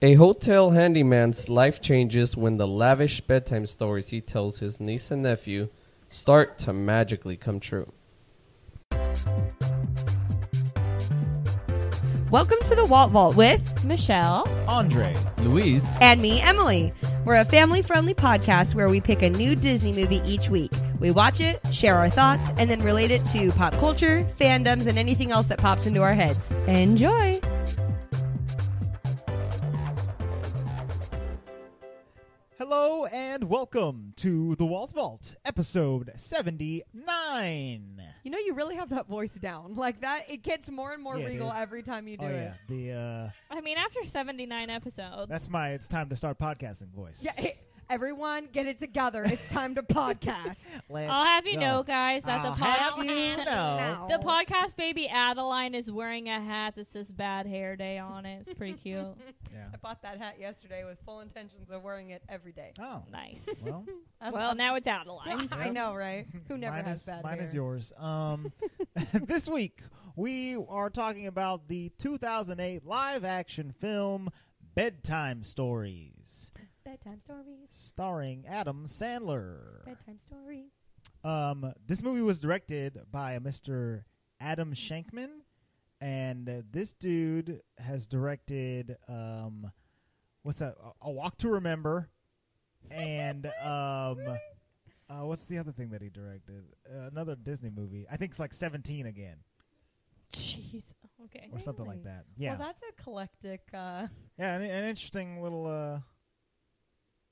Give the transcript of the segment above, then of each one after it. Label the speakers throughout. Speaker 1: A hotel handyman's life changes when the lavish bedtime stories he tells his niece and nephew start to magically come true.
Speaker 2: Welcome to the Walt Vault with
Speaker 3: Michelle.
Speaker 4: Andre.
Speaker 5: Louise.
Speaker 2: and me, Emily. We're a family friendly podcast where we pick a new Disney movie each week. We watch it, share our thoughts, and then relate it to pop culture, fandoms, and anything else that pops into our heads.
Speaker 3: Enjoy.
Speaker 4: Hello and welcome to the Walt Vault, episode 79.
Speaker 2: You know, you really have that voice down. Like that, it gets more and more
Speaker 4: Yeah,
Speaker 2: regal
Speaker 4: dude.
Speaker 2: every time you do
Speaker 4: oh,
Speaker 2: it.
Speaker 4: yeah. The, uh,
Speaker 3: I mean, after 79 episodes,
Speaker 4: that's my it's time to start podcasting voice.
Speaker 2: Yeah, it- everyone, get it together. It's time to podcast.
Speaker 4: Let's
Speaker 3: I'll have you
Speaker 4: go.
Speaker 3: know, guys, that
Speaker 4: I'll
Speaker 3: the, pod-
Speaker 4: have you know.
Speaker 3: the podcast baby Adeline is wearing a hat that says Bad Hair Day on it. It's pretty cute.
Speaker 4: Yeah.
Speaker 2: I bought that hat yesterday with full intentions of wearing it every day.
Speaker 4: Oh,
Speaker 3: nice.
Speaker 4: well,
Speaker 2: I
Speaker 3: Well,
Speaker 2: love-
Speaker 3: now it's Adeline.
Speaker 2: I know, right? Who never
Speaker 4: mine
Speaker 2: has
Speaker 4: is,
Speaker 2: bad
Speaker 4: mine
Speaker 2: hair?
Speaker 4: is yours. Um, this week, we are talking about the 2008 live action film Bedtime Stories,
Speaker 3: Bedtime stories.
Speaker 4: starring Adam Sandler.
Speaker 3: Bedtime stories.
Speaker 4: Um, this movie was directed by a Mr. Adam Shankman, and uh, this dude has directed um, what's that? A- A Walk to Remember, and um, uh, what's the other thing that he directed? Uh, another Disney movie. I think it's like Seventeen again
Speaker 3: Jeez. Okay.
Speaker 4: or something like
Speaker 2: Really?
Speaker 4: that. Yeah,
Speaker 2: Well, that's a collectic. Uh,
Speaker 4: yeah, an, an interesting little uh,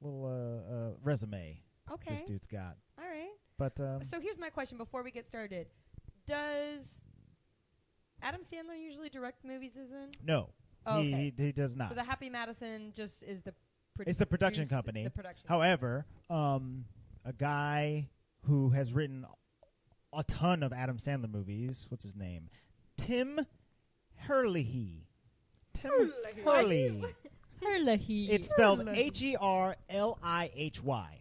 Speaker 4: little uh, uh, resume
Speaker 2: okay,
Speaker 4: this dude's got.
Speaker 2: all right.
Speaker 4: But um,
Speaker 2: So here's my question before we get started: Does Adam Sandler usually direct movies? Isn't
Speaker 4: no,
Speaker 2: Oh,
Speaker 4: he,
Speaker 2: okay.
Speaker 4: he he does not.
Speaker 2: so? The Happy Madison just is the.
Speaker 4: It's the production
Speaker 2: produce-
Speaker 4: company.
Speaker 2: The production.
Speaker 4: However, um, a guy who has written a ton of Adam Sandler movies, what's his name? Tim Herlihy. Tim Hurley.
Speaker 3: Herlihy.
Speaker 4: It's spelled H E R L I H Y.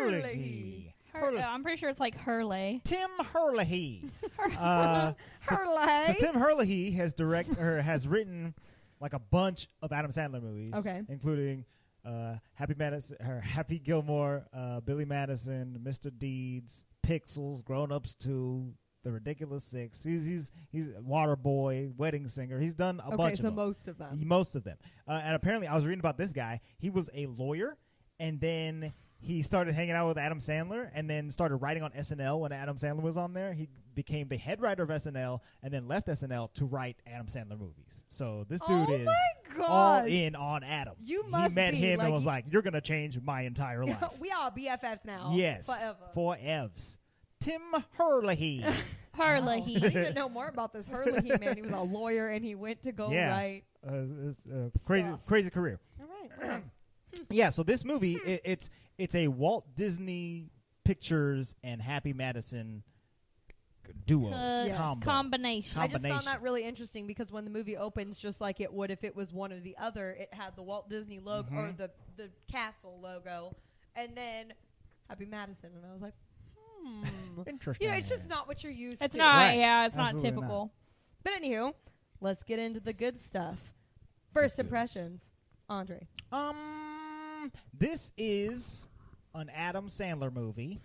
Speaker 4: Herlihy.
Speaker 3: Her- uh, I'm pretty sure it's like Hurley.
Speaker 4: Tim Herlihy. uh, so, so Tim Herlihy has direct or has written like a bunch of Adam Sandler movies,
Speaker 2: Okay.
Speaker 4: including uh, Happy Madison, or Happy Gilmore, uh, Billy Madison, Mr. Deeds, Pixels, Grown Ups Two, The Ridiculous Six. He's he's, he's Waterboy, Wedding Singer. He's done a
Speaker 2: okay,
Speaker 4: bunch
Speaker 2: so
Speaker 4: of them.
Speaker 2: most of them.
Speaker 4: Most of them. Uh, and apparently, I was reading about this guy. He was a lawyer, and then he started hanging out with Adam Sandler, and then started writing on SNL when Adam Sandler was on there. He became the head writer of SNL, and then left SNL to write Adam Sandler movies. So this dude
Speaker 2: Oh
Speaker 4: is
Speaker 2: my
Speaker 4: all
Speaker 2: God.
Speaker 4: in on Adam.
Speaker 2: You
Speaker 4: he
Speaker 2: must
Speaker 4: met
Speaker 2: be,
Speaker 4: him
Speaker 2: like,
Speaker 4: and was
Speaker 2: he-
Speaker 4: like, "You're gonna change my entire life."
Speaker 2: we are BFFs now.
Speaker 4: yes,
Speaker 2: forever.
Speaker 4: for Evs. Tim Herlihy.
Speaker 2: I need
Speaker 3: Herlihy.
Speaker 2: to know more about this Hurley man. He was a lawyer and he went to go
Speaker 4: Yeah.
Speaker 2: right.
Speaker 4: uh, it's, uh, crazy,
Speaker 2: Stuff.
Speaker 4: crazy career.
Speaker 2: All right. okay.
Speaker 4: yeah so this movie
Speaker 2: Hmm.
Speaker 4: i it's it's a walt disney pictures and happy madison duo
Speaker 3: Uh,
Speaker 2: Yes.
Speaker 4: combo.
Speaker 3: Combination.
Speaker 2: I just found
Speaker 4: combination.
Speaker 2: that really interesting because when the movie opens, just like it would if it was one or the other, it had the Walt Disney logo or the the castle logo, and then Happy Madison, and I was like, hmm.
Speaker 4: interesting
Speaker 2: you know, it's just not what you're used
Speaker 3: It's
Speaker 2: to.
Speaker 3: not,
Speaker 4: Right.
Speaker 3: yeah, it's
Speaker 4: Absolutely
Speaker 3: not
Speaker 4: not.
Speaker 3: typical.
Speaker 2: But anywho, let's get into the good stuff. First
Speaker 4: Good
Speaker 2: impressions, Andre.
Speaker 4: um this is an adam sandler movie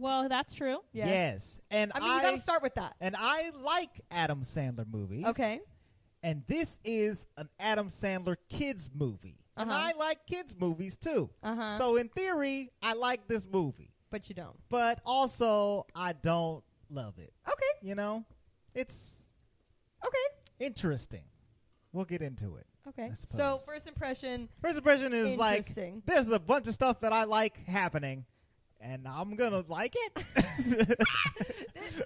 Speaker 3: Well, that's true.
Speaker 2: Yes.
Speaker 4: and
Speaker 2: I mean, you got to start with that.
Speaker 4: and i like adam sandler movies
Speaker 2: Okay.
Speaker 4: and this is an adam sandler kids movie and
Speaker 2: Uh-huh.
Speaker 4: i like kids movies too
Speaker 2: Uh-huh.
Speaker 4: so in theory i like this movie
Speaker 2: But you don't.
Speaker 4: but also i don't love it
Speaker 2: Okay.
Speaker 4: you know it's
Speaker 2: Okay.
Speaker 4: interesting we'll get into it
Speaker 2: Okay.
Speaker 4: I
Speaker 2: So
Speaker 4: suppose.
Speaker 2: first impression.
Speaker 4: first impression is like
Speaker 2: Interesting.
Speaker 4: there's a bunch of stuff that i like happening and i'm gonna like it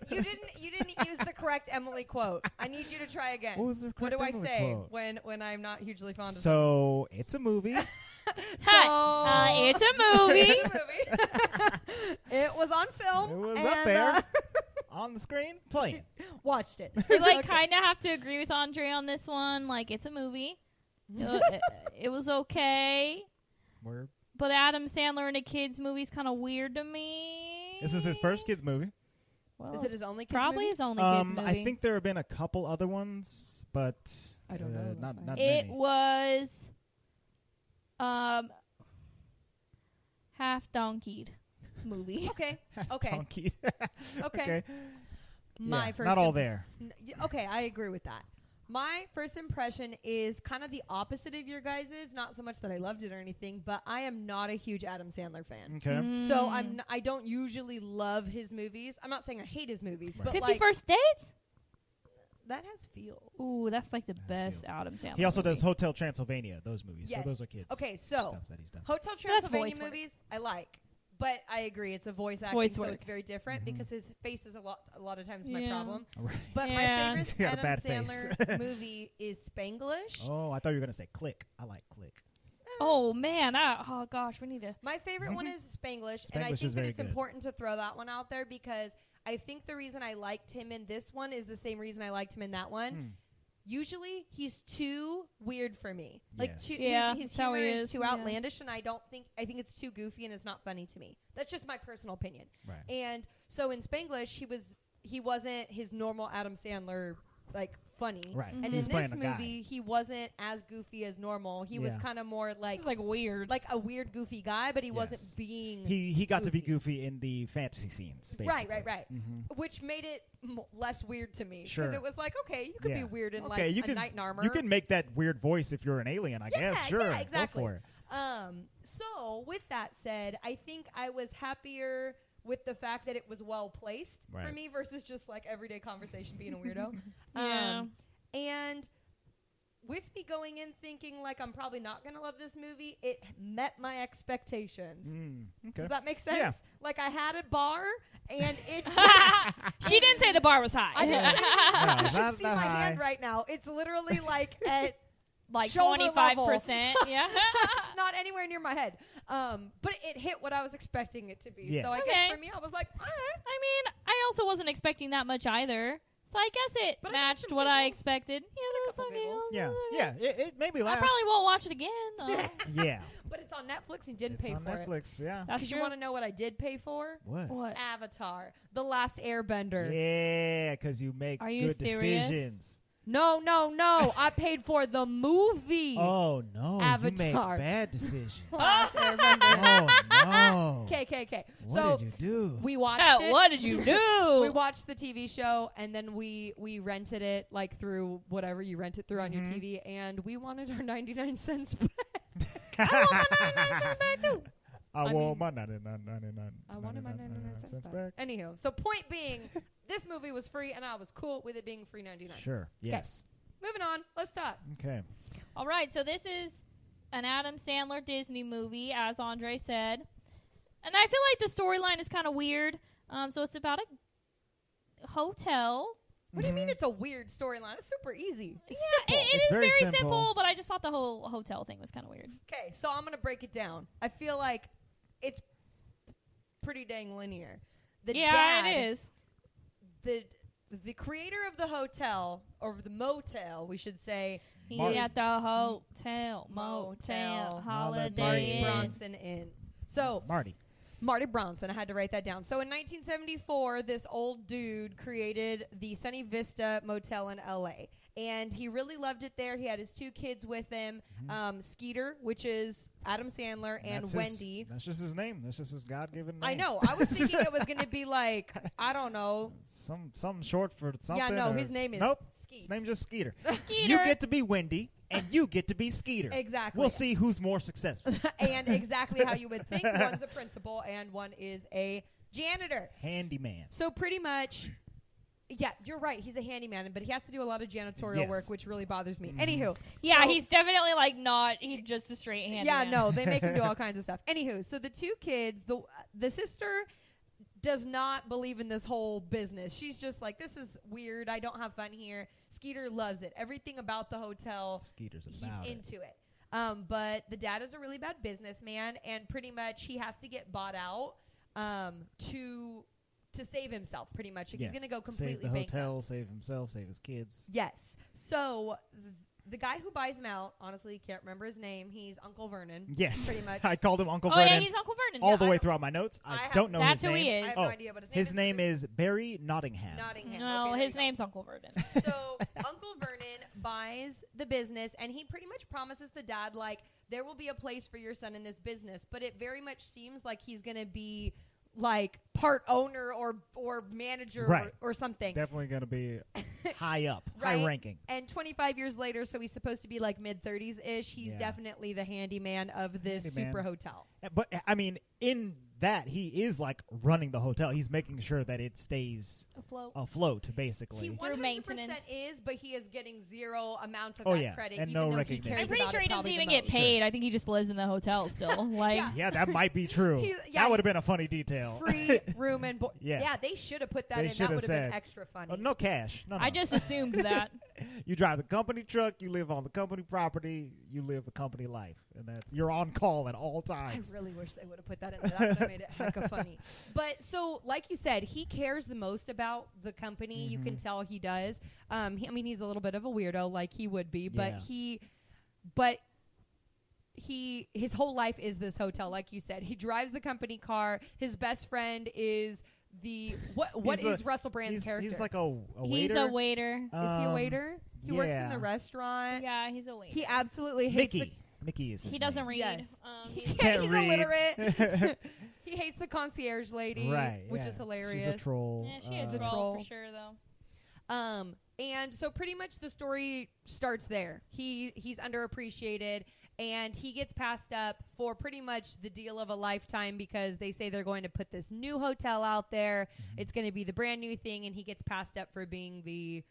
Speaker 2: you didn't you didn't use the correct Emily quote. I need you to try again.
Speaker 4: What was the
Speaker 2: What
Speaker 4: correct
Speaker 2: do
Speaker 4: Emily
Speaker 2: I say
Speaker 4: quote?
Speaker 2: when when I'm not hugely fond of something?
Speaker 4: so it's a movie
Speaker 3: Hi. Uh, it's a movie.
Speaker 2: It's a movie. it was on film.
Speaker 4: it was
Speaker 2: and,
Speaker 4: up there
Speaker 2: uh,
Speaker 4: on the screen playing
Speaker 2: watched it.
Speaker 3: you like
Speaker 2: Okay.
Speaker 3: kind of have to agree with Andre on this one. Like it's a movie. Uh, it, it was okay,
Speaker 4: Word.
Speaker 3: but Adam Sandler in a kids movie is kind of weird to me.
Speaker 4: this is his first kids movie
Speaker 3: Well,
Speaker 2: Is it his only kids
Speaker 3: probably
Speaker 2: movie?
Speaker 3: his only
Speaker 4: um
Speaker 3: kids movie.
Speaker 4: i think there have been a couple other ones but
Speaker 2: I don't
Speaker 4: uh,
Speaker 2: know,
Speaker 4: not,
Speaker 2: that's
Speaker 4: not
Speaker 3: it
Speaker 4: many.
Speaker 3: was um, half donkeyed movie.
Speaker 2: Okay. Okay.
Speaker 4: Donkey.
Speaker 2: Okay.
Speaker 4: okay.
Speaker 2: My
Speaker 4: Yeah,
Speaker 2: first
Speaker 4: Not all
Speaker 2: imp-
Speaker 4: there.
Speaker 2: N- y- Okay, I agree with that. My first impression is kind of the opposite of your guys's. Not so much that I loved it or anything, but I am not a huge Adam Sandler fan.
Speaker 4: Okay.
Speaker 2: So
Speaker 3: Mm.
Speaker 2: I'm n- I don't usually love his movies. I'm not saying I hate his movies,
Speaker 4: Right.
Speaker 2: but
Speaker 3: Fifty
Speaker 2: like
Speaker 3: First Dates.
Speaker 2: that has feels.
Speaker 3: Ooh, that's like the
Speaker 4: That's
Speaker 3: best
Speaker 4: beautiful.
Speaker 3: Adam Sandler.
Speaker 4: He also does
Speaker 3: movie.
Speaker 4: Hotel Transylvania, those movies.
Speaker 2: Yes.
Speaker 4: So those are kids.
Speaker 2: Okay, oh. so
Speaker 4: Stuff that he's done.
Speaker 2: Hotel
Speaker 3: That's
Speaker 2: Transylvania
Speaker 3: voice work.
Speaker 2: movies I like, but I agree it's a voice acting,
Speaker 3: voice
Speaker 2: so
Speaker 3: work. Mm-hmm.
Speaker 2: it's very different
Speaker 4: Mhm.
Speaker 2: because his face is a lot a lot of times my
Speaker 3: Yeah.
Speaker 2: problem.
Speaker 4: All Oh, right.
Speaker 2: But
Speaker 3: Yeah.
Speaker 2: my
Speaker 4: He's got a
Speaker 2: favorite
Speaker 4: bad
Speaker 2: Adam
Speaker 4: face.
Speaker 2: Sandler movie is Spanglish.
Speaker 4: Oh, I thought you were gonna say click. I like click.
Speaker 3: Oh Mm-hmm. man, I, oh gosh, we need to.
Speaker 2: My favorite one is Spanglish, and I
Speaker 4: Spanglish is
Speaker 2: think that
Speaker 4: very
Speaker 2: it's
Speaker 4: good.
Speaker 2: important to throw that one out there because I think the reason I liked him in this one is the same reason I liked him in that one.
Speaker 4: Mm.
Speaker 2: Usually, he's too weird for me. Like,
Speaker 4: Yes.
Speaker 2: too, his-
Speaker 3: Yeah,
Speaker 2: his,
Speaker 3: that's how
Speaker 2: humor
Speaker 3: he
Speaker 2: is,
Speaker 3: is,
Speaker 2: too
Speaker 3: yeah.
Speaker 2: outlandish, and I don't think I think it's too goofy and it's not funny to me. That's just my personal opinion.
Speaker 4: Right.
Speaker 2: And so in Spanglish, he was he wasn't his normal Adam Sandler like funny.
Speaker 4: Right. Mm-hmm.
Speaker 2: And
Speaker 4: He was
Speaker 2: in
Speaker 4: playing
Speaker 2: this
Speaker 4: a guy.
Speaker 2: movie, he wasn't as goofy as normal. He was
Speaker 4: Yeah.
Speaker 2: kind of more like
Speaker 3: It's like weird.
Speaker 2: like a weird goofy guy, but he
Speaker 4: Yes.
Speaker 2: wasn't being
Speaker 4: He he got to be
Speaker 2: Goofy.
Speaker 4: goofy in the fantasy scenes. Basically.
Speaker 2: right, right, right.
Speaker 4: hmm
Speaker 2: Which made it m- less weird to me
Speaker 4: Sure.
Speaker 2: because it was like, okay, you could
Speaker 4: Yeah.
Speaker 2: be weird in
Speaker 4: Okay,
Speaker 2: like
Speaker 4: you
Speaker 2: a
Speaker 4: can-
Speaker 2: knight in armor.
Speaker 4: You can make that weird voice if you're an alien, I
Speaker 2: Yeah,
Speaker 4: guess. Sure.
Speaker 2: yeah,
Speaker 4: Go
Speaker 2: exactly.
Speaker 4: for it.
Speaker 2: Um, so with that said, I think I was happier with the fact that it was well placed for
Speaker 4: Right.
Speaker 2: me versus just like everyday conversation being a weirdo.
Speaker 3: Yeah.
Speaker 2: Um, and with me going in thinking like I'm probably not gonna love this movie, it met my expectations.
Speaker 4: Mm, okay.
Speaker 2: Does that make sense?
Speaker 4: Yeah.
Speaker 2: Like I had a bar and it just
Speaker 3: she didn't say the bar was high.
Speaker 2: I didn't say
Speaker 4: No,
Speaker 2: I
Speaker 4: it's
Speaker 2: should
Speaker 4: not
Speaker 2: see
Speaker 4: that
Speaker 2: my
Speaker 4: high.
Speaker 2: hand right now. It's literally like at
Speaker 3: like
Speaker 2: shoulder
Speaker 3: twenty five
Speaker 2: level.
Speaker 3: percent. Yeah.
Speaker 2: it's not anywhere near my head. Um, but it hit what I was expecting it to be.
Speaker 4: Yeah.
Speaker 2: So I
Speaker 3: Okay.
Speaker 2: guess for me, I was like, all right.
Speaker 3: I mean, I also wasn't expecting that much either. So I guess it
Speaker 2: But I had
Speaker 3: matched
Speaker 2: some
Speaker 3: what I
Speaker 2: giggles.
Speaker 3: expected. Yeah, there was
Speaker 2: couple
Speaker 3: some giggles.
Speaker 2: giggles.
Speaker 4: Yeah.
Speaker 3: Uh,
Speaker 4: Yeah. It, it made me
Speaker 3: I
Speaker 4: laugh.
Speaker 3: probably won't watch it again though.
Speaker 4: yeah.
Speaker 2: But it's on Netflix and you didn't
Speaker 4: it's
Speaker 2: pay
Speaker 4: on
Speaker 2: for it.
Speaker 4: Netflix. Yeah.
Speaker 3: That's
Speaker 2: Because you
Speaker 3: true.
Speaker 2: want to know what I did pay for?
Speaker 4: What?
Speaker 3: what?
Speaker 2: Avatar, The Last Airbender.
Speaker 4: Yeah, because you make
Speaker 3: Are you
Speaker 4: good
Speaker 3: serious?
Speaker 4: decisions.
Speaker 2: No, no, no. I paid for the movie.
Speaker 4: Oh no, you make
Speaker 2: Avatar.
Speaker 4: bad decisions.
Speaker 2: Last Airbender.
Speaker 4: oh no.
Speaker 2: KKK.
Speaker 4: What
Speaker 2: So
Speaker 4: did you do?
Speaker 2: we watched
Speaker 3: Uh,
Speaker 2: it.
Speaker 3: what did you
Speaker 2: We
Speaker 3: do?
Speaker 2: watched the TV show and then we we rented it like through whatever you rent it through on your
Speaker 4: Mhm.
Speaker 2: TV and we wanted our 99 cents back.
Speaker 4: I
Speaker 2: I
Speaker 4: want
Speaker 2: mean-
Speaker 4: my 99, 99,
Speaker 2: I wanted my 99 cents back.
Speaker 4: back.
Speaker 2: Anywho, so point being, this movie was free, and I was cool with it being free 99.
Speaker 4: Sure. Yes.
Speaker 2: Moving on, let's talk.
Speaker 4: Okay.
Speaker 3: All right, so this is an Adam Sandler Disney movie, as Andre said, and I feel like the storyline is kind of weird. Um, so it's about a hotel.
Speaker 2: What do you mean it's a weird storyline? It's super easy.
Speaker 3: It's yeah, it- it
Speaker 4: It's
Speaker 3: is
Speaker 4: very
Speaker 3: very,
Speaker 4: simple.
Speaker 3: simple. but I just thought the whole hotel thing was kind of weird.
Speaker 2: Okay, so I'm going to break it down. I feel like it's pretty dang linear. The
Speaker 3: yeah,
Speaker 2: dad,
Speaker 3: it is.
Speaker 2: The, the creator of the hotel, or the motel, we should say,
Speaker 3: He
Speaker 4: Marty-
Speaker 3: at the hotel,
Speaker 2: Motel.
Speaker 3: motel,
Speaker 2: Marty
Speaker 4: Marty.
Speaker 3: holiday.
Speaker 2: Bronson Inn. So,
Speaker 4: Marty.
Speaker 2: Marty Bronson. I had to write that down. So in 1974, this old dude created the Sunny Vista Motel in LA. And he really loved it there. He had his two kids with him um, Skeeter, which is Adam Sandler, and
Speaker 4: Mm-hmm. That's his-
Speaker 2: Wendy.
Speaker 4: that's just his name. That's just his God-given name.
Speaker 2: I know. I was thinking it was going to be like, I don't know.
Speaker 4: Some some short for something.
Speaker 2: yeah, no,
Speaker 4: or-
Speaker 2: his name is
Speaker 4: Nope.
Speaker 2: Skeet.
Speaker 4: His name's just Skeeter.
Speaker 3: Skeeter.
Speaker 4: You get to be Wendy, and you get to be Skeeter.
Speaker 2: Exactly.
Speaker 4: We'll see who's more successful.
Speaker 2: and exactly how you would think one's a principal and one is a janitor.
Speaker 4: Handyman.
Speaker 2: So pretty much, yeah, you're right. He's a handyman, but he has to do a lot of janitorial
Speaker 4: Yes.
Speaker 2: work, which really bothers me.
Speaker 4: Mhm.
Speaker 2: Anywho,
Speaker 3: yeah,
Speaker 2: so-
Speaker 3: he's definitely like not. He's just a straight hand.
Speaker 2: yeah, no, they make him do all kinds of stuff. Anywho, so the two kids, the the sister does not believe in this whole business. She's just like, this is weird. I don't have fun here. Skeeter loves it. Everything about the hotel,
Speaker 4: Skeeter's
Speaker 2: he's
Speaker 4: about it.
Speaker 2: into it. Um, but the dad is a really bad businessman, and pretty much he has to get bought out um, to to save himself. Pretty much, like,
Speaker 4: Yes.
Speaker 2: he's going to go completely
Speaker 4: Save the
Speaker 2: bankrupt.
Speaker 4: hotel, save himself, save his kids.
Speaker 2: Yes. So th- the guy who buys him out, honestly, can't remember his name. He's Uncle Vernon.
Speaker 4: Yes.
Speaker 2: Pretty much.
Speaker 4: I called him Uncle
Speaker 3: Oh yeah,
Speaker 4: Vernon
Speaker 3: he's Uncle Vernon.
Speaker 4: all
Speaker 3: yeah.
Speaker 4: the
Speaker 2: I
Speaker 4: way
Speaker 2: don't-
Speaker 4: through all my notes. I,
Speaker 2: I have-
Speaker 4: don't know
Speaker 3: That's
Speaker 4: his
Speaker 3: who
Speaker 4: name.
Speaker 3: he
Speaker 2: I
Speaker 3: is.
Speaker 2: have
Speaker 4: Oh,
Speaker 2: no idea, but his,
Speaker 4: His name is Barry Nottingham.
Speaker 2: Nottingham.
Speaker 3: No,
Speaker 2: Okay, there
Speaker 3: his
Speaker 2: you
Speaker 3: name's Uncle Vernon.
Speaker 2: go. So Uncle Vernon buys the business and he pretty much promises the dad like there will be a place for your son in this business, but it very much seems like he's going to be like part owner or or manager
Speaker 4: Right.
Speaker 2: or, or something.
Speaker 4: Definitely going to be high up,
Speaker 2: Right.
Speaker 4: high ranking.
Speaker 2: and 25 years later, so he's supposed to be like mid 30s ish. He's
Speaker 4: Yeah.
Speaker 2: definitely the handyman of this
Speaker 4: handyman.
Speaker 2: super hotel.
Speaker 4: But I mean, in that he is like running the hotel. He's making sure that it stays
Speaker 3: afloat.
Speaker 2: Oh,
Speaker 4: afloat, basically.
Speaker 2: He
Speaker 3: Through
Speaker 2: 100%
Speaker 3: maintenance.
Speaker 2: is, but he is getting zero amount of
Speaker 4: Oh,
Speaker 2: that
Speaker 4: yeah,
Speaker 2: credit,
Speaker 4: and
Speaker 2: even
Speaker 4: no
Speaker 2: though he
Speaker 4: recognition.
Speaker 2: cares
Speaker 3: I'm pretty
Speaker 2: about
Speaker 3: sure
Speaker 2: it
Speaker 3: he doesn't
Speaker 2: probably
Speaker 3: even
Speaker 2: the
Speaker 3: get
Speaker 2: most.
Speaker 3: paid. I think he just lives in the hotel still. Like,
Speaker 2: Yeah.
Speaker 4: yeah, that might be true.
Speaker 2: He's- yeah,
Speaker 4: that would have been a funny detail.
Speaker 2: Free room and board.
Speaker 4: Oh. Yeah.
Speaker 2: they should have put that
Speaker 4: They
Speaker 2: in. That
Speaker 4: shoulda
Speaker 2: would have been
Speaker 4: said,
Speaker 2: extra funny.
Speaker 4: Uh, no cash. No, no.
Speaker 3: I just assumed that.
Speaker 4: you drive the company truck. You live on the company property. You live a company life, and that's you're on call at all
Speaker 2: I
Speaker 4: times.
Speaker 2: really wish they would have put that in there. That would have made it hecka funny. But so, like you said, he cares the most about the company. You
Speaker 4: Mm-hmm.
Speaker 2: can tell he does. Um, he, I mean, he's a little bit of a weirdo, like he would be, but
Speaker 4: Yeah.
Speaker 2: he, but he, his whole life is this hotel. Like you said, he drives the company car. His best friend is the what? What is
Speaker 4: He's a-
Speaker 2: Russell Brand's
Speaker 4: he's,
Speaker 2: character?
Speaker 4: he's like a, a
Speaker 3: He's
Speaker 4: waiter.
Speaker 3: a waiter.
Speaker 2: is he a
Speaker 4: Um,
Speaker 2: waiter? He works in
Speaker 4: yeah.
Speaker 2: the restaurant.
Speaker 3: Yeah, he's a waiter.
Speaker 2: Uh, He absolutely hates the
Speaker 4: Mickey. Mickey is. His
Speaker 3: he doesn't
Speaker 4: name.
Speaker 3: read.
Speaker 2: Yes.
Speaker 3: Um,
Speaker 2: He
Speaker 3: he's-
Speaker 2: can't,
Speaker 4: Can't
Speaker 2: he's
Speaker 4: read.
Speaker 2: illiterate. he hates the concierge lady,
Speaker 4: right,
Speaker 2: which
Speaker 4: yeah.
Speaker 2: is hilarious.
Speaker 4: She's a troll.
Speaker 3: yeah, she is
Speaker 2: Uh,
Speaker 3: a troll
Speaker 2: troll.
Speaker 3: for sure, though.
Speaker 2: Um, and so pretty much the story starts there. He he's underappreciated and he gets passed up for pretty much the deal of a lifetime because they say they're going to put this new hotel out there.
Speaker 4: Mm-hmm.
Speaker 2: It's going to be the brand new thing and he gets passed up for being the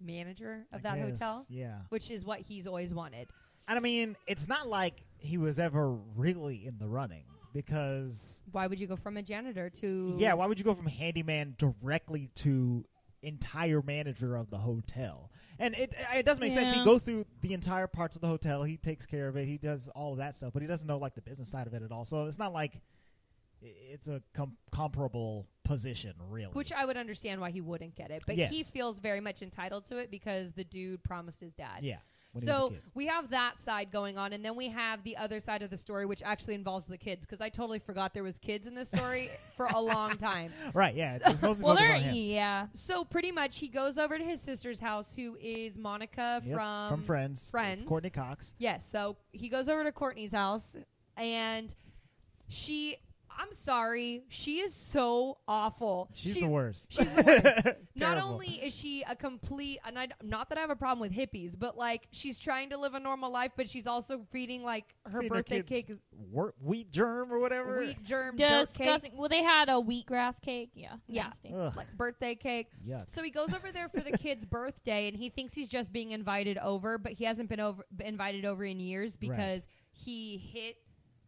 Speaker 2: manager of
Speaker 4: I
Speaker 2: that
Speaker 4: guess,
Speaker 2: hotel,
Speaker 4: Yeah.
Speaker 2: which is what he's always wanted.
Speaker 4: And I mean, it's not like he was ever really in the running because
Speaker 2: Why would you go from a janitor to
Speaker 4: yeah, why would you go from handyman directly to entire manager of the hotel? And it it does make sense. He
Speaker 3: Yeah.
Speaker 4: goes through the entire parts of the hotel. He takes care of it. He does all of that stuff, but he doesn't know like the business side of it at all. So it's not like i- it's a com- comparable position, really.
Speaker 2: Which I would understand why he wouldn't get it, but
Speaker 4: Yes.
Speaker 2: he feels very much entitled to it because the dude promised his dad.
Speaker 4: yeah. When he was a
Speaker 2: so
Speaker 4: kid.
Speaker 2: we have that side going on, and then we have the other side of the story, which actually involves the kids. Because I totally forgot there was kids in this story for a long time.
Speaker 4: right, yeah, it's- it's mostly
Speaker 3: Well,
Speaker 4: focused
Speaker 3: they're
Speaker 4: on him.
Speaker 3: yeah.
Speaker 2: So pretty much, he goes over to his sister's house, who is Monica
Speaker 4: Yep,
Speaker 2: from
Speaker 4: from Friends, It's
Speaker 2: Friends.
Speaker 4: Courtney Cox.
Speaker 2: Yes. So he goes over to Courtney's house, and she. I'm sorry. She is so awful.
Speaker 4: She's
Speaker 2: She-
Speaker 4: the worst.
Speaker 2: She's the worst. not
Speaker 4: Terrible.
Speaker 2: only is she a complete and I not that I have a problem with hippies, but like she's trying to live a normal life, but she's also feeding like her
Speaker 4: Feeding
Speaker 2: birthday
Speaker 4: kids
Speaker 2: cake is
Speaker 4: wor- wheat germ or whatever.
Speaker 2: wheat germ dirt cake,
Speaker 3: Disgusting. Well, they had a wheatgrass cake. Yeah.
Speaker 2: Yeah.
Speaker 3: Nasty.
Speaker 4: Ugh,
Speaker 2: like birthday cake.
Speaker 4: yuck.
Speaker 2: So he goes over there for the kid's birthday, and he thinks he's just being invited over, but he hasn't been over been invited over in years
Speaker 4: Right.
Speaker 2: because he hit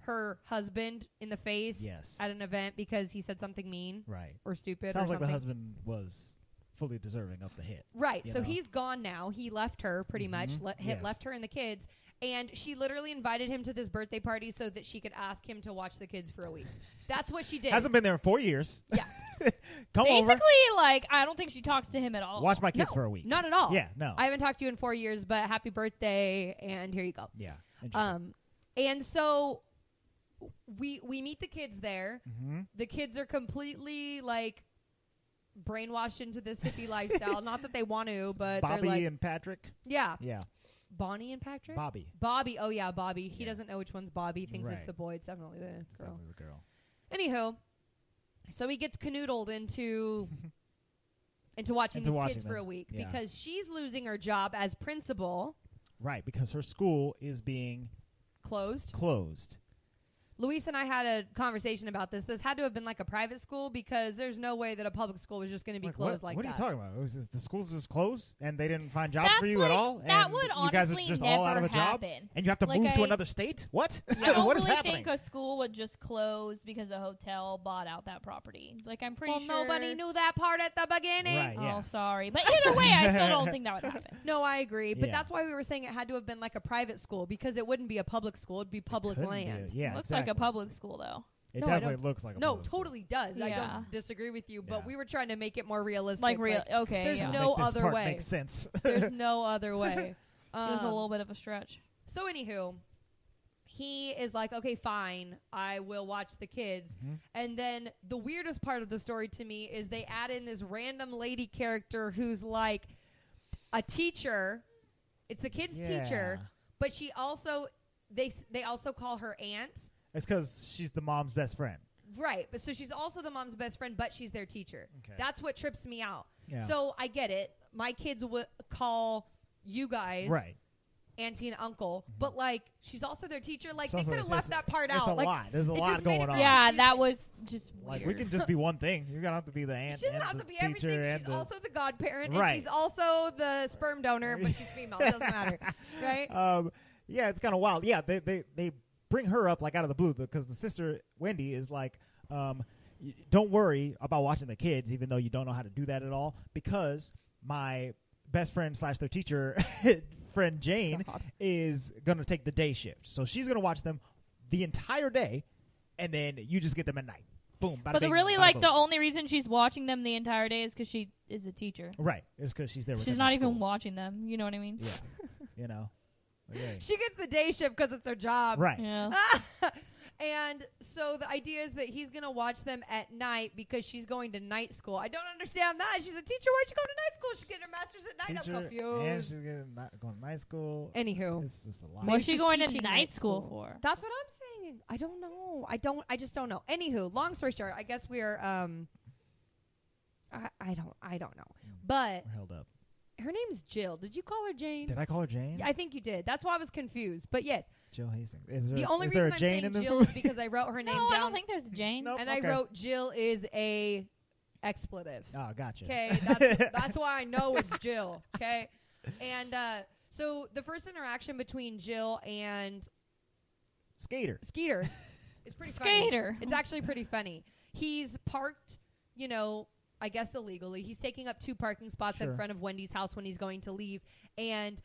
Speaker 2: her husband in the face
Speaker 4: Yes.
Speaker 2: at an event because he said something mean
Speaker 4: Right.
Speaker 2: or stupid.
Speaker 4: Sounds
Speaker 2: or
Speaker 4: like
Speaker 2: something.
Speaker 4: the husband was fully deserving of the hit.
Speaker 2: Right.
Speaker 4: you
Speaker 2: So
Speaker 4: know?
Speaker 2: he's gone now. He left her pretty much.
Speaker 4: Mhm.
Speaker 2: Le- hit,
Speaker 4: Yes.
Speaker 2: Left her and the kids. And she literally invited him to this birthday party so that she could ask him to watch the kids for a week. That's what she did.
Speaker 4: Hasn't been there in four years.
Speaker 2: Yeah.
Speaker 4: Come
Speaker 3: Basically,
Speaker 4: over.
Speaker 3: like I don't think she talks to him at all.
Speaker 4: Watch my kids
Speaker 2: No,
Speaker 4: for a week.
Speaker 2: Not at all.
Speaker 4: Yeah, no.
Speaker 2: I haven't talked to you in four years, but happy birthday. And here you go.
Speaker 4: yeah.
Speaker 2: Um, and so we we meet the kids there.
Speaker 4: mm-hmm.
Speaker 2: The kids are completely like brainwashed into this hippie lifestyle. Not that they want to, but
Speaker 4: Bobby
Speaker 2: they're like,
Speaker 4: and Patrick.
Speaker 2: yeah,
Speaker 4: Yeah.
Speaker 2: Bonnie and Patrick.
Speaker 4: Bobby.
Speaker 2: Bobby. Oh yeah, Bobby. He
Speaker 4: Yeah.
Speaker 2: doesn't know which one's Bobby. Thinks it's
Speaker 4: Right.
Speaker 2: the boy. It's definitely the
Speaker 4: It's
Speaker 2: girl.
Speaker 4: definitely the girl.
Speaker 2: Anywho, so he gets canoodled into into watching
Speaker 4: Into
Speaker 2: these
Speaker 4: watching
Speaker 2: kids for
Speaker 4: them.
Speaker 2: a week
Speaker 4: Yeah.
Speaker 2: because she's losing her job as principal.
Speaker 4: Right, because her school is being
Speaker 2: Closed.
Speaker 4: closed.
Speaker 2: Luis and I had a conversation about this. This had to have been like a private school because there's no way that a public school was just going to be
Speaker 4: Like,
Speaker 2: closed
Speaker 4: what,
Speaker 2: like
Speaker 4: what
Speaker 2: that.
Speaker 4: are you talking about? It was just- the school's just closed, and they didn't find jobs
Speaker 3: That's
Speaker 4: for you
Speaker 3: like,
Speaker 4: at all.
Speaker 3: That
Speaker 4: and
Speaker 3: would
Speaker 4: you guys are
Speaker 3: honestly
Speaker 4: just
Speaker 3: never
Speaker 4: all out of a job,
Speaker 3: happen.
Speaker 4: and you have to
Speaker 3: Like,
Speaker 4: move to
Speaker 3: I-
Speaker 4: another state. What?
Speaker 3: I don't
Speaker 4: what is
Speaker 3: really
Speaker 4: happening?
Speaker 3: think a school would just close because a hotel bought out that property. Like I'm pretty
Speaker 2: Well,
Speaker 3: sure
Speaker 2: nobody knew that part at the beginning.
Speaker 4: Right.
Speaker 3: Oh,
Speaker 4: Yeah.
Speaker 3: sorry, but either way, I still don't think that would happen.
Speaker 2: No, I agree, but
Speaker 4: Yeah.
Speaker 2: that's why we were saying it had to have been like a private school because it wouldn't be a public school; it'd be public
Speaker 4: Couldn't be.
Speaker 2: land.
Speaker 4: Yeah,
Speaker 3: Looks
Speaker 4: exactly.
Speaker 3: like a public school though.
Speaker 4: It
Speaker 2: No, I
Speaker 4: definitely looks like a
Speaker 2: No,
Speaker 4: public school.
Speaker 2: totally does. I
Speaker 3: Yeah.
Speaker 2: don't disagree with you, but
Speaker 4: Yeah.
Speaker 2: we were trying to make it more realistic.
Speaker 3: Like real. Okay.
Speaker 2: there's
Speaker 3: yeah.
Speaker 2: no-
Speaker 4: Make this
Speaker 2: other
Speaker 4: part
Speaker 2: way.
Speaker 4: Makes sense.
Speaker 2: there's no other way.
Speaker 3: It was a
Speaker 2: Um,
Speaker 3: little bit of a stretch.
Speaker 2: So, anywho, he is like, okay, fine, I will watch the kids.
Speaker 4: Mhm.
Speaker 2: And then the weirdest part of the story to me is they add in this random lady character who's like a teacher It's the kid's
Speaker 4: Yeah.
Speaker 2: teacher, but she also they s- they also call her aunt.
Speaker 4: It's because she's the mom's best friend.
Speaker 2: Right, but so she's also the mom's best friend, but she's their teacher.
Speaker 4: Okay.
Speaker 2: That's what trips me out.
Speaker 4: Yeah.
Speaker 2: So I get it. My kids would call you guys
Speaker 4: right. Mm-hmm.
Speaker 2: auntie and uncle, but like she's also their teacher. Like
Speaker 4: Sounds
Speaker 2: they
Speaker 4: like
Speaker 2: could have left
Speaker 4: it's
Speaker 2: that
Speaker 4: just-
Speaker 2: part
Speaker 4: It's
Speaker 2: out.
Speaker 4: a
Speaker 2: like
Speaker 4: lot. There's a
Speaker 2: it
Speaker 4: lot
Speaker 2: just made it
Speaker 4: going on.
Speaker 2: really
Speaker 3: Yeah, that was just
Speaker 4: Like we
Speaker 3: weird.
Speaker 4: can just be one thing. You're gonna have to be the aunt.
Speaker 2: she doesn't
Speaker 4: and
Speaker 2: have
Speaker 4: the
Speaker 2: to be everything.
Speaker 4: teacher and
Speaker 2: She's
Speaker 4: the-
Speaker 2: also the godparent,
Speaker 4: Right.
Speaker 2: and she's also the sperm donor, but she's female. It doesn't matter, right?
Speaker 4: um, yeah, it's kind of wild. Yeah, they, they they bring her up like out of the blue because the sister Wendy is like, um, y- don't worry about watching the kids, even though you don't know how to do that at all, because my best friend slash their teacher friend Jane
Speaker 2: God.
Speaker 4: is gonna take the day shift, so she's gonna watch them the entire day, and then you just get them at night. Boom. bada
Speaker 3: but
Speaker 4: bing,
Speaker 3: really,
Speaker 4: bada
Speaker 3: like
Speaker 4: boom.
Speaker 3: the only reason she's watching them the entire day is because she is a teacher.
Speaker 4: right is because she's there. with
Speaker 3: She's
Speaker 4: them at
Speaker 3: not even
Speaker 4: school.
Speaker 3: watching them. You know what I mean?
Speaker 4: Yeah, you know. Okay.
Speaker 2: She gets the day shift because it's her job,
Speaker 4: Right.
Speaker 3: Yeah.
Speaker 2: and so the idea is that he's going to watch them at night because she's going to night school. I don't understand that. She's a teacher. Why'd she go to night school? She's getting her master's at night. I'm
Speaker 4: and
Speaker 2: confused.
Speaker 4: she's getting ni- going to night school.
Speaker 2: Anywho,
Speaker 4: It's just a lot.
Speaker 2: Maybe
Speaker 3: What's she
Speaker 2: she's
Speaker 3: going to
Speaker 2: teaching
Speaker 3: night school for?
Speaker 2: that's what I'm saying. I don't know. I don't. I just don't know. Anywho, long story short, I guess we're. um I, I don't. I don't know. But
Speaker 4: We're held up.
Speaker 2: her name's Jill. Did you call her Jane?
Speaker 4: Did I call her Jane?
Speaker 2: Yeah, I think you did. That's why I was confused. But yes,
Speaker 4: Jill Hastings. Is there,
Speaker 2: the only
Speaker 4: is
Speaker 2: reason
Speaker 4: there a
Speaker 2: I'm
Speaker 4: Jane
Speaker 2: saying
Speaker 4: in this
Speaker 2: Jill
Speaker 4: movie?
Speaker 2: is because I wrote her
Speaker 3: No,
Speaker 2: name
Speaker 3: I
Speaker 2: down.
Speaker 3: don't think there's a Jane.
Speaker 4: Nope,
Speaker 2: and
Speaker 4: Oh, okay.
Speaker 2: I wrote Jill is a expletive.
Speaker 4: Oh, gotcha.
Speaker 2: Okay, that's, that's why I know it's Jill. Okay, and uh, so the first interaction between Jill and
Speaker 4: Skater.
Speaker 2: Skeeter is pretty
Speaker 3: Skater.
Speaker 2: Funny. It's actually pretty funny. He's parked, you know, I guess illegally. He's taking up two parking spots
Speaker 4: Sure.
Speaker 2: in front of Wendy's house when he's going to leave, and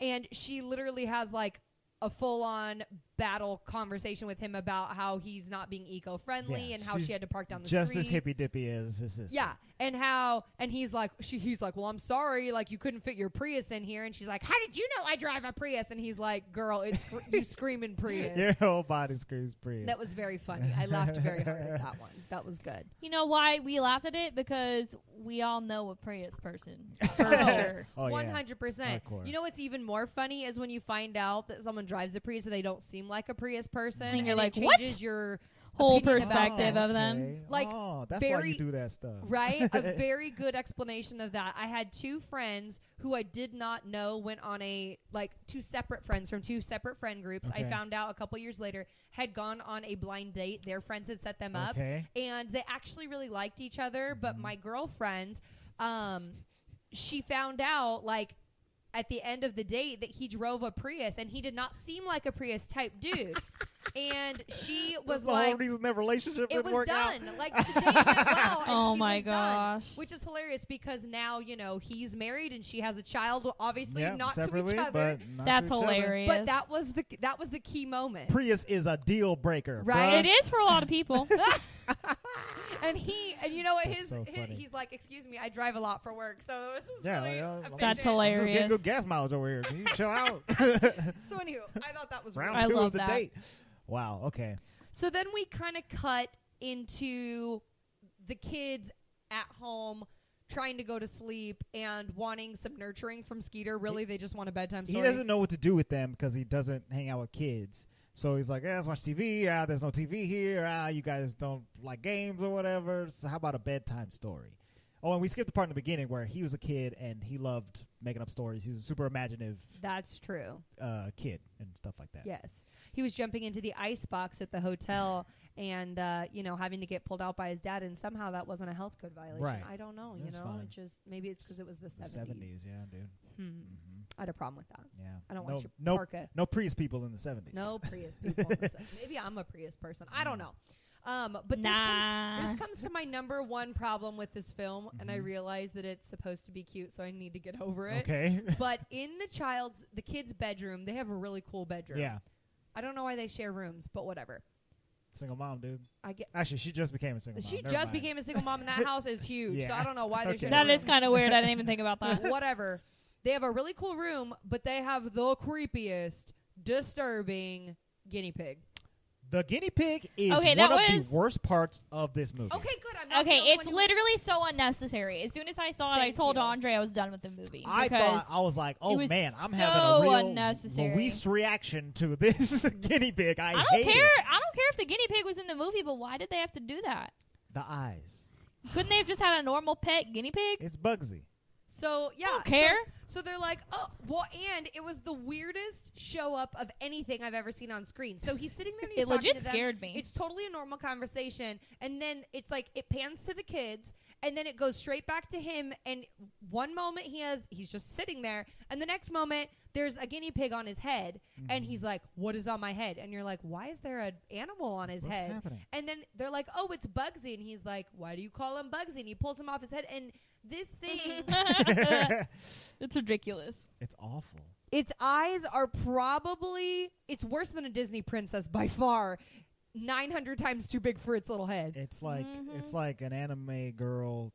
Speaker 2: and she literally has like a full-on battle conversation with him about how he's not being eco-friendly
Speaker 4: Yeah,
Speaker 2: and how
Speaker 4: she's
Speaker 2: she had to park down the
Speaker 4: Just
Speaker 2: street.
Speaker 4: as hippy dippy as his sister.
Speaker 2: Yeah, and how and he's like she he's like, "Well, I'm sorry, like you couldn't fit your Prius in here." And she's like, "How did you know I drive a Prius?" And he's like, "Girl, it's scr- you screaming Prius."
Speaker 4: Your whole body screams Priya.
Speaker 2: That was very funny. I laughed very hard at that one. That was good.
Speaker 3: You know why we laughed at it? Because we all know a Prius person for
Speaker 2: Oh.
Speaker 3: sure.
Speaker 4: oh,
Speaker 2: One
Speaker 4: yeah.
Speaker 2: hundred percent.
Speaker 4: Hardcore.
Speaker 2: You know what's even more funny is when you find out that someone drives a Prius and they don't seem like a Prius person,
Speaker 3: And you're
Speaker 2: it
Speaker 3: like, "What?"
Speaker 2: changes your
Speaker 3: Whole
Speaker 2: opinion about
Speaker 3: perspective
Speaker 2: them.
Speaker 3: of them.
Speaker 4: okay.
Speaker 2: Like,
Speaker 4: oh, that's why
Speaker 2: very-
Speaker 4: you do that stuff.
Speaker 2: Right? A very good explanation of that. I had two friends who I did not know went on a, like, two separate friends from two separate friend groups.
Speaker 4: Okay.
Speaker 2: I found out a couple years later had gone on a blind date. Their friends had set them up.
Speaker 4: Okay.
Speaker 2: And they actually really liked each other. But
Speaker 4: Mm-hmm.
Speaker 2: my girlfriend, um, she found out, like, at the end of the date that he drove a Prius and he did not seem like a Prius type dude. and she was
Speaker 4: that's the whole
Speaker 2: like,
Speaker 4: reason their relationship
Speaker 2: it
Speaker 4: didn't
Speaker 2: was
Speaker 4: work out.
Speaker 2: done. Like the date went well, and
Speaker 3: Oh
Speaker 2: she
Speaker 3: my
Speaker 2: was done.
Speaker 3: gosh.
Speaker 2: which is hilarious because now you know he's married and she has a child. Obviously,
Speaker 4: Yeah,
Speaker 2: not to
Speaker 4: separately,
Speaker 2: each other,
Speaker 4: but not to
Speaker 3: That's
Speaker 4: each other.
Speaker 3: hilarious.
Speaker 2: but that was the that was the key moment,
Speaker 4: Prius is a deal breaker.
Speaker 2: Right?
Speaker 4: bruh.
Speaker 3: it is for a lot of people.
Speaker 2: and he and you know what
Speaker 4: That's
Speaker 2: his,
Speaker 4: so
Speaker 2: his-
Speaker 4: funny.
Speaker 2: he's like, excuse me, I drive a lot for work, so this is
Speaker 4: Yeah,
Speaker 2: really
Speaker 4: like, uh,
Speaker 2: efficient."
Speaker 3: That's
Speaker 4: I'm just getting
Speaker 3: hilarious.
Speaker 4: good gas mileage over here. Can you chill out?
Speaker 2: So anywho, I thought that was
Speaker 4: round
Speaker 2: really
Speaker 3: I
Speaker 4: two
Speaker 3: love
Speaker 4: of the
Speaker 3: that.
Speaker 4: date. Wow. Okay.
Speaker 2: So then we kind of cut into the kids at home trying to go to sleep and wanting some nurturing from Skeeter. Really, they just want a bedtime
Speaker 4: He
Speaker 2: story.
Speaker 4: doesn't know what to do with them because he doesn't hang out with kids. So he's like, yeah, let's watch TV. Ah, there's no TV here. Ah, you guys don't like games or whatever. So how about a bedtime story? Oh, and we skipped the part in the beginning where he was a kid and he loved making up stories. He was a super imaginative
Speaker 2: That's true.
Speaker 4: uh, kid and stuff like that.
Speaker 2: Yes. He was jumping into the ice box at the hotel and, uh, you know, having to get pulled out by his dad. And somehow that wasn't a health code violation.
Speaker 4: Right.
Speaker 2: I don't know.
Speaker 4: That's
Speaker 2: you know,
Speaker 4: fine.
Speaker 2: it just maybe it's because it was the,
Speaker 4: The
Speaker 2: 70s.
Speaker 4: 70s, yeah, dude.
Speaker 2: Hmm.
Speaker 4: hmm
Speaker 2: I had a problem with that.
Speaker 4: Yeah.
Speaker 2: I don't
Speaker 4: no,
Speaker 2: want your
Speaker 4: no,
Speaker 2: parka.
Speaker 4: no Prius people in the 70s.
Speaker 2: No Prius people. in the 70s. maybe I'm a Prius person. I don't
Speaker 4: Mm.
Speaker 2: know. Um, but this,
Speaker 3: Nah.
Speaker 2: comes, this comes to my number one problem with this film. And I realize that it's supposed to be cute, so I need to get over it.
Speaker 4: Mm-hmm. Okay.
Speaker 2: But in the child's, the kid's bedroom, they have a really cool bedroom.
Speaker 4: yeah.
Speaker 2: I don't know why they share rooms, but whatever.
Speaker 4: Single mom, dude.
Speaker 2: I get
Speaker 4: Actually, she just became a single mom.
Speaker 2: She
Speaker 4: Never
Speaker 2: just
Speaker 4: mind.
Speaker 2: became a single mom, and that house is huge. So
Speaker 4: Yeah.
Speaker 2: I don't know why they're
Speaker 4: Okay.
Speaker 2: sharing
Speaker 3: that
Speaker 2: a
Speaker 3: is
Speaker 2: room.
Speaker 3: kind of weird. I didn't even think about that.
Speaker 2: whatever. They have a really cool room, but they have the creepiest, disturbing guinea pig.
Speaker 4: The guinea pig is
Speaker 3: Okay,
Speaker 4: one
Speaker 3: that
Speaker 4: of
Speaker 3: was-
Speaker 4: the worst parts of this movie.
Speaker 2: Okay, good. I'm not
Speaker 3: Okay,
Speaker 2: the only
Speaker 3: it's
Speaker 2: one who-
Speaker 3: literally so unnecessary. As soon as I saw it, I
Speaker 2: Thank
Speaker 3: told
Speaker 2: you.
Speaker 3: Andre I was done with the movie.
Speaker 4: I
Speaker 3: because
Speaker 4: thought I was like, "Oh
Speaker 3: was
Speaker 4: man, I'm
Speaker 3: so
Speaker 4: having a real
Speaker 3: unnecessary.
Speaker 4: Luis reaction to this guinea pig." I,
Speaker 3: I don't
Speaker 4: hate
Speaker 3: care.
Speaker 4: It.
Speaker 3: I don't care if the guinea pig was in the movie, but why did they have to do that?
Speaker 4: The eyes.
Speaker 3: Couldn't they have just had a normal pet guinea pig?
Speaker 4: It's Bugsy.
Speaker 2: So yeah,
Speaker 3: don't care.
Speaker 2: So, so they're like, oh, well, and it was the weirdest show up of anything I've ever seen on screen. So he's sitting there. And he's
Speaker 3: It
Speaker 2: talking
Speaker 3: legit
Speaker 2: to them.
Speaker 3: scared me.
Speaker 2: It's totally a normal conversation, and then it's like it pans to the kids, and then it goes straight back to him. And one moment he has he's just sitting there, and the next moment there's a guinea pig on his head,
Speaker 4: Mm-hmm.
Speaker 2: and he's like, "What is on my head?" And you're like, "Why is there an animal on his
Speaker 4: What's
Speaker 2: head?"
Speaker 4: happening?
Speaker 2: And then they're like, "Oh, it's Bugsy," and he's like, "Why do you call him Bugsy?" And he pulls him off his head, and this thing
Speaker 3: it's ridiculous.
Speaker 4: it's awful.
Speaker 2: its eyes are probably it's worse than a Disney princess by far. 900 times too big for its little head.
Speaker 4: It's like
Speaker 3: Mhm.
Speaker 4: it's like an anime girl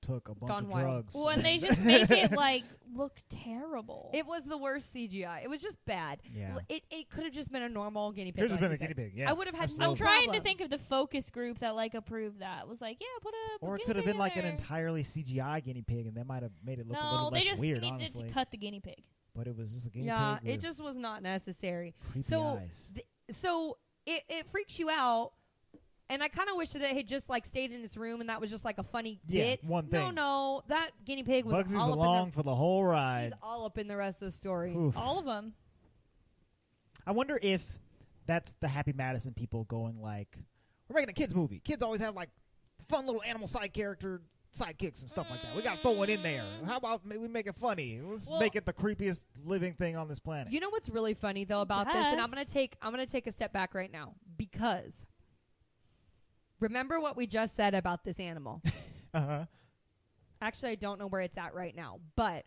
Speaker 4: took a bunch
Speaker 2: Gone
Speaker 4: of
Speaker 2: wild.
Speaker 4: drugs.
Speaker 3: Well, and they just make it like look terrible.
Speaker 2: It was the worst CGI. It was just bad.
Speaker 4: Yeah.
Speaker 2: L- It, it could have just been a normal guinea pig.
Speaker 4: Could have
Speaker 2: like
Speaker 4: been
Speaker 2: you
Speaker 4: a guinea
Speaker 2: said.
Speaker 4: pig. Yeah,
Speaker 2: I would have had
Speaker 3: I'm
Speaker 2: no
Speaker 4: absolutely.
Speaker 3: trying to
Speaker 2: problem.
Speaker 3: think of the focus group that like approved that. It was like, yeah, put a
Speaker 4: Or
Speaker 3: put
Speaker 4: it
Speaker 3: a
Speaker 4: could have
Speaker 3: guinea
Speaker 4: been
Speaker 3: pig
Speaker 4: like
Speaker 3: in
Speaker 4: an
Speaker 3: there.
Speaker 4: entirely CGI guinea pig, and that might have made it look a
Speaker 3: No,
Speaker 4: little
Speaker 3: they
Speaker 4: less
Speaker 3: just
Speaker 4: weird,
Speaker 3: needed
Speaker 4: honestly.
Speaker 3: to cut the guinea pig.
Speaker 4: But it was just a guinea
Speaker 2: yeah,
Speaker 4: pig.
Speaker 2: it
Speaker 4: with
Speaker 2: just was not necessary.
Speaker 4: creepy
Speaker 2: so
Speaker 4: eyes.
Speaker 2: th- so it, it freaks you out. And I kind of wish that it had just like stayed in its room and that was just like a funny
Speaker 4: Yeah,
Speaker 2: bit.
Speaker 4: one
Speaker 2: No,
Speaker 4: thing.
Speaker 2: no, that guinea pig was
Speaker 4: Bugsy's
Speaker 2: all up
Speaker 4: along
Speaker 2: in
Speaker 4: for the whole
Speaker 2: the,
Speaker 4: ride.
Speaker 2: he's all up in the rest of the story.
Speaker 4: Oof.
Speaker 3: All of them.
Speaker 4: I wonder if that's the Happy Madison people going like, "We're making a kids movie. Kids always have like fun little animal side character sidekicks and stuff like that. We got to throw one in there. How about ma- we make it funny? Let's
Speaker 2: Mm. Well-
Speaker 4: make it the creepiest living thing on this planet."
Speaker 2: You know what's really funny though about this, and
Speaker 3: Yes.
Speaker 2: I'm gonna take I'm gonna take a step back right now because remember what we just said about this animal.
Speaker 4: Uh-huh.
Speaker 2: Actually, I don't know where it's at right now, but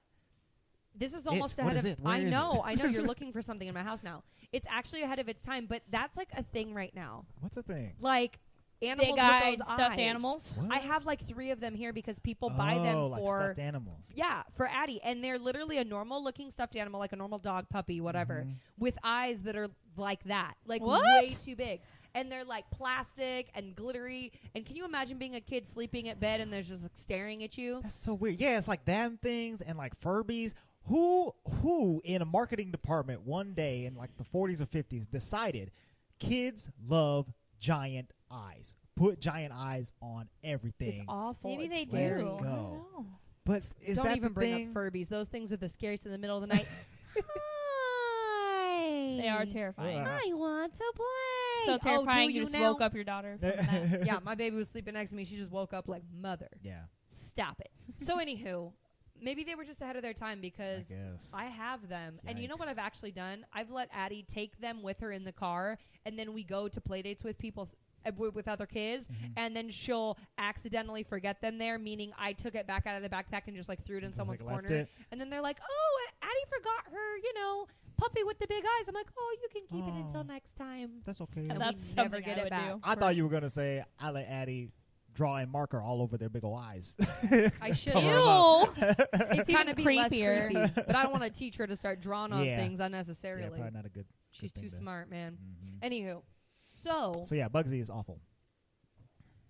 Speaker 2: this is almost
Speaker 4: What
Speaker 2: ahead
Speaker 4: is
Speaker 2: of.
Speaker 4: it? Where
Speaker 2: I
Speaker 4: is it?
Speaker 2: know, I know. You're looking for something in my house now. It's actually ahead of its time, but that's like a thing right now.
Speaker 4: What's the thing?
Speaker 2: Like animals
Speaker 3: Big eyed
Speaker 2: with those
Speaker 3: stuffed
Speaker 2: eyes.
Speaker 3: animals.
Speaker 4: What?
Speaker 2: I have like three of them here because people buy
Speaker 4: Oh,
Speaker 2: them
Speaker 4: like
Speaker 2: for
Speaker 4: stuffed animals.
Speaker 2: yeah, for Addie. And they're literally a normal looking stuffed animal, like a normal dog, puppy, whatever,
Speaker 4: Mm-hmm.
Speaker 2: with eyes that are like that, like
Speaker 3: What?
Speaker 2: way too big. And they're like plastic and glittery. And can you imagine being a kid sleeping at bed and there's just like staring at you?
Speaker 4: That's so weird. Yeah, it's like them things and like Furbies. Who who in a marketing department one day in like the 40s or 50s decided kids love giant eyes. Put giant eyes on
Speaker 2: It's
Speaker 4: everything.
Speaker 2: awful.
Speaker 3: Maybe they
Speaker 2: It's
Speaker 3: do.
Speaker 4: Let's
Speaker 2: scary.
Speaker 4: go. but is
Speaker 2: Don't
Speaker 4: that
Speaker 2: even
Speaker 4: the
Speaker 2: bring
Speaker 4: thing?
Speaker 2: up Furbies. Those things are the scariest in the middle of the night. Hi.
Speaker 3: They are terrifying.
Speaker 4: Ugh.
Speaker 2: I want to play.
Speaker 3: So terrifying
Speaker 2: Oh, do
Speaker 3: you
Speaker 2: you
Speaker 3: just
Speaker 2: now?
Speaker 3: woke up your daughter. From that.
Speaker 2: yeah, my baby was sleeping next to me. She just woke up like mother.
Speaker 4: yeah,
Speaker 2: Stop it. So, anywho, maybe they were just ahead of their time
Speaker 4: I
Speaker 2: because
Speaker 4: guess.
Speaker 2: I have them. And you know what
Speaker 4: Yikes.
Speaker 2: I've actually done? I've let Addie take them with her in the car, and then we go to play dates with people. s- uh, wi- With other kids,
Speaker 4: Mm-hmm.
Speaker 2: and then she'll accidentally forget them there, meaning I took it back out of the backpack and just like threw it in
Speaker 4: Just,
Speaker 2: someone's
Speaker 4: like, left
Speaker 2: corner.
Speaker 4: it.
Speaker 2: And then they're like, "Oh, Addie forgot her, you know, puppy with the big eyes." I'm like, "Oh, you can keep it
Speaker 4: Oh.
Speaker 2: until next time."
Speaker 4: That's okay.
Speaker 2: And
Speaker 3: And
Speaker 2: we
Speaker 3: that's
Speaker 2: never
Speaker 3: something
Speaker 2: get
Speaker 3: I
Speaker 2: it
Speaker 3: would
Speaker 2: back.
Speaker 3: do.
Speaker 4: I
Speaker 3: for-
Speaker 4: thought you were gonna say I let Addie draw and marker all over their big ol' eyes.
Speaker 2: I should.
Speaker 4: Cover 'em
Speaker 2: Ew.
Speaker 4: up.
Speaker 3: Ew.
Speaker 2: It's
Speaker 3: Even
Speaker 2: kind of be less
Speaker 3: creepier.
Speaker 2: creepy, but I don't want to teach her to start drawing on
Speaker 4: Yeah.
Speaker 2: things
Speaker 4: yeah,
Speaker 2: unnecessarily.
Speaker 4: probably not a good.
Speaker 2: She's
Speaker 4: good
Speaker 2: too
Speaker 4: thing to-
Speaker 2: smart, man.
Speaker 4: Mhm.
Speaker 2: Anywho, so
Speaker 4: So yeah, Bugsy is awful.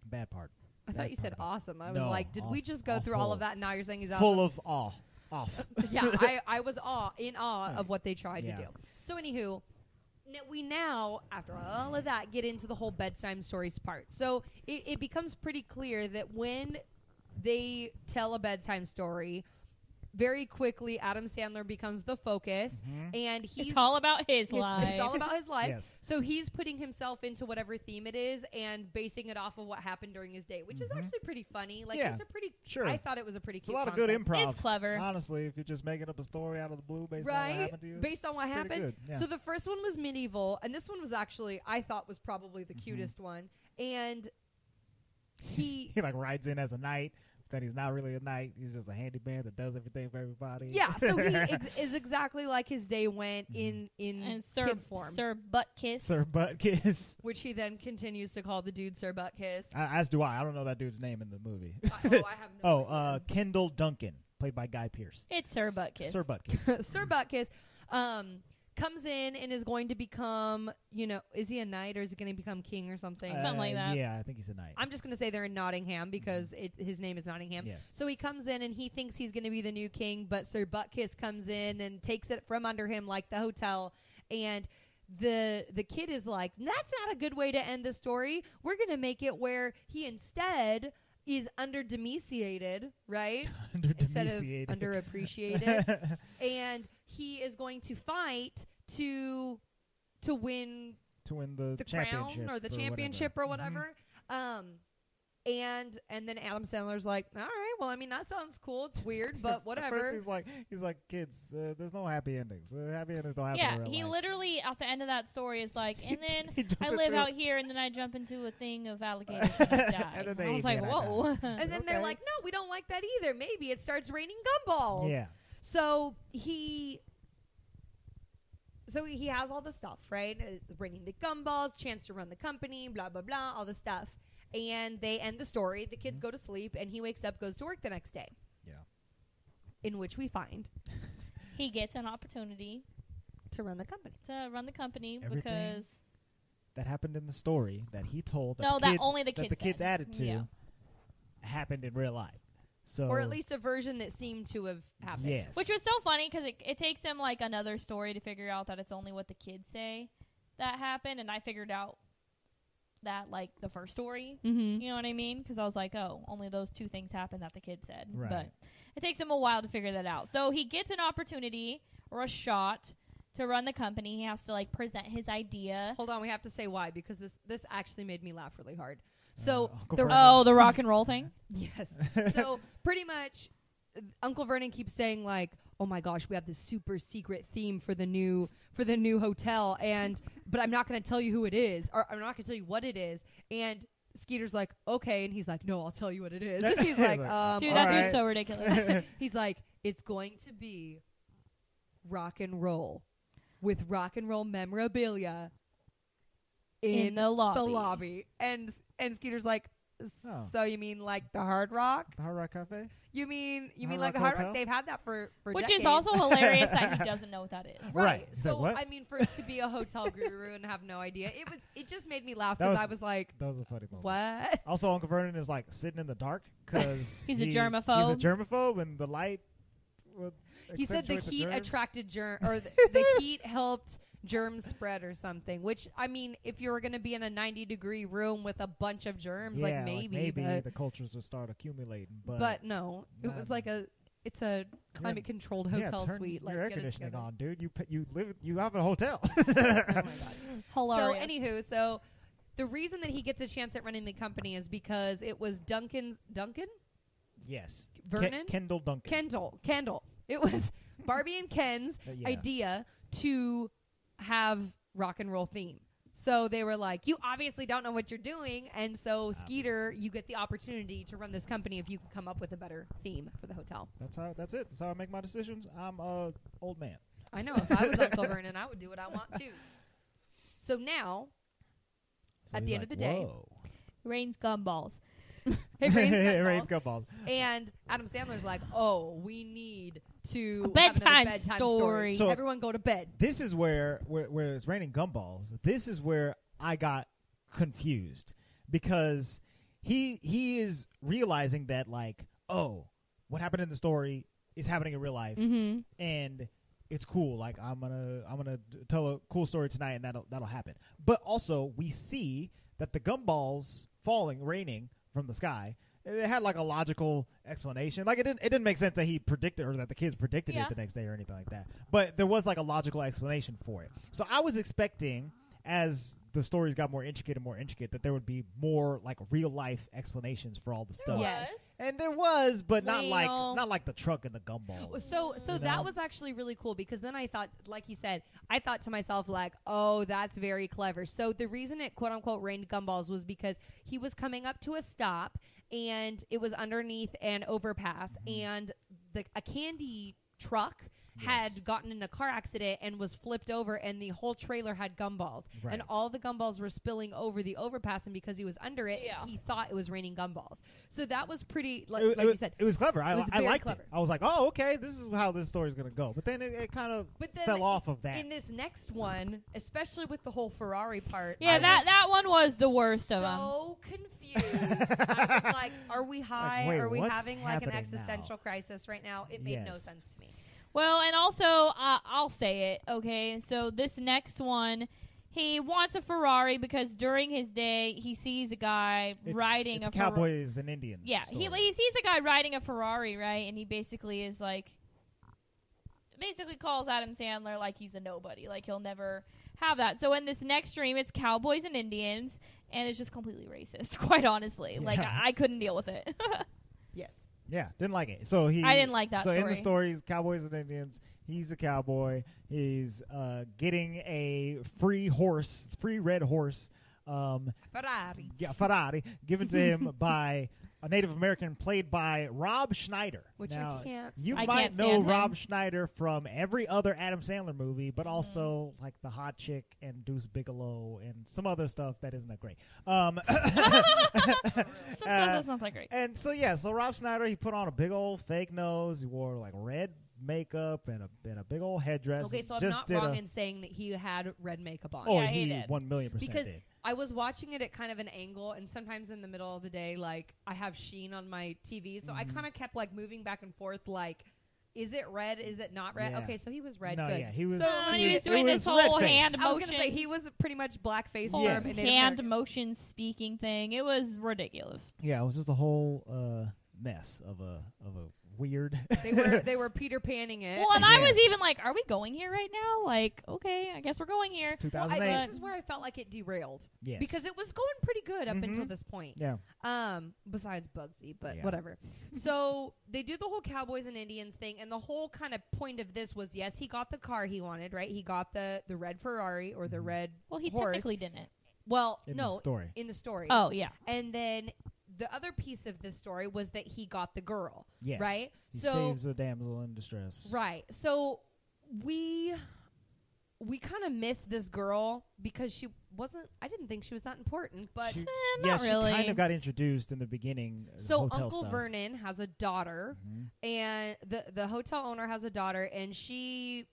Speaker 4: Bad part.
Speaker 2: I
Speaker 4: That
Speaker 2: thought you said
Speaker 4: part.
Speaker 2: awesome. I was
Speaker 4: No,
Speaker 2: like, did we
Speaker 4: awful-
Speaker 2: just go through all
Speaker 4: awful.
Speaker 2: of that and now you're saying he's
Speaker 4: Full
Speaker 2: awesome?
Speaker 4: of awe. Off.
Speaker 2: yeah, I, I was awe in awe of what they tried
Speaker 4: Yeah.
Speaker 2: to do. So anywho, n- we now, after all of that, get into the whole bedtime stories part. So it, it becomes pretty clear that when they tell a bedtime story, very quickly Adam Sandler becomes the focus
Speaker 4: Mm-hmm.
Speaker 2: and he's
Speaker 3: It's all about his
Speaker 2: it's,
Speaker 3: life.
Speaker 2: it's all about his life.
Speaker 4: Yes.
Speaker 2: So he's putting himself into whatever theme it is and basing it off of what happened during his day, which is actually pretty funny. Like
Speaker 4: Mm-hmm. Yeah.
Speaker 2: it's a pretty
Speaker 4: Sure.
Speaker 2: I thought it was a pretty
Speaker 4: It's a
Speaker 2: cute
Speaker 4: lot of good
Speaker 2: concept.
Speaker 4: improv.
Speaker 3: It's clever.
Speaker 4: Honestly, if you're just making up a story out of the blue based on what
Speaker 2: Right,
Speaker 4: happened to you.
Speaker 2: based on what
Speaker 4: it's pretty
Speaker 2: happened.
Speaker 4: good, yeah.
Speaker 2: So the first one was medieval, and this one was actually I thought was probably
Speaker 4: Mm-hmm.
Speaker 2: the cutest one. And he,
Speaker 4: he like rides in as a knight, that he's not really a knight. He's just a handyman that does everything for everybody.
Speaker 2: yeah, so he ex- is exactly like his day went
Speaker 4: Mm-hmm.
Speaker 2: in in
Speaker 3: and Sir
Speaker 2: kid form,
Speaker 3: Sir Butt Kiss.
Speaker 4: Sir Butt Kiss.
Speaker 2: which he then continues to call the dude Sir Butt Kiss.
Speaker 4: I- As do I. I don't know that dude's name in the movie.
Speaker 2: I- oh, I have no
Speaker 4: oh,
Speaker 2: idea.
Speaker 4: uh, Kendall Duncan, played by Guy Pierce.
Speaker 3: It's Sir Butt Kiss.
Speaker 4: Sir Butt Kiss.
Speaker 2: Sir Butkus, um, comes in and is going to become, you know, is he a knight or is he going to become king or something?
Speaker 3: Uh, Something like that.
Speaker 4: Yeah, I think he's a knight.
Speaker 2: I'm just going to say they're in Nottingham because it, his name is Nottingham.
Speaker 4: Yes.
Speaker 2: So he comes in and he thinks he's going to be the new king, but Sir Buttkiss comes in and takes it from under him like the hotel and the the kid is like, "That's not a good way to end the story. We're going to make it where he instead is underdemeciated, right?
Speaker 4: under
Speaker 2: Instead of
Speaker 4: demeciated.
Speaker 2: underappreciated and he is going to fight to to win
Speaker 4: to win the,
Speaker 2: the
Speaker 4: championship
Speaker 2: crown or the
Speaker 4: whatever.
Speaker 2: championship or
Speaker 4: Mhm.
Speaker 2: whatever. Um, and and then Adam Sandler's like, all right, well, I mean, that sounds cool. It's weird, but
Speaker 4: At
Speaker 2: whatever.
Speaker 4: First he's like, he's like, kids, uh, there's no happy endings. Uh, happy endings don't happen. in
Speaker 3: Yeah,
Speaker 4: real
Speaker 3: he
Speaker 4: life."
Speaker 3: literally at the end of that story is like, and
Speaker 4: He-
Speaker 3: then
Speaker 4: he jumps
Speaker 3: I
Speaker 4: it
Speaker 3: live
Speaker 4: through.
Speaker 3: out here, and then I jump into a thing of alligators and I die.
Speaker 4: And then
Speaker 3: I
Speaker 4: they eat
Speaker 3: was
Speaker 4: me
Speaker 3: like,
Speaker 4: and I
Speaker 3: whoa.
Speaker 2: and then they're
Speaker 4: Okay.
Speaker 2: like, no, we don't like that either. Maybe it starts raining gumballs.
Speaker 4: Yeah,
Speaker 2: So he. So he has all the stuff, right? Uh, Raining the gumballs, chance to run the company, blah blah blah, all the stuff. And they end the story. The kids go to sleep, and he wakes up, goes to work the next day.
Speaker 4: Mm-hmm. Yeah.
Speaker 2: In which we find
Speaker 3: he gets an opportunity
Speaker 2: to run the company.
Speaker 3: to run the company
Speaker 4: Everything
Speaker 3: because
Speaker 4: that happened in the story that he told. That
Speaker 3: No,
Speaker 4: the
Speaker 3: that
Speaker 4: kids,
Speaker 3: only the
Speaker 4: that
Speaker 3: kids
Speaker 4: the kids
Speaker 3: said.
Speaker 4: added to
Speaker 3: Yeah.
Speaker 4: happened in real life. So
Speaker 2: or at least a version that seemed to have happened.
Speaker 4: yes,
Speaker 3: which was so funny because it, it takes them like another story to figure out that it's only what the kids say that happened, and I figured out that like the first story.
Speaker 2: Mm-hmm.
Speaker 3: You know what I mean? Because I was like, oh, only those two things happened that the kid said.
Speaker 4: Right.
Speaker 3: But it takes him a while to figure that out. So he gets an opportunity or a shot to run the company. He has to like present his idea.
Speaker 2: Hold on, we have to say why because this this actually made me laugh really hard. So
Speaker 4: Uh, Uncle
Speaker 2: the
Speaker 4: Vernon.
Speaker 3: Oh, the rock and roll thing.
Speaker 2: yes, so pretty much, uh, Uncle Vernon keeps saying like, "Oh my gosh, we have this super secret theme for the new for the new hotel," and but I'm not going to tell you who it is, or I'm not going to tell you what it is, and. Skeeter's like, okay, and he's like, no, I'll tell you what it is. And he's like,
Speaker 4: Like,
Speaker 2: um,
Speaker 3: Dude,
Speaker 2: all
Speaker 3: that
Speaker 2: right.
Speaker 3: dude's so ridiculous.
Speaker 2: He's like, it's going to be rock and roll with rock and roll memorabilia in,
Speaker 3: In the lobby.
Speaker 2: lobby. And and Skeeter's like,
Speaker 4: Oh.
Speaker 2: so you mean like the Hard Rock?
Speaker 4: the Hard Rock Cafe.
Speaker 2: You mean you
Speaker 4: Hard
Speaker 2: mean like
Speaker 4: Rock
Speaker 2: the Hard
Speaker 4: Hotel?
Speaker 2: Rock? They've had that for for
Speaker 3: Which
Speaker 2: decades.
Speaker 3: is also hilarious that he doesn't know what that is.
Speaker 2: right.
Speaker 4: Right. He's like,
Speaker 2: So
Speaker 4: "What?"
Speaker 2: I mean, for it to be a hotel guru and have no idea, it was it just made me laugh
Speaker 4: That
Speaker 2: because
Speaker 4: was-
Speaker 2: I was like,
Speaker 4: That was a funny moment.
Speaker 2: what?
Speaker 4: Also, Uncle Vernon is like sitting in the dark because
Speaker 3: He's a
Speaker 4: he-
Speaker 3: germaphobe.
Speaker 4: He's a germaphobe, and the light. would
Speaker 2: He said the
Speaker 4: accentuate
Speaker 2: heat
Speaker 4: germs.
Speaker 2: attracted germ, or the, the heat helped germs spread or something. Which I mean, if you were going to be in a ninety degree room with a bunch of germs,
Speaker 4: Yeah,
Speaker 2: like maybe,
Speaker 4: maybe
Speaker 2: but,
Speaker 4: the cultures would start accumulating, but,
Speaker 2: but no, it
Speaker 4: Nah.
Speaker 2: was like a it's a climate controlled hotel
Speaker 4: yeah, turn
Speaker 2: suite. Like
Speaker 4: your air
Speaker 2: get it
Speaker 4: conditioning
Speaker 2: together.
Speaker 4: on, dude. You p- you live you have a hotel.
Speaker 3: Hilarious.
Speaker 2: So anywho, so the reason that he gets a chance at running the company is because it was Duncan's Duncan
Speaker 4: yes, Ke-
Speaker 2: Vernon?
Speaker 4: Kendall Duncan.
Speaker 2: Kendall Kendall. It was Barbie and Ken's
Speaker 4: Uh, yeah.
Speaker 2: idea to have rock and roll theme. So they were like, "You obviously don't know what you're doing," and so Skeeter, you get the opportunity to run this company if you can come up with a better theme for the hotel.
Speaker 4: That's how. That's it. That's how I make my decisions. I'm a old man.
Speaker 2: I know if I was Uncle Vernon, I would do what I want too. So now,
Speaker 4: So
Speaker 2: At the
Speaker 4: he's
Speaker 2: end of
Speaker 4: like,
Speaker 2: the day-
Speaker 4: Whoa.
Speaker 3: Rains gumballs.
Speaker 2: it rains
Speaker 4: it
Speaker 2: gumballs,
Speaker 4: rains gumballs.
Speaker 2: and Adam Sandler's like, "Oh, we need to
Speaker 3: A
Speaker 2: have another
Speaker 3: bedtime
Speaker 2: bedtime
Speaker 3: story.
Speaker 4: So-
Speaker 2: Everyone go to bed."
Speaker 4: This is where, where where it's raining gumballs. This is where I got confused because he he is realizing that like oh what happened in the story is happening in real life
Speaker 2: Mm-hmm.
Speaker 4: and it's cool. Like I'm gonna I'm gonna d- tell a cool story tonight, and that'll that'll happen. But also, we see that the gumballs falling, raining from the sky. It had like a logical explanation. Like it didn't it didn't make sense that he predicted or that the kids predicted
Speaker 3: Yeah.
Speaker 4: it the next day or anything like that. But there was like a logical explanation for it. So I was expecting as the stories got more intricate and more intricate that there would be more like real life explanations for all the stuff.
Speaker 2: Yes.
Speaker 4: And there was, but not like
Speaker 2: Well-
Speaker 4: not like the truck and the gumballs.
Speaker 2: Well, So so
Speaker 4: You know?
Speaker 2: that was actually really cool because then I thought, like you said, I thought to myself like, oh, that's very clever. So the reason it quote unquote rained gumballs was because he was coming up to a stop
Speaker 4: Mm-hmm.
Speaker 2: and it was underneath an overpass and the a candy truck
Speaker 4: Yes.
Speaker 2: had gotten in a car accident and was flipped over, and the whole trailer had gumballs,
Speaker 4: Right.
Speaker 2: and all the gumballs were spilling over the overpass, and because he was under it,
Speaker 3: Yeah.
Speaker 2: he thought it was raining gumballs. So that was pretty, like,
Speaker 4: it, it
Speaker 2: like you
Speaker 4: was-
Speaker 2: said.
Speaker 4: it was clever. I,
Speaker 2: It was
Speaker 4: I
Speaker 2: very
Speaker 4: liked
Speaker 2: clever.
Speaker 4: it. I was like, oh, okay, this is how this story's gonna go. But then it, it kind of
Speaker 2: But then
Speaker 4: fell off of that.
Speaker 2: in this next one, especially with the whole Ferrari part,
Speaker 3: Yeah,
Speaker 2: I
Speaker 3: that
Speaker 2: was
Speaker 3: that one was the worst of them.
Speaker 2: So confused. I was like, are we high?
Speaker 4: wait,
Speaker 2: are we
Speaker 4: what's
Speaker 2: having like an
Speaker 4: happening now?
Speaker 2: existential crisis right now? It made no
Speaker 4: Yes.
Speaker 2: sense to me.
Speaker 3: Well, and also uh, I'll say it, okay? So this next one, he wants a Ferrari because during his day he sees a guy
Speaker 4: It's-
Speaker 3: riding
Speaker 4: it's
Speaker 3: a Ferrari.
Speaker 4: Cowboys and Indians.
Speaker 3: Yeah, he,
Speaker 4: story.
Speaker 3: he sees a guy riding a Ferrari, right? And he basically is like, basically calls Adam Sandler like he's a nobody, like he'll never have that. So in this next dream, it's Cowboys and Indians, and it's just completely racist, quite honestly. Like,
Speaker 4: Yeah.
Speaker 3: I, I couldn't deal with it.
Speaker 2: Yes.
Speaker 4: Yeah, didn't like it. So he.
Speaker 3: I didn't like that
Speaker 4: So in the
Speaker 3: story.
Speaker 4: stories, Cowboys and Indians, he's a cowboy. He's uh, getting a free horse, free red horse, um,
Speaker 2: Ferrari.
Speaker 4: yeah, Ferrari, given to him by a Native American played by Rob Schneider.
Speaker 2: Which
Speaker 4: Now,
Speaker 2: I can't.
Speaker 4: You
Speaker 3: I
Speaker 4: might
Speaker 3: can't
Speaker 4: know
Speaker 3: stand him.
Speaker 4: Rob Schneider from every other Adam Sandler movie, but
Speaker 3: Mm-hmm.
Speaker 4: also like The Hot Chick and Deuce Bigelow and some other stuff that isn't that great. Um, Uh,
Speaker 3: Sometimes that's not that great.
Speaker 4: And so yeah, so Rob Schneider he put on a big old fake nose. He wore like red makeup and a and a big old headdress.
Speaker 2: Okay,
Speaker 4: and
Speaker 2: so I'm
Speaker 4: just
Speaker 2: not
Speaker 4: did
Speaker 2: wrong
Speaker 4: a-
Speaker 2: in saying that he had red makeup on.
Speaker 4: oh,
Speaker 3: Yeah, he
Speaker 4: he,
Speaker 3: did.
Speaker 4: one million percent
Speaker 2: because
Speaker 4: did.
Speaker 2: I was watching it at kind of an angle, and sometimes in the middle of the day, like I have Sheen on my TV, so I
Speaker 4: Mm-hmm.
Speaker 2: kind of kept like moving back and forth, like, is it red? Is it not red?
Speaker 4: Yeah.
Speaker 2: Okay, so he was red.
Speaker 4: no,
Speaker 2: good.
Speaker 4: yeah, he was.
Speaker 2: So
Speaker 4: he
Speaker 2: when he was
Speaker 3: doing
Speaker 4: it
Speaker 3: this
Speaker 4: was
Speaker 3: whole
Speaker 4: red-faced.
Speaker 3: hand
Speaker 2: I was gonna say
Speaker 3: Motion.
Speaker 2: he was pretty much blackface
Speaker 4: Oh,
Speaker 2: for
Speaker 4: Yes.
Speaker 2: him. in Native
Speaker 3: Hand
Speaker 2: American.
Speaker 3: motion speaking thing. It was ridiculous.
Speaker 4: Yeah, it was just a whole uh, mess of a of a weird.
Speaker 2: They were they were Peter Panning it.
Speaker 3: Well, and I was
Speaker 4: Yes.
Speaker 3: even like, are we going here right now? Like, okay, I guess we're going here.
Speaker 2: Well,
Speaker 4: 2008.
Speaker 2: I,
Speaker 3: But-
Speaker 2: this is where I felt like it derailed
Speaker 4: yes.
Speaker 2: because it was going pretty good up
Speaker 4: Mhm.
Speaker 2: until this point.
Speaker 4: yeah,
Speaker 2: Um, besides Bugsy, but
Speaker 4: Yeah.
Speaker 2: whatever. so they do the whole Cowboys and Indians thing, and the whole kind of point of this was yes, he got the car he wanted, right? He got the the red Ferrari or the
Speaker 4: Mhm.
Speaker 2: red.
Speaker 3: Well, he
Speaker 2: horse.
Speaker 3: technically didn't.
Speaker 2: Well,
Speaker 4: in
Speaker 2: no,
Speaker 4: the story.
Speaker 2: in the story.
Speaker 3: Oh, yeah.
Speaker 2: and then the other piece of this story was that he got the girl,
Speaker 4: Yes.
Speaker 2: right?
Speaker 4: He
Speaker 2: so
Speaker 4: saves the damsel in distress.
Speaker 2: Right. So we we kind of missed this girl because she wasn't. I didn't think she was that important, but.
Speaker 4: She-
Speaker 3: Eh,
Speaker 4: yeah,
Speaker 3: not really.
Speaker 4: she kind of got introduced in the beginning. uh,
Speaker 2: so
Speaker 4: hotel
Speaker 2: Uncle
Speaker 4: stuff.
Speaker 2: Vernon has a daughter,
Speaker 4: Mhm.
Speaker 2: and the the hotel owner has a daughter, and she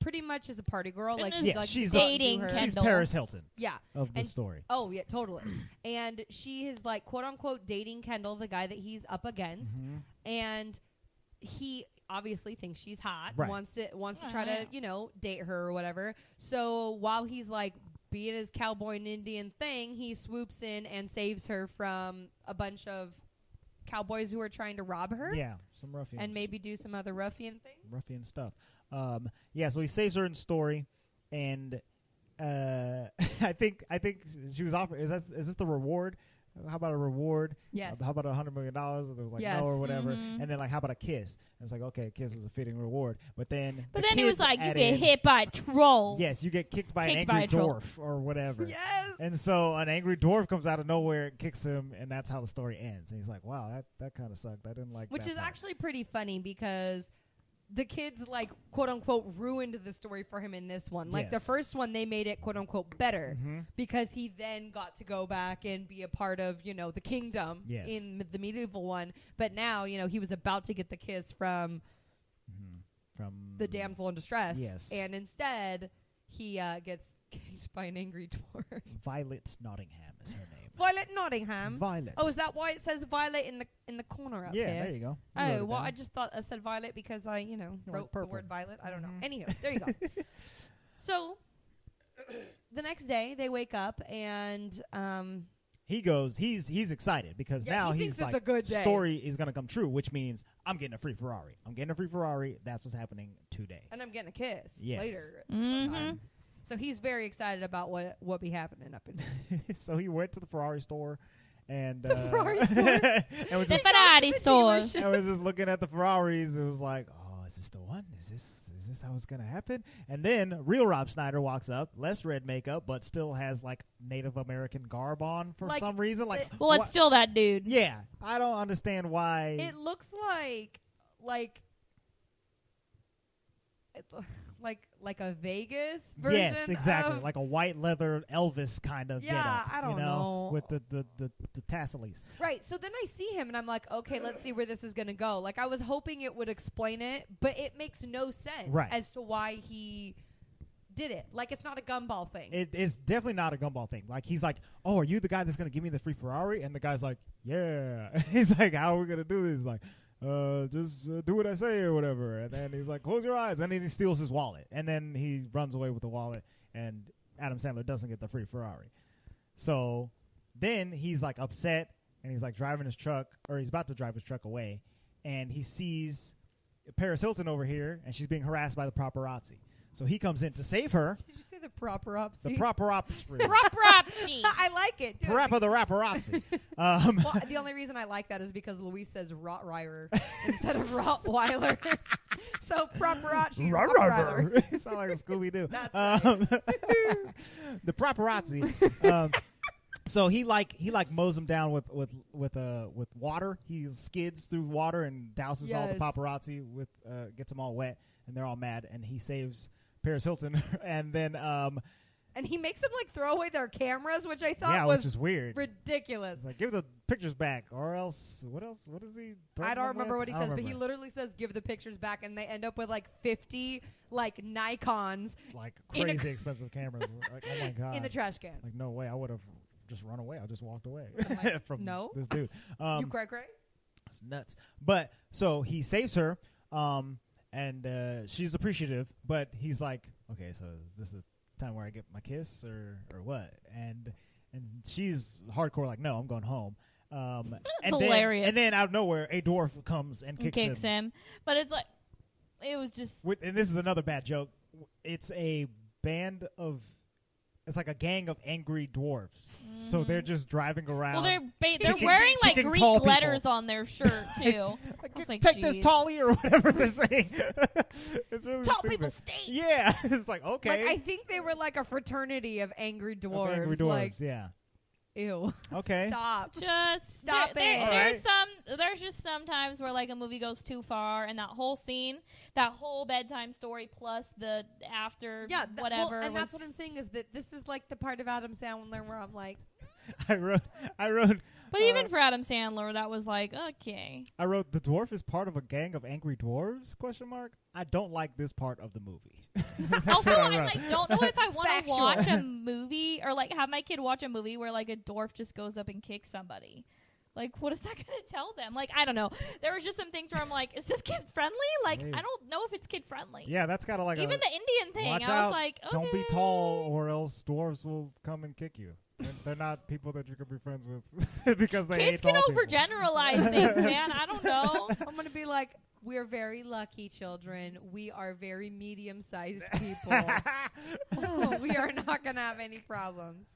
Speaker 2: pretty much is a party girl. Like
Speaker 3: Yeah,
Speaker 2: she likes to
Speaker 4: she's
Speaker 2: go out and
Speaker 3: dating
Speaker 2: do her-
Speaker 3: Ken-
Speaker 4: She's
Speaker 3: Kendall.
Speaker 4: Paris Hilton
Speaker 2: Yeah.
Speaker 4: of the
Speaker 2: And-
Speaker 4: story.
Speaker 2: Oh yeah, totally. and she is like quote unquote dating Kendall, the guy that he's up against,
Speaker 4: Mhm.
Speaker 2: and he obviously thinks she's hot
Speaker 4: Right.
Speaker 2: wants to wants to
Speaker 3: Yeah,
Speaker 2: try
Speaker 3: yeah.
Speaker 2: to you know date her or whatever so while he's like being his cowboy and indian thing he swoops in and saves her from a bunch of cowboys who are trying to rob her
Speaker 4: Mm-hmm. Yeah, some ruffians
Speaker 2: and maybe do some other ruffian thing
Speaker 4: ruffian stuff. Um, yeah, so he saves her in story, and uh, I think I think she was offered. Is that is this the reward? How about a reward?
Speaker 2: yes
Speaker 4: Uh, how about a hundred million dollars? And it was like
Speaker 2: Yes.
Speaker 4: no or whatever.
Speaker 3: Mhm.
Speaker 4: And then like how about a kiss? And it's like okay, a kiss is a fitting reward. But then
Speaker 3: But
Speaker 4: the
Speaker 3: then he was
Speaker 4: kids
Speaker 3: like, you
Speaker 4: added-
Speaker 3: get hit by a troll.
Speaker 4: Yes, you get kicked by
Speaker 3: Kicked
Speaker 4: an
Speaker 3: by
Speaker 4: angry
Speaker 3: a troll.
Speaker 4: dwarf or whatever.
Speaker 2: yes
Speaker 4: And so an angry dwarf comes out of nowhere and kicks him, and that's how the story ends. And he's like, "Wow, that, that kind of sucked. I didn't like
Speaker 2: which
Speaker 4: that
Speaker 2: is
Speaker 4: part."
Speaker 2: actually pretty funny because the kids like quote unquote ruined the story for him in this one like the
Speaker 4: Yes.
Speaker 2: first one they made it quote unquote better
Speaker 4: Mhm.
Speaker 2: because he then got to go back and be a part of you know the kingdom
Speaker 4: Yes.
Speaker 2: in the medieval one but now you know he was about to get the kiss from
Speaker 4: Mm-hmm. from
Speaker 2: the damsel in distress
Speaker 4: Yes.
Speaker 2: and instead he uh, gets kicked by an angry dwarf
Speaker 4: Violet Nottingham is her name.
Speaker 2: violet nottingham
Speaker 4: Violet.
Speaker 2: oh is that why it says violet in the in the corner up
Speaker 4: yeah,
Speaker 2: here
Speaker 4: there you go. You wrote
Speaker 2: Oh
Speaker 4: it
Speaker 2: well, I
Speaker 4: down.
Speaker 2: just thought I said violet because I, you know,
Speaker 4: You like
Speaker 2: wrote the
Speaker 4: purple.
Speaker 2: word violet. I don't know.
Speaker 4: Mhm.
Speaker 2: Anywho, there you go. so the next day they wake up and um,
Speaker 4: he goes. He's he's excited because
Speaker 2: Yeah,
Speaker 4: now
Speaker 2: he
Speaker 4: he's
Speaker 2: thinks it's
Speaker 4: like,
Speaker 2: a good day.
Speaker 4: story is gonna come true, which means I'm getting a free Ferrari. I'm getting a free Ferrari. That's what's happening today.
Speaker 2: and I'm getting a kiss
Speaker 4: Yes.
Speaker 2: later. Mm-hmm.
Speaker 3: Mhm.
Speaker 2: So he's very excited about what what be happening up in
Speaker 4: so he went to the Ferrari store, and
Speaker 2: The
Speaker 4: uh,
Speaker 2: Ferrari store.
Speaker 4: and was
Speaker 3: The
Speaker 4: just
Speaker 3: Ferrari store.
Speaker 4: I was just looking at the Ferraris. It was like, oh, is this the one? Is this is this how it's gonna happen? And then real Rob Schneider walks up, less red makeup, but still has like Native American garb on for
Speaker 2: Like,
Speaker 4: some reason. Like,
Speaker 2: it-
Speaker 3: Well, it's
Speaker 4: wha-
Speaker 3: still that dude.
Speaker 4: yeah, I don't understand why.
Speaker 2: It looks like like like like a Vegas version.
Speaker 4: Yes, exactly.
Speaker 2: of-
Speaker 4: like a white leather Elvis kind of
Speaker 2: Yeah,
Speaker 4: getup,
Speaker 2: I don't
Speaker 4: you know,
Speaker 2: know.
Speaker 4: with the the the, the tassels.
Speaker 2: right. So then I see him and I'm like, okay, let's see where this is gonna go. Like I was hoping it would explain it, but it makes no sense
Speaker 4: Right.
Speaker 2: as to why he did it. Like it's not a gumball thing.
Speaker 4: It is definitely not a gumball thing. Like he's like, "Oh, are you the guy that's gonna give me the free Ferrari?" And the guy's like, "Yeah." he's like, "How are we gonna do this?" He's like, "Uh, just uh, do what I say or whatever." And then he's like, "Close your eyes," and then he steals his wallet, and then he runs away with the wallet, and Adam Sandler doesn't get the free Ferrari. So then he's like upset and he's like driving his truck or he's about to drive his truck away and he sees Paris Hilton over here and she's being harassed by the paparazzi. So he comes in to save her.
Speaker 2: Did you say the proper option?
Speaker 4: The paparazzi.
Speaker 3: Rop rop sheet.
Speaker 2: I like it. Do it.
Speaker 4: Parappa the paparazzi. Um,
Speaker 2: Well, the only reason I like that is because Luis says Rottweiler instead of Rottweiler. so paparazzi Rottweiler.
Speaker 4: Rottweiler. Sound like a Scooby Doo.
Speaker 2: That's
Speaker 4: um, the paparazzi. Um, so he like he like mows them down with with with uh with water. He skids through water and douses all the
Speaker 2: Yes.
Speaker 4: paparazzi with uh, gets them all wet, and they're all mad. And he saves Paris Hilton, and then um
Speaker 2: And he makes them like throw away their cameras, which I thought
Speaker 4: yeah,
Speaker 2: was
Speaker 4: which is weird.
Speaker 2: ridiculous.
Speaker 4: It's like give the pictures back, or else what else? What is he?
Speaker 2: I don't
Speaker 4: threatening them
Speaker 2: remember
Speaker 4: with?
Speaker 2: what he
Speaker 4: I don't
Speaker 2: says, but he
Speaker 4: remember.
Speaker 2: literally says give the pictures back and they end up with like 50 like Nikons
Speaker 4: like
Speaker 2: in a-
Speaker 4: crazy expensive cameras. like, oh my god!
Speaker 2: in the trash can.
Speaker 4: Like, no way. I would have just run away. I just walked away
Speaker 2: like,
Speaker 4: from
Speaker 2: no.
Speaker 4: this dude.
Speaker 2: you
Speaker 4: Um,
Speaker 2: cray cray?
Speaker 4: it's nuts. But so he saves her, um, and uh, she's appreciative. But he's like, okay, so is this the time where I get my kiss or or what? And and she's hardcore, like, no, I'm going home. Um, and then,
Speaker 3: hilarious.
Speaker 4: And then out of nowhere, a dwarf comes and
Speaker 3: And
Speaker 4: kicks,
Speaker 3: kicks
Speaker 4: him.
Speaker 3: him. But it's like it was just
Speaker 4: With, and this is another bad joke. It's a band of. It's like a gang of angry dwarves. So they're just driving around.
Speaker 3: well, they're ba- they're
Speaker 4: Kicking-
Speaker 3: wearing like
Speaker 4: kicking
Speaker 3: Greek
Speaker 4: tall people.
Speaker 3: letters on their shirt too.
Speaker 4: Like,
Speaker 3: was
Speaker 4: "Get-
Speaker 3: like,
Speaker 4: take this
Speaker 3: "Jeez."
Speaker 4: tall ear or whatever they're saying. it's really
Speaker 2: Tall
Speaker 4: stupid.
Speaker 2: people stink.
Speaker 4: Yeah, it's like okay,
Speaker 2: Like I think they were like a fraternity of angry
Speaker 4: Of
Speaker 2: dwarves.
Speaker 4: angry dwarves.
Speaker 2: Like
Speaker 4: yeah,
Speaker 2: ew.
Speaker 4: okay.
Speaker 2: Stop.
Speaker 3: just
Speaker 2: Stop
Speaker 3: there- there-
Speaker 2: it.
Speaker 3: There's some. There's just sometimes where like a movie goes too far, and that whole scene, that whole bedtime story, plus the after
Speaker 2: Yeah, th- well,
Speaker 3: whatever.
Speaker 2: and that's
Speaker 3: was-
Speaker 2: what I'm saying is that this is like the part of Adam Sandler where I'm like,
Speaker 4: I wrote, I wrote,
Speaker 3: But
Speaker 4: Uh,
Speaker 3: even for Adam Sandler, that was like okay.
Speaker 4: I wrote. The dwarf is part of a gang of angry dwarves? Question mark. I don't like this part of the movie. That's
Speaker 3: also,
Speaker 4: what I
Speaker 3: I
Speaker 4: wrote.
Speaker 3: like don't know if I want to
Speaker 2: Factual.
Speaker 3: watch a movie or like have my kid watch a movie where like a dwarf just goes up and kicks somebody. Like, what is that going to tell them? Like, I don't know. There was just some things where I'm like, is this kid friendly? Like,
Speaker 4: Maybe.
Speaker 3: I don't know if it's kid friendly.
Speaker 4: yeah, that's kind of like
Speaker 3: Even
Speaker 4: a,
Speaker 3: the Indian thing,
Speaker 4: watch
Speaker 3: I was
Speaker 4: out,
Speaker 3: like, okay.
Speaker 4: Don't be tall, or else dwarves will come and kick you. They're, they're not people that you can be friends with because they hate
Speaker 3: Kids can
Speaker 4: tall people.
Speaker 3: overgeneralize things, man. I don't know.
Speaker 2: I'm gonna be like, we're very lucky children. We are very medium-sized people. we are not gonna have any problems.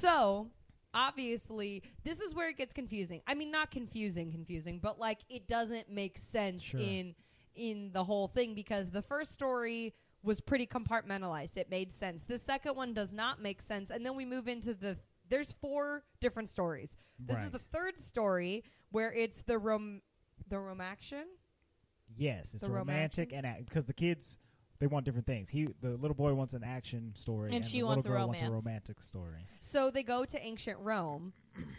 Speaker 2: So obviously, this is where it gets confusing. I mean, not confusing, confusing, but like it doesn't make sense
Speaker 4: Sure.
Speaker 2: in in the whole thing because the first story was pretty compartmentalized. It made sense. The second one does not make sense, and then we move into the. There's four different stories. This is
Speaker 4: Right.
Speaker 2: the third story where it's the rom the rom action.
Speaker 4: Yes, it's
Speaker 2: The
Speaker 4: romantic, and because the kids they want different things. He the little boy wants an action story,
Speaker 3: And she
Speaker 4: the
Speaker 3: wants a
Speaker 4: little girl wants a
Speaker 3: romance.
Speaker 4: romantic story.
Speaker 2: So they go to ancient Rome.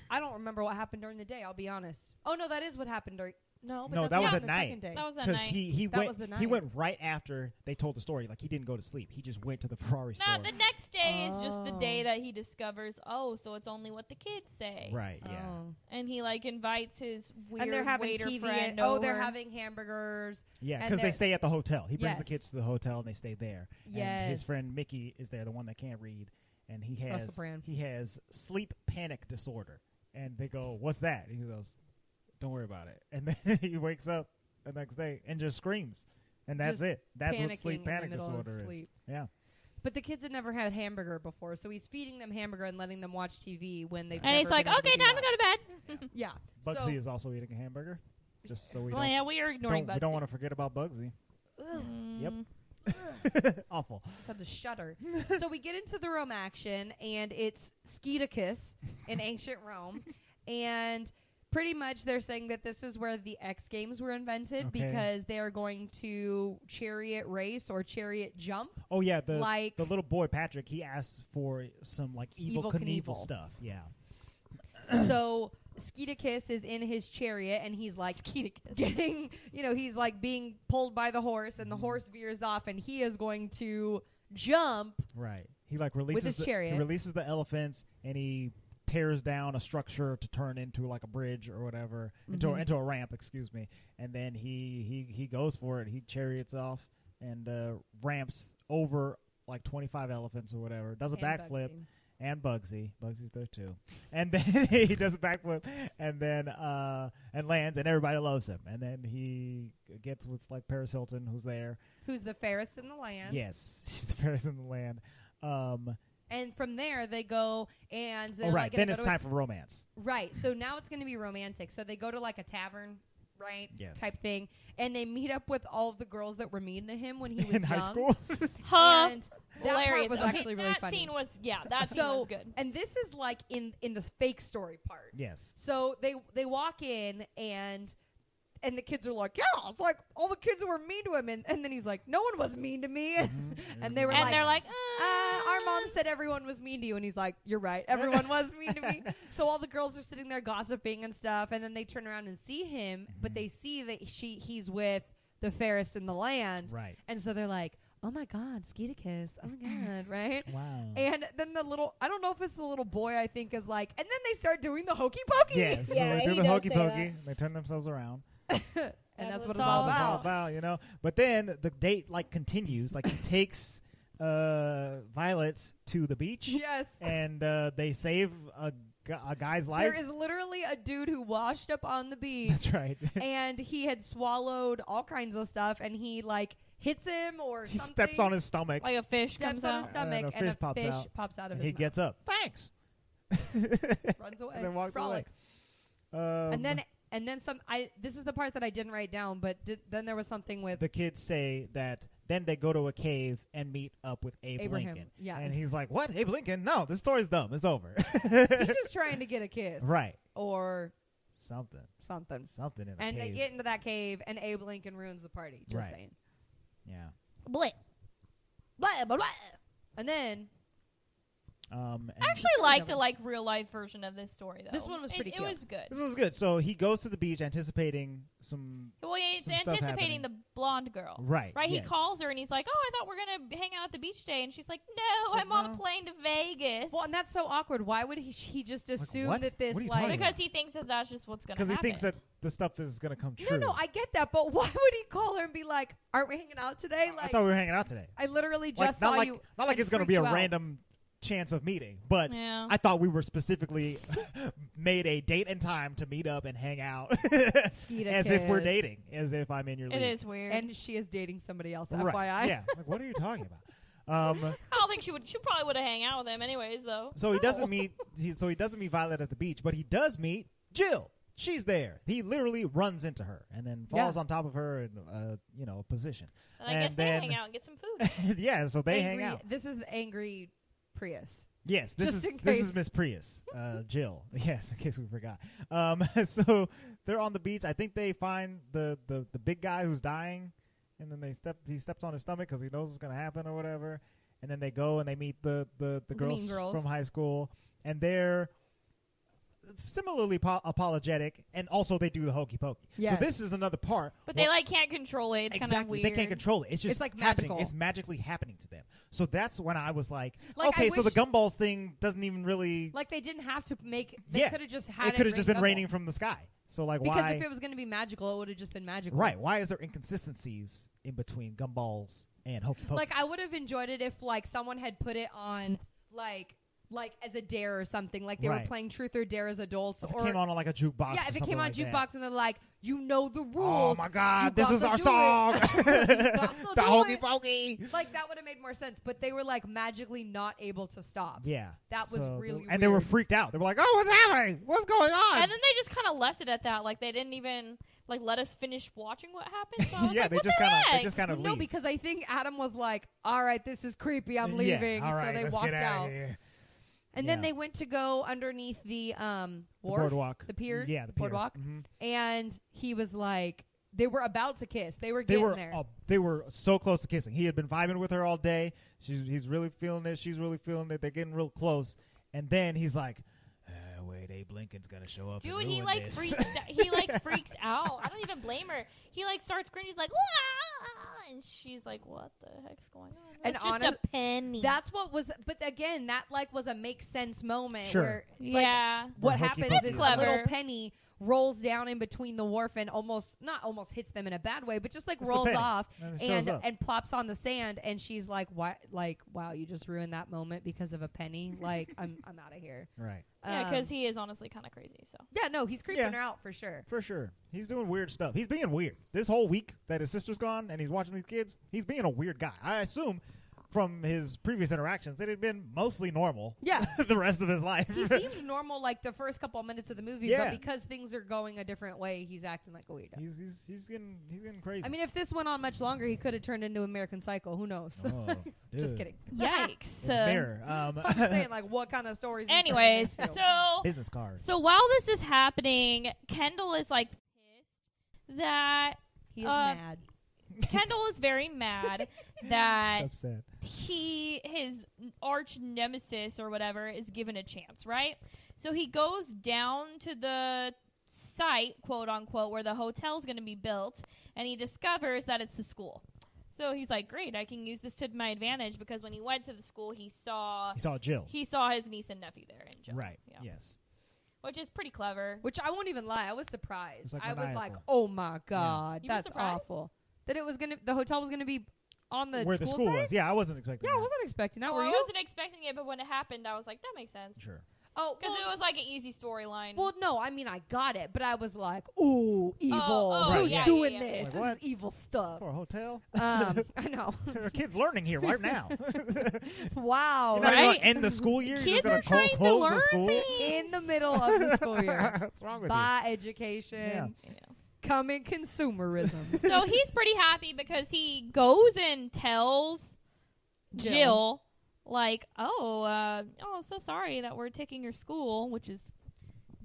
Speaker 2: I don't remember what happened during the day. I'll be honest. Oh no, that is what happened during. No, but
Speaker 4: No,
Speaker 2: that's
Speaker 4: that
Speaker 2: not
Speaker 4: was
Speaker 2: on
Speaker 4: at
Speaker 2: the
Speaker 4: night.
Speaker 2: second day.
Speaker 3: That was that
Speaker 4: Because
Speaker 3: night.
Speaker 4: he he
Speaker 2: That
Speaker 4: went
Speaker 2: was the
Speaker 4: he
Speaker 2: night.
Speaker 4: went right after they told the story. Like he didn't go to sleep. He just went to the Ferrari
Speaker 3: no,
Speaker 4: store.
Speaker 3: the next day is just the
Speaker 2: Oh.
Speaker 3: day that he discovers. Oh, so it's only what the kids say.
Speaker 4: Right. Yeah.
Speaker 2: Oh.
Speaker 3: And he like invites his weird
Speaker 2: and Oh. they're having
Speaker 3: waiter
Speaker 2: TV.
Speaker 3: friend
Speaker 2: And, oh, they're
Speaker 3: over.
Speaker 2: having hamburgers.
Speaker 4: Yeah.
Speaker 2: And
Speaker 4: Because they
Speaker 2: they're-
Speaker 4: stay at the hotel. He brings the
Speaker 2: Yes.
Speaker 4: kids to the hotel and they stay there. And his
Speaker 2: Yes.
Speaker 4: friend Mickey is there, the one that can't read, and he
Speaker 2: Russell
Speaker 4: has
Speaker 2: Brand.
Speaker 4: he has sleep panic disorder. And they go, "What's that?" And he goes, "Don't worry about it." And then he wakes up the next day and just screams. And that's
Speaker 2: Just
Speaker 4: it. That's what
Speaker 2: panicking in
Speaker 4: sleep
Speaker 2: the
Speaker 4: panic
Speaker 2: middle of
Speaker 4: disorder is.
Speaker 2: sleep.
Speaker 4: Yeah.
Speaker 2: But the kids had never had hamburger before, so he's feeding them hamburger and letting them watch TV when they.
Speaker 3: And he's like, okay, time to go to bed.
Speaker 2: Yeah.
Speaker 4: Bugsy
Speaker 2: So-
Speaker 4: is also eating a hamburger. Just so we
Speaker 3: Well,
Speaker 4: don't
Speaker 3: yeah, we are ignoring
Speaker 4: don't,
Speaker 3: Bugsy.
Speaker 4: we don't want to forget about Bugsy. Yep.
Speaker 2: Mm.
Speaker 4: Awful.
Speaker 2: had to shudder. so we get into the Rome action, and it's Sceticus in ancient Rome, and pretty much they're saying that this is where the X Games were invented
Speaker 4: Okay.
Speaker 2: because they are going to chariot race or chariot jump.
Speaker 4: Oh yeah, the
Speaker 2: like
Speaker 4: the little boy Patrick, he asks for some like evil,
Speaker 2: Evil
Speaker 4: Knievel
Speaker 2: Knievel.
Speaker 4: stuff. Yeah.
Speaker 2: so Skeeticus is in his chariot and he's like getting, you know, he's like being pulled by the horse
Speaker 4: Mm.
Speaker 2: and the horse veers off and he is going to jump
Speaker 4: Right. He like releases
Speaker 2: his
Speaker 4: the,
Speaker 2: chariot.
Speaker 4: He releases the elephants and he tears down a structure to turn into like a bridge or whatever into a,
Speaker 2: Mhm.
Speaker 4: into a ramp. Excuse me. And then he he he goes for it. He chariots off and uh, ramps over like twenty five elephants or whatever. Does a
Speaker 2: and
Speaker 4: backflip
Speaker 2: Bugsy.
Speaker 4: and Bugsy. Bugsy's there too. And then he does a backflip and then uh and lands and everybody loves him. And then he gets with like Paris Hilton who's there.
Speaker 2: Who's the fairest in the land?
Speaker 4: Yes, she's the Paris in the land. Um
Speaker 2: And from there they go and they're
Speaker 4: oh, right.
Speaker 2: like gonna
Speaker 4: Then
Speaker 2: go
Speaker 4: it's
Speaker 2: to a
Speaker 4: time for romance.
Speaker 2: Right. So now it's going to be romantic. So they go to like a tavern, right?
Speaker 4: Yes.
Speaker 2: Type thing, and they meet up with all of the girls that were mean to him when he was
Speaker 4: in high
Speaker 2: young.
Speaker 4: school.
Speaker 3: Huh.
Speaker 2: And that
Speaker 3: Hilarious.
Speaker 2: part was
Speaker 3: Okay,
Speaker 2: actually really
Speaker 3: that
Speaker 2: funny.
Speaker 3: scene was yeah. That scene
Speaker 2: so,
Speaker 3: was good.
Speaker 2: and this is like in in the fake story part.
Speaker 4: yes.
Speaker 2: So they they walk in and. And the kids are like, yeah, it's like all the kids were mean to him, and, and then he's like, no one was mean to me,
Speaker 4: Mhm.
Speaker 2: and they were
Speaker 3: And
Speaker 2: like,
Speaker 3: they're like,
Speaker 2: uh, our mom said everyone was mean to you, and he's like, "You're right, everyone was mean to me." So all the girls are sitting there gossiping and stuff, and then they turn around and see him, but they
Speaker 4: Mm-hmm.
Speaker 2: see that she he's with the fairest in the land,
Speaker 4: Right.
Speaker 2: and so they're like, "Oh my God, Skeeticus! Oh my God, right?"
Speaker 4: Wow.
Speaker 2: And then the little, I don't know if it's the little boy, I think is like, and then they start doing the hokey pokey.
Speaker 4: yes.
Speaker 3: Yeah,
Speaker 4: so they do
Speaker 3: he
Speaker 4: the
Speaker 3: does
Speaker 4: hokey
Speaker 3: say
Speaker 4: pokey.
Speaker 3: that.
Speaker 4: and They turn themselves around.
Speaker 2: and that's what it's
Speaker 3: That's
Speaker 2: all
Speaker 4: That's what it's all
Speaker 2: about.
Speaker 4: about, you know. But then the date like continues. Like he takes uh Violet to the beach.
Speaker 2: Yes.
Speaker 4: and uh, they save a, gu- a guy's life.
Speaker 2: There is literally a dude who washed up on the beach
Speaker 4: That's right.
Speaker 2: and he had swallowed all kinds of stuff and he like hits him or
Speaker 4: he
Speaker 2: something,
Speaker 4: steps on his stomach.
Speaker 3: like a fish
Speaker 2: steps
Speaker 3: comes
Speaker 2: on his
Speaker 3: out.
Speaker 2: stomach
Speaker 4: And a
Speaker 2: and a
Speaker 4: fish pops
Speaker 2: fish
Speaker 4: out.
Speaker 2: pops out of
Speaker 4: and
Speaker 2: his
Speaker 4: he
Speaker 2: mouth,
Speaker 4: gets up. Thanks.
Speaker 2: runs away
Speaker 4: and then walks away.
Speaker 2: frolics
Speaker 4: Um,
Speaker 2: and then and then some I this is the part that I didn't write down but did, then there was something with
Speaker 4: the kids say that. Then they go to a cave and meet up with Abe
Speaker 2: Abraham,
Speaker 4: Lincoln.
Speaker 2: yeah.
Speaker 4: And he's like, "What? Abe Lincoln? No, this story's dumb. It's over."
Speaker 2: he's just trying to get a kiss
Speaker 4: right.
Speaker 2: or
Speaker 4: Something.
Speaker 2: something
Speaker 4: Something in a
Speaker 2: and
Speaker 4: cave.
Speaker 2: they get into that cave and Abe Lincoln ruins the party just
Speaker 4: Right.
Speaker 2: saying
Speaker 4: yeah.
Speaker 2: blah blah blah blah and then
Speaker 4: Um, and
Speaker 3: I actually like the
Speaker 2: one.
Speaker 3: like real life version of this story though.
Speaker 2: This one was
Speaker 3: It-
Speaker 2: pretty
Speaker 3: It,
Speaker 2: cute.
Speaker 3: was good.
Speaker 4: this was good. So he goes to the beach anticipating some.
Speaker 3: Well, yeah, he's
Speaker 4: Some stuff happening.
Speaker 3: anticipating the blonde girl.
Speaker 4: Right.
Speaker 3: Right,
Speaker 4: yes.
Speaker 3: he calls her and he's like, "Oh, I thought we're gonna hang out at the beach day," and she's like, "No,
Speaker 4: She's like,
Speaker 3: I'm on a
Speaker 4: "No."
Speaker 3: plane to Vegas."
Speaker 2: well and that's so awkward why would he, he just assume
Speaker 4: what?
Speaker 2: that this
Speaker 4: What are you
Speaker 2: like
Speaker 4: talking
Speaker 3: because he thinks that that's just what's gonna
Speaker 4: because
Speaker 3: happen.
Speaker 4: he thinks that the stuff is gonna come true.
Speaker 2: No, no, I get that, but why would he call her and be like, "Aren't we hanging out today?"
Speaker 4: I
Speaker 2: Like,
Speaker 4: thought we were hanging out today.
Speaker 2: I literally
Speaker 4: Like,
Speaker 2: just
Speaker 4: not
Speaker 2: saw
Speaker 4: like
Speaker 2: you.
Speaker 4: not like
Speaker 2: and
Speaker 4: it's gonna
Speaker 2: freaked
Speaker 4: be a
Speaker 2: you out.
Speaker 4: random chance of meeting, but
Speaker 3: Yeah.
Speaker 4: I thought we were specifically made a date and time to meet up and hang out, as if we're
Speaker 2: kiss.
Speaker 4: dating, as if I'm in your league.
Speaker 3: it is weird.
Speaker 2: And she is dating somebody else,
Speaker 4: right.
Speaker 2: FYI.
Speaker 4: Yeah, like what are you talking about? Um,
Speaker 3: I don't think she would. She probably would have hang out with him anyways, though.
Speaker 4: so he doesn't meet. He, so he doesn't meet Violet at the beach, but he does meet Jill. She's there. He literally runs into her and then
Speaker 2: Yeah.
Speaker 4: falls on top of her in uh, you know a position.
Speaker 3: And I guess
Speaker 4: And
Speaker 3: they
Speaker 4: then-
Speaker 3: hang out and get some food.
Speaker 4: yeah, so they
Speaker 2: Angry-
Speaker 4: hang out.
Speaker 2: This is the angry Prius.
Speaker 4: Yes, this
Speaker 2: Just
Speaker 4: is
Speaker 2: in
Speaker 4: this is
Speaker 2: case.
Speaker 4: Miss Prius, uh, Jill. Yes, in case we forgot. Um, so they're on the beach. I think they find the, the, the big guy who's dying, and then they step he steps on his stomach because he knows what's gonna happen or whatever. And then they go and they meet the the, the
Speaker 2: The
Speaker 4: girls,
Speaker 2: mean girls.
Speaker 4: from high school, and they're similarly po- apologetic, and also they do the hokey pokey.
Speaker 2: Yes.
Speaker 4: So this is another part.
Speaker 3: But
Speaker 4: where-
Speaker 3: they like can't control it. It's kind of
Speaker 4: exactly
Speaker 3: weird.
Speaker 4: they can't control it. It's just
Speaker 2: It's, like,
Speaker 4: happening.
Speaker 2: magical.
Speaker 4: It's magically happening to them. So that's when I was like,
Speaker 2: Like, I
Speaker 4: okay, so the
Speaker 2: wish-
Speaker 4: gumballs thing doesn't even really
Speaker 2: Like they didn't have to make. They
Speaker 4: Yeah.
Speaker 2: could have just had.
Speaker 4: it could have just
Speaker 2: rain
Speaker 4: been raining
Speaker 2: double.
Speaker 4: from the sky. So like
Speaker 2: because
Speaker 4: why
Speaker 2: if it was going to be magical, it would have just been magical.
Speaker 4: right? Why is there inconsistencies in between gumballs and hokey pokey?
Speaker 2: Like I would have enjoyed it if like someone had put it on like like as a dare or something. Like they
Speaker 4: Right.
Speaker 2: were playing Truth or Dare as adults,
Speaker 4: if it
Speaker 2: or
Speaker 4: came on like a jukebox.
Speaker 2: yeah, if
Speaker 4: or
Speaker 2: it
Speaker 4: something
Speaker 2: came on
Speaker 4: like
Speaker 2: jukebox
Speaker 4: that.
Speaker 2: and they're like, you know the
Speaker 4: Oh
Speaker 2: rules.
Speaker 4: my
Speaker 2: You
Speaker 4: God! This
Speaker 2: got
Speaker 4: is
Speaker 2: to
Speaker 4: our
Speaker 2: do it. to
Speaker 4: song. the
Speaker 2: do
Speaker 4: hokey
Speaker 2: it.
Speaker 4: pokey.
Speaker 2: like that would have made more sense, but they were like magically not able to stop.
Speaker 4: Yeah,
Speaker 2: That was
Speaker 4: So-
Speaker 2: really
Speaker 4: and they were
Speaker 2: weird.
Speaker 4: freaked out. They were like, "Oh, what's happening? What's going on?"
Speaker 3: And then they just kind of left it at that. Like they didn't even like let us finish watching what happened. So I was
Speaker 4: yeah,
Speaker 3: like,
Speaker 4: they
Speaker 3: what
Speaker 4: just
Speaker 3: the
Speaker 4: kind of
Speaker 3: heck?
Speaker 4: they just kind of
Speaker 2: No,
Speaker 4: leave.
Speaker 2: because I think Adam was like, "All right, this is creepy. I'm
Speaker 4: Yeah,
Speaker 2: leaving."
Speaker 4: all right,
Speaker 2: so they
Speaker 4: let's
Speaker 2: walked
Speaker 4: get outta
Speaker 2: out.
Speaker 4: here.
Speaker 2: And
Speaker 4: Yeah.
Speaker 2: then they went to go underneath the um
Speaker 4: The
Speaker 2: wharf,
Speaker 4: boardwalk.
Speaker 2: the pier,
Speaker 4: Yeah, the pier.
Speaker 2: boardwalk.
Speaker 4: Mhm.
Speaker 2: and he was like, they were about to kiss. They were
Speaker 4: They
Speaker 2: getting
Speaker 4: were
Speaker 2: there.
Speaker 4: uh, they were so close to kissing. He had been vibing with her all day. She's he's really feeling it. She's really feeling it. They're getting real close. And then he's like, uh, "Wait, Abe Lincoln's gonna show up." and
Speaker 3: Dude, he
Speaker 4: ruin
Speaker 3: like
Speaker 4: this."
Speaker 3: freaks. out- He like freaks out. I don't even blame her. He like starts cringing. He's like, "Wah!" and she's like, "What the heck's going on?"
Speaker 2: And
Speaker 3: It's just
Speaker 2: honest-
Speaker 3: a penny.
Speaker 2: That's what was, but again, that like was a make sense moment
Speaker 4: Sure.
Speaker 2: where like
Speaker 3: yeah.
Speaker 2: what
Speaker 4: Or hokey
Speaker 2: happens
Speaker 4: pokey.
Speaker 2: is
Speaker 3: That's
Speaker 2: a little
Speaker 3: clever.
Speaker 2: penny rolls down in between the wharf and almost not almost hits them in a bad way, but just like
Speaker 4: It's a
Speaker 2: rolls
Speaker 4: penny.
Speaker 2: off
Speaker 4: And it shows
Speaker 2: and
Speaker 4: up.
Speaker 2: and plops on the sand. And she's like, "Why? Like, wow, you just ruined that moment because of a penny. Like, I'm I'm out of here."
Speaker 4: Right.
Speaker 3: Yeah,
Speaker 2: Um,
Speaker 3: because he is honestly kind of crazy. So
Speaker 2: yeah, no, he's creeping
Speaker 4: Yeah.
Speaker 2: her out for sure.
Speaker 4: For sure. He's doing weird stuff. He's being weird. This whole week that his sister's gone and he's watching these kids, he's being a weird guy. I assume from his previous interactions, it had been mostly normal
Speaker 2: Yeah.
Speaker 4: the rest of his life.
Speaker 2: He seemed normal like the first couple of minutes of the movie,
Speaker 4: Yeah.
Speaker 2: but because things are going a different way, he's acting like a weirdo.
Speaker 4: he's, he's, he's, getting, he's getting crazy.
Speaker 2: I mean, if this went on much longer, he could have turned into American Psycho. Who knows?
Speaker 4: Oh,
Speaker 2: Just
Speaker 4: dude.
Speaker 2: kidding.
Speaker 3: yikes.
Speaker 4: In the
Speaker 3: Uh,
Speaker 4: mirror. Um,
Speaker 2: I'm just saying, like, what kind of stories? he's turning
Speaker 3: anyways,
Speaker 2: into.
Speaker 3: so
Speaker 4: business cards.
Speaker 3: so while this is happening, Kendall is like pissed that
Speaker 2: he is
Speaker 3: uh,
Speaker 2: mad.
Speaker 3: Kendall is very mad that
Speaker 4: It's upset.
Speaker 3: he his arch nemesis or whatever is given a chance, right? So he goes down to the site, quote unquote, where the hotel's going to be built, and he discovers that it's the school. So he's like, "Great, I can use this to my advantage because when he went to the school, he saw
Speaker 4: He saw Jill.
Speaker 3: he saw his niece and nephew there in Jill,
Speaker 4: Right.
Speaker 3: Yeah.
Speaker 4: Yes.
Speaker 3: Which is pretty clever.
Speaker 2: Which I won't even lie, I was surprised.
Speaker 4: It's like
Speaker 2: I was like,
Speaker 4: maniacal.
Speaker 2: oh my god,
Speaker 3: You were
Speaker 2: that's
Speaker 3: surprised?
Speaker 2: awful. That it was gonna, the hotel was gonna be on the
Speaker 4: Where
Speaker 2: school
Speaker 4: the school
Speaker 2: side?
Speaker 4: was. Yeah, I wasn't expecting
Speaker 2: Yeah, I
Speaker 4: that.
Speaker 2: wasn't expecting that.
Speaker 3: Well,
Speaker 2: Were
Speaker 3: I
Speaker 2: you?
Speaker 3: wasn't expecting it, but when it happened, I was like, "That makes sense,"
Speaker 4: Sure.
Speaker 2: oh,
Speaker 3: because
Speaker 2: well,
Speaker 3: it was like an easy storyline.
Speaker 2: well, no, I mean, I got it, but I was like, ooh, evil.
Speaker 3: oh,
Speaker 4: Right,
Speaker 2: Who's
Speaker 4: yeah,
Speaker 2: doing
Speaker 3: yeah, yeah.
Speaker 2: this?
Speaker 4: Like,
Speaker 2: this is
Speaker 4: what?
Speaker 2: evil stuff.
Speaker 4: For a hotel?
Speaker 2: um, I know.
Speaker 4: there are kids learning here right now.
Speaker 2: wow.
Speaker 4: You're not
Speaker 3: Right.
Speaker 4: gonna End the school year.
Speaker 3: Kids
Speaker 4: You're
Speaker 3: are
Speaker 4: just gonna clo-
Speaker 3: trying to
Speaker 4: close
Speaker 3: learn
Speaker 4: the school.
Speaker 2: In the middle of the school year.
Speaker 4: What's wrong with
Speaker 2: By education,
Speaker 3: You know.
Speaker 2: coming consumerism.
Speaker 3: so he's pretty happy because he goes and tells
Speaker 2: Jill.
Speaker 3: Jill, like, "Oh, uh, oh, so sorry that we're taking your school, which is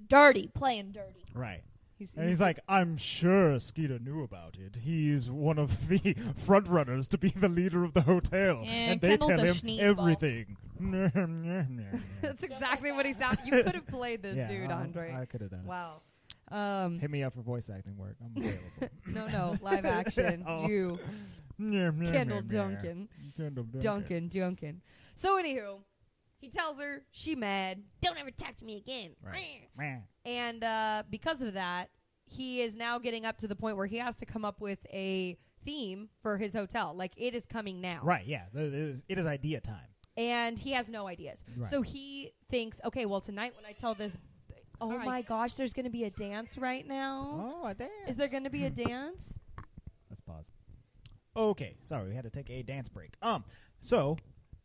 Speaker 3: dirty, playing dirty."
Speaker 4: you? Right.
Speaker 2: He's,
Speaker 4: And he's like, I'm sure Skeeter knew about it. He's one of the front runners to be the leader of the hotel.
Speaker 3: Yeah,
Speaker 4: and they
Speaker 3: Kendall's
Speaker 4: tell
Speaker 3: a
Speaker 4: him
Speaker 3: schneeball.
Speaker 4: everything.
Speaker 2: that's exactly what he sounds. You could have played this
Speaker 4: Yeah,
Speaker 2: dude,
Speaker 4: I-
Speaker 2: Andre.
Speaker 4: I could have done
Speaker 2: Wow. Um,
Speaker 4: it. Hit me up for voice acting work. I'm available.
Speaker 2: no, no, live action.
Speaker 4: Oh.
Speaker 2: You, Kendall
Speaker 4: Kendall
Speaker 2: Duncan,
Speaker 4: Kendall Duncan.
Speaker 2: Duncan, Duncan. So, anywho, he tells her she mad. Don't ever talk to me again.
Speaker 4: Right. Meh.
Speaker 2: And uh, because of that, he is now getting up to the point where he has to come up with a theme for his hotel. Like it is coming now.
Speaker 4: Right, yeah. th- It is, it is idea time.
Speaker 2: and he has no ideas.
Speaker 4: Right.
Speaker 2: So he thinks, okay, well tonight when I tell this, oh
Speaker 3: Alright.
Speaker 2: my gosh, there's going to be a dance right now.
Speaker 4: Oh, a dance.
Speaker 2: Is there going to be a dance?
Speaker 4: Let's pause. Okay, sorry, we had to take a dance break. Um, so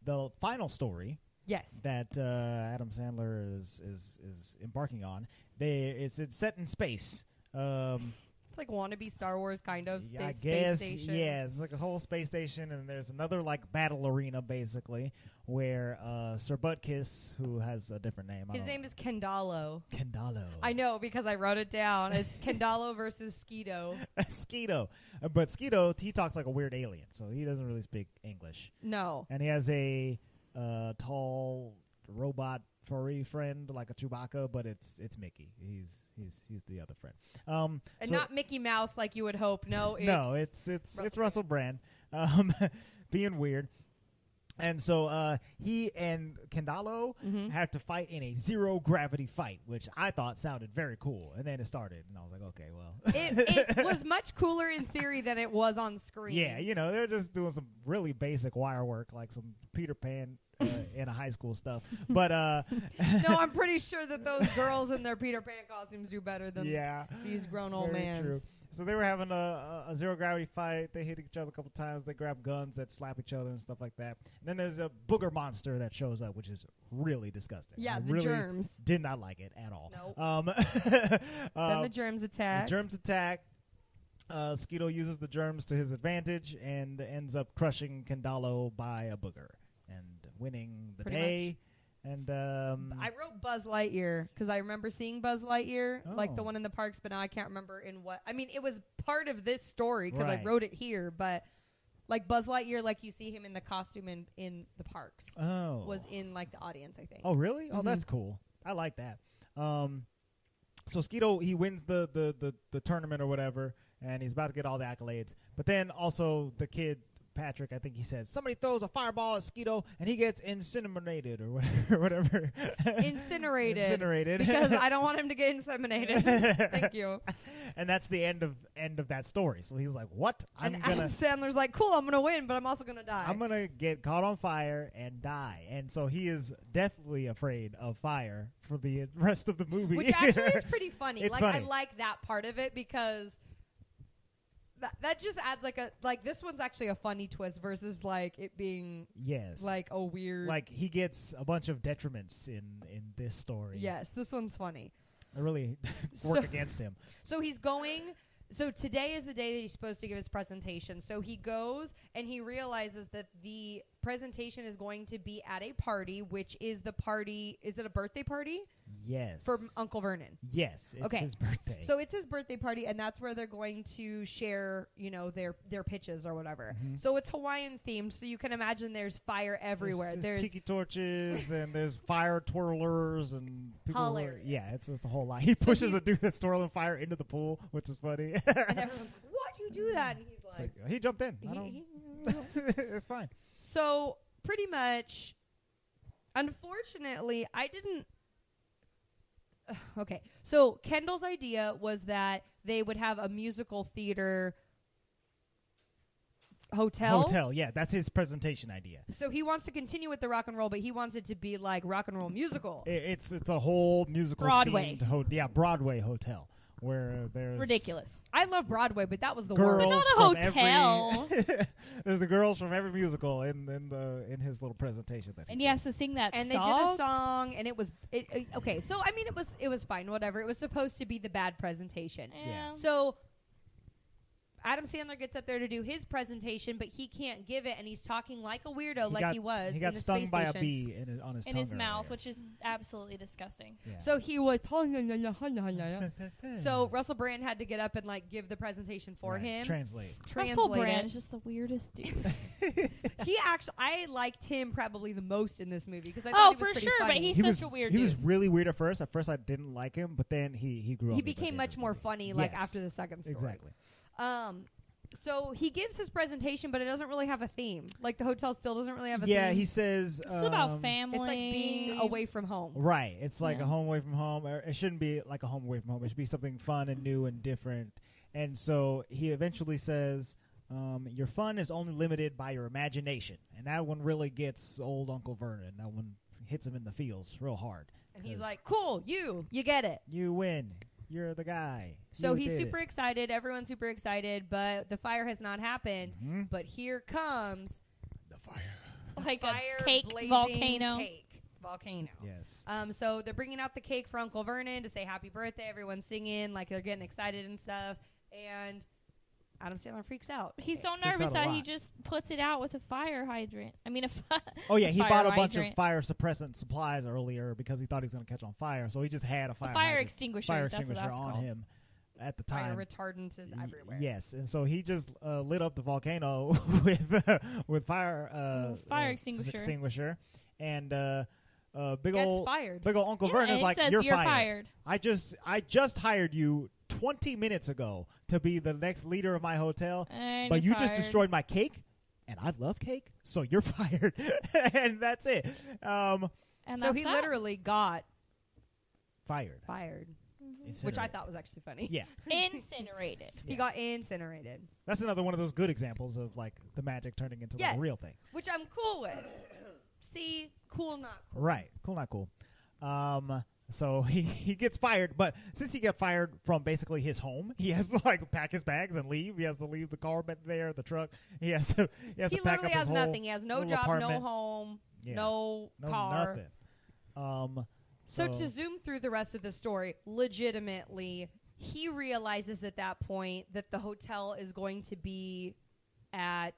Speaker 4: the final story
Speaker 2: Yes.
Speaker 4: that uh, Adam Sandler is, is is embarking on, they it's it's set in space. Um,
Speaker 2: It's like wannabe Star Wars kind of
Speaker 4: I
Speaker 2: space,
Speaker 4: guess
Speaker 2: space station.
Speaker 4: yeah, it's like a whole space station, and there's another like battle arena basically where uh, Sir Butkus, who has a different name, I
Speaker 2: His
Speaker 4: don't-
Speaker 2: name is Kendalo.
Speaker 4: Kendalo.
Speaker 2: I know because I wrote it down. It's Kendalo versus Skeeto.
Speaker 4: Skeeto, Uh, but Skeeto he talks like a weird alien, so he doesn't really speak English.
Speaker 2: No.
Speaker 4: and he has a uh, tall robot furry friend like a Chewbacca, but it's it's Mickey. He's he's he's the other friend. Um,
Speaker 2: And
Speaker 4: so-
Speaker 2: not Mickey Mouse like you would hope. No, it's
Speaker 4: no, it's it's it's Russell Brand um, being weird. And so uh, he and Kendalo have to fight in a zero gravity fight, which I thought sounded very cool. And then it started, and I was like, okay, well,
Speaker 2: it, it was much cooler in theory than it was on screen.
Speaker 4: yeah, you know, they're just doing some really basic wire work, like some Peter Pan uh, in a high school stuff. But uh,
Speaker 2: no, I'm pretty sure that those girls in their Peter Pan costumes do better than
Speaker 4: yeah,
Speaker 2: these grown old
Speaker 4: Very
Speaker 2: men.
Speaker 4: true. So they were having a, a, a zero gravity fight. They hit each other a couple times. They grab guns that slap each other and stuff like that. And then there's a booger monster that shows up, which is really disgusting.
Speaker 2: Yeah,
Speaker 4: I
Speaker 2: the
Speaker 4: really
Speaker 2: germs.
Speaker 4: Did not like it at all.
Speaker 2: Nope.
Speaker 4: Um,
Speaker 2: Then
Speaker 4: uh,
Speaker 2: the germs attack.
Speaker 4: the germs attack. Uh, Skeeto uses the germs to his advantage and ends up crushing Kandalo by a booger and winning the
Speaker 2: Pretty
Speaker 4: day And um,
Speaker 2: I wrote Buzz Lightyear because I remember seeing Buzz Lightyear, like the
Speaker 4: Oh.
Speaker 2: one in the parks, but now I can't remember in what. I mean, it was part of this story because I
Speaker 4: Right.
Speaker 2: wrote it here, but like Buzz Lightyear, like you see him in the costume in, in the parks,
Speaker 4: oh,
Speaker 2: was in like the audience, I think.
Speaker 4: oh really? Oh,
Speaker 2: Mhm.
Speaker 4: that's cool. I like that. Um, so Skeeto he wins the, the the the tournament or whatever, and he's about to get all the accolades. But then also the kid Patrick, I think he says somebody throws a fireball at Skeeto, and he gets incinerated or whatever. whatever.
Speaker 2: Incinerated.
Speaker 4: incinerated.
Speaker 2: because I don't want him to get inseminated. Thank you.
Speaker 4: and that's the end of end of that story. So he's like, "What? I'm
Speaker 2: and
Speaker 4: gonna
Speaker 2: Adam Sandler's like, cool, I'm going to win, but I'm also going to die.
Speaker 4: I'm gonna get caught on fire and die." And so he is deathly afraid of fire for the rest of the movie.
Speaker 2: which actually is pretty funny.
Speaker 4: It's
Speaker 2: like I
Speaker 4: funny.
Speaker 2: like that part of it because that that just adds like a like this one's actually a funny twist versus like it being
Speaker 4: yes,
Speaker 2: like a weird
Speaker 4: like he gets a bunch of detriments in in this story.
Speaker 2: yes this one's funny.
Speaker 4: They really
Speaker 2: So-
Speaker 4: work against him.
Speaker 2: So he's going. So today is the day that he's supposed to give his presentation. So he goes and he realizes that the presentation is going to be at a party, which is the party. Is it a birthday party
Speaker 4: Yes,
Speaker 2: for Uncle Vernon?
Speaker 4: yes, it's
Speaker 2: Okay.
Speaker 4: his birthday.
Speaker 2: So it's his birthday party, and that's where they're going to share, you know, their their pitches or whatever.
Speaker 4: Mhm.
Speaker 2: So it's Hawaiian themed, so you can imagine there's fire everywhere.
Speaker 4: There's,
Speaker 2: There's,
Speaker 4: tiki torches and there's fire twirlers and people. who are-
Speaker 2: Hilarious.
Speaker 4: yeah, it's just a whole lot. He pushes
Speaker 2: he-
Speaker 4: a dude that's twirling fire into the pool, which is funny.
Speaker 2: and everyone's like, "Why'd you do that?" And he's
Speaker 4: It's
Speaker 2: like,
Speaker 4: like, he jumped in. I don't,
Speaker 2: he, he-
Speaker 4: it's fine.
Speaker 2: "So pretty much, unfortunately, I didn't." Ugh, Okay, so Kendall's idea was that they would have a musical theater hotel.
Speaker 4: Hotel, yeah, that's his presentation idea.
Speaker 2: So he wants to continue with the rock and roll, but he wants it to be like rock and roll musical.
Speaker 4: I- it's it's a whole musical
Speaker 3: Broadway.
Speaker 4: themed ho- yeah, Broadway hotel where there's
Speaker 3: Ridiculous.
Speaker 2: I love Broadway, but that was the
Speaker 4: Girls
Speaker 2: worst.
Speaker 3: But not a
Speaker 4: from Every,
Speaker 3: hotel.
Speaker 4: there's the girls from every musical in in the in his little presentation that.
Speaker 3: And
Speaker 4: he
Speaker 3: he has
Speaker 4: gives.
Speaker 3: to sing that
Speaker 2: And they
Speaker 3: song.
Speaker 2: did a song, and it was it, it- okay. So I mean, it was it was fine, whatever. It was supposed to be the bad presentation.
Speaker 3: Yeah.
Speaker 2: So Adam Sandler gets up there to do his presentation, but he can't give it, and he's talking like a weirdo,
Speaker 4: He
Speaker 2: like
Speaker 4: got-
Speaker 2: he was.
Speaker 4: He got
Speaker 2: in the
Speaker 4: stung
Speaker 2: space
Speaker 4: by
Speaker 2: station.
Speaker 4: a bee in his, on his
Speaker 3: in
Speaker 4: tongue
Speaker 3: his mouth,
Speaker 4: earlier.
Speaker 3: which is absolutely disgusting.
Speaker 4: Yeah.
Speaker 2: So he was so Russell Brand had to get up and like give the presentation for
Speaker 4: Right,
Speaker 2: him.
Speaker 4: translate.
Speaker 2: translate
Speaker 3: Russell
Speaker 2: it.
Speaker 3: Brand is just the weirdest dude.
Speaker 2: He actually, I liked him probably the most in this movie because I thought
Speaker 3: oh,
Speaker 2: he was
Speaker 3: for
Speaker 2: pretty
Speaker 3: sure, but
Speaker 2: funny.
Speaker 3: he's
Speaker 4: he
Speaker 3: such
Speaker 4: was
Speaker 3: a weird
Speaker 4: he
Speaker 3: dude.
Speaker 4: was really weird at first. At first, I didn't like him, but then he he grew.
Speaker 2: he
Speaker 4: on me by the
Speaker 2: became
Speaker 4: end of
Speaker 2: much
Speaker 4: the
Speaker 2: more
Speaker 4: movie.
Speaker 2: funny like
Speaker 4: Yes.
Speaker 2: after the second story.
Speaker 4: Exactly.
Speaker 2: Um, so he gives his presentation, but it doesn't really have a theme. Like the hotel still doesn't really have a
Speaker 4: Yeah,
Speaker 2: theme.
Speaker 4: he says
Speaker 3: It's about
Speaker 4: um,
Speaker 3: family.
Speaker 2: it's like being away from home.
Speaker 4: Right. It's like
Speaker 3: Yeah.
Speaker 4: a home away from home. Or it shouldn't be like a home away from home. It should be something fun and new and different. And so he eventually says, um, "Your fun is only limited by your imagination." And that one really gets old Uncle Vernon. That one hits him in the feels real hard.
Speaker 2: And he's
Speaker 4: 'Cause
Speaker 2: like, "Cool, you, you get it."
Speaker 4: "You win. You're the guy."
Speaker 2: So
Speaker 4: You
Speaker 2: he's
Speaker 4: did it."
Speaker 2: super excited. Everyone's super excited, but the fire has not happened.
Speaker 4: Mhm.
Speaker 2: But here comes
Speaker 4: The fire.
Speaker 3: like a
Speaker 2: fire
Speaker 3: cake
Speaker 2: blazing
Speaker 3: volcano.
Speaker 2: Cake volcano.
Speaker 4: Yes.
Speaker 2: Um, so they're bringing out the cake for Uncle Vernon to say happy birthday. Everyone's singing, like they're getting excited and stuff. And Adam Sandler freaks out.
Speaker 3: He's so
Speaker 4: out
Speaker 3: nervous
Speaker 4: a
Speaker 3: that he
Speaker 4: lot.
Speaker 3: just puts it out with a fire hydrant. I mean, a fi-
Speaker 4: Oh yeah, he
Speaker 3: fire
Speaker 4: bought a bunch
Speaker 3: hydrant.
Speaker 4: of fire suppressant supplies earlier because he thought he was going to catch on fire. So he just had a fire
Speaker 3: a fire
Speaker 4: hydrant-
Speaker 3: extinguisher.
Speaker 4: fire
Speaker 3: that's what
Speaker 4: extinguisher
Speaker 3: that's
Speaker 4: on
Speaker 3: called.
Speaker 4: him at the
Speaker 2: Fire
Speaker 4: time.
Speaker 2: retardants is
Speaker 4: Y-
Speaker 2: everywhere.
Speaker 4: Yes, and so he just uh, lit up the volcano with with fire uh, uh,
Speaker 3: fire
Speaker 4: s-
Speaker 3: extinguisher.
Speaker 4: extinguisher, and uh, uh, big
Speaker 2: Gets
Speaker 4: old
Speaker 2: fired.
Speaker 4: big old Uncle
Speaker 3: Yeah,
Speaker 4: Vern
Speaker 3: and
Speaker 4: is
Speaker 3: he
Speaker 4: like,
Speaker 3: says,
Speaker 4: "You're,
Speaker 3: "You're
Speaker 4: fired.
Speaker 3: fired."
Speaker 4: I just I just hired you 20 minutes ago to be the next leader of my hotel,
Speaker 3: And
Speaker 4: but
Speaker 3: you're
Speaker 4: you just
Speaker 3: fired.
Speaker 4: destroyed my cake." And I love cake, so you're fired, and that's it. Um,
Speaker 3: And
Speaker 2: so
Speaker 3: that's
Speaker 2: he
Speaker 3: that.
Speaker 2: literally got
Speaker 4: fired,
Speaker 2: fired, which I
Speaker 4: Incinerated.
Speaker 2: thought was actually funny.
Speaker 4: Yeah,
Speaker 3: incinerated.
Speaker 2: He
Speaker 4: Yeah.
Speaker 2: got incinerated,
Speaker 4: that's another one of those good examples of like the magic turning into like,
Speaker 2: Yes.
Speaker 4: a real thing.
Speaker 2: which I'm cool with. See, cool, not cool.
Speaker 4: Right. Cool, not cool. Um, so he, he gets fired, but since he got fired from basically his home, he has to like pack his bags and leave. He has to leave the car back there, the truck. He has to he has
Speaker 2: He
Speaker 4: to
Speaker 2: literally
Speaker 4: pack up his
Speaker 2: has
Speaker 4: whole-
Speaker 2: nothing. He has no
Speaker 4: little
Speaker 2: job, no
Speaker 4: apartment.
Speaker 2: home,
Speaker 4: Yeah.
Speaker 2: no,
Speaker 4: no
Speaker 2: car.
Speaker 4: nothing. Um,
Speaker 2: So,
Speaker 4: so,
Speaker 2: to zoom through the rest of the story, legitimately, he realizes at that point that the hotel is going to be at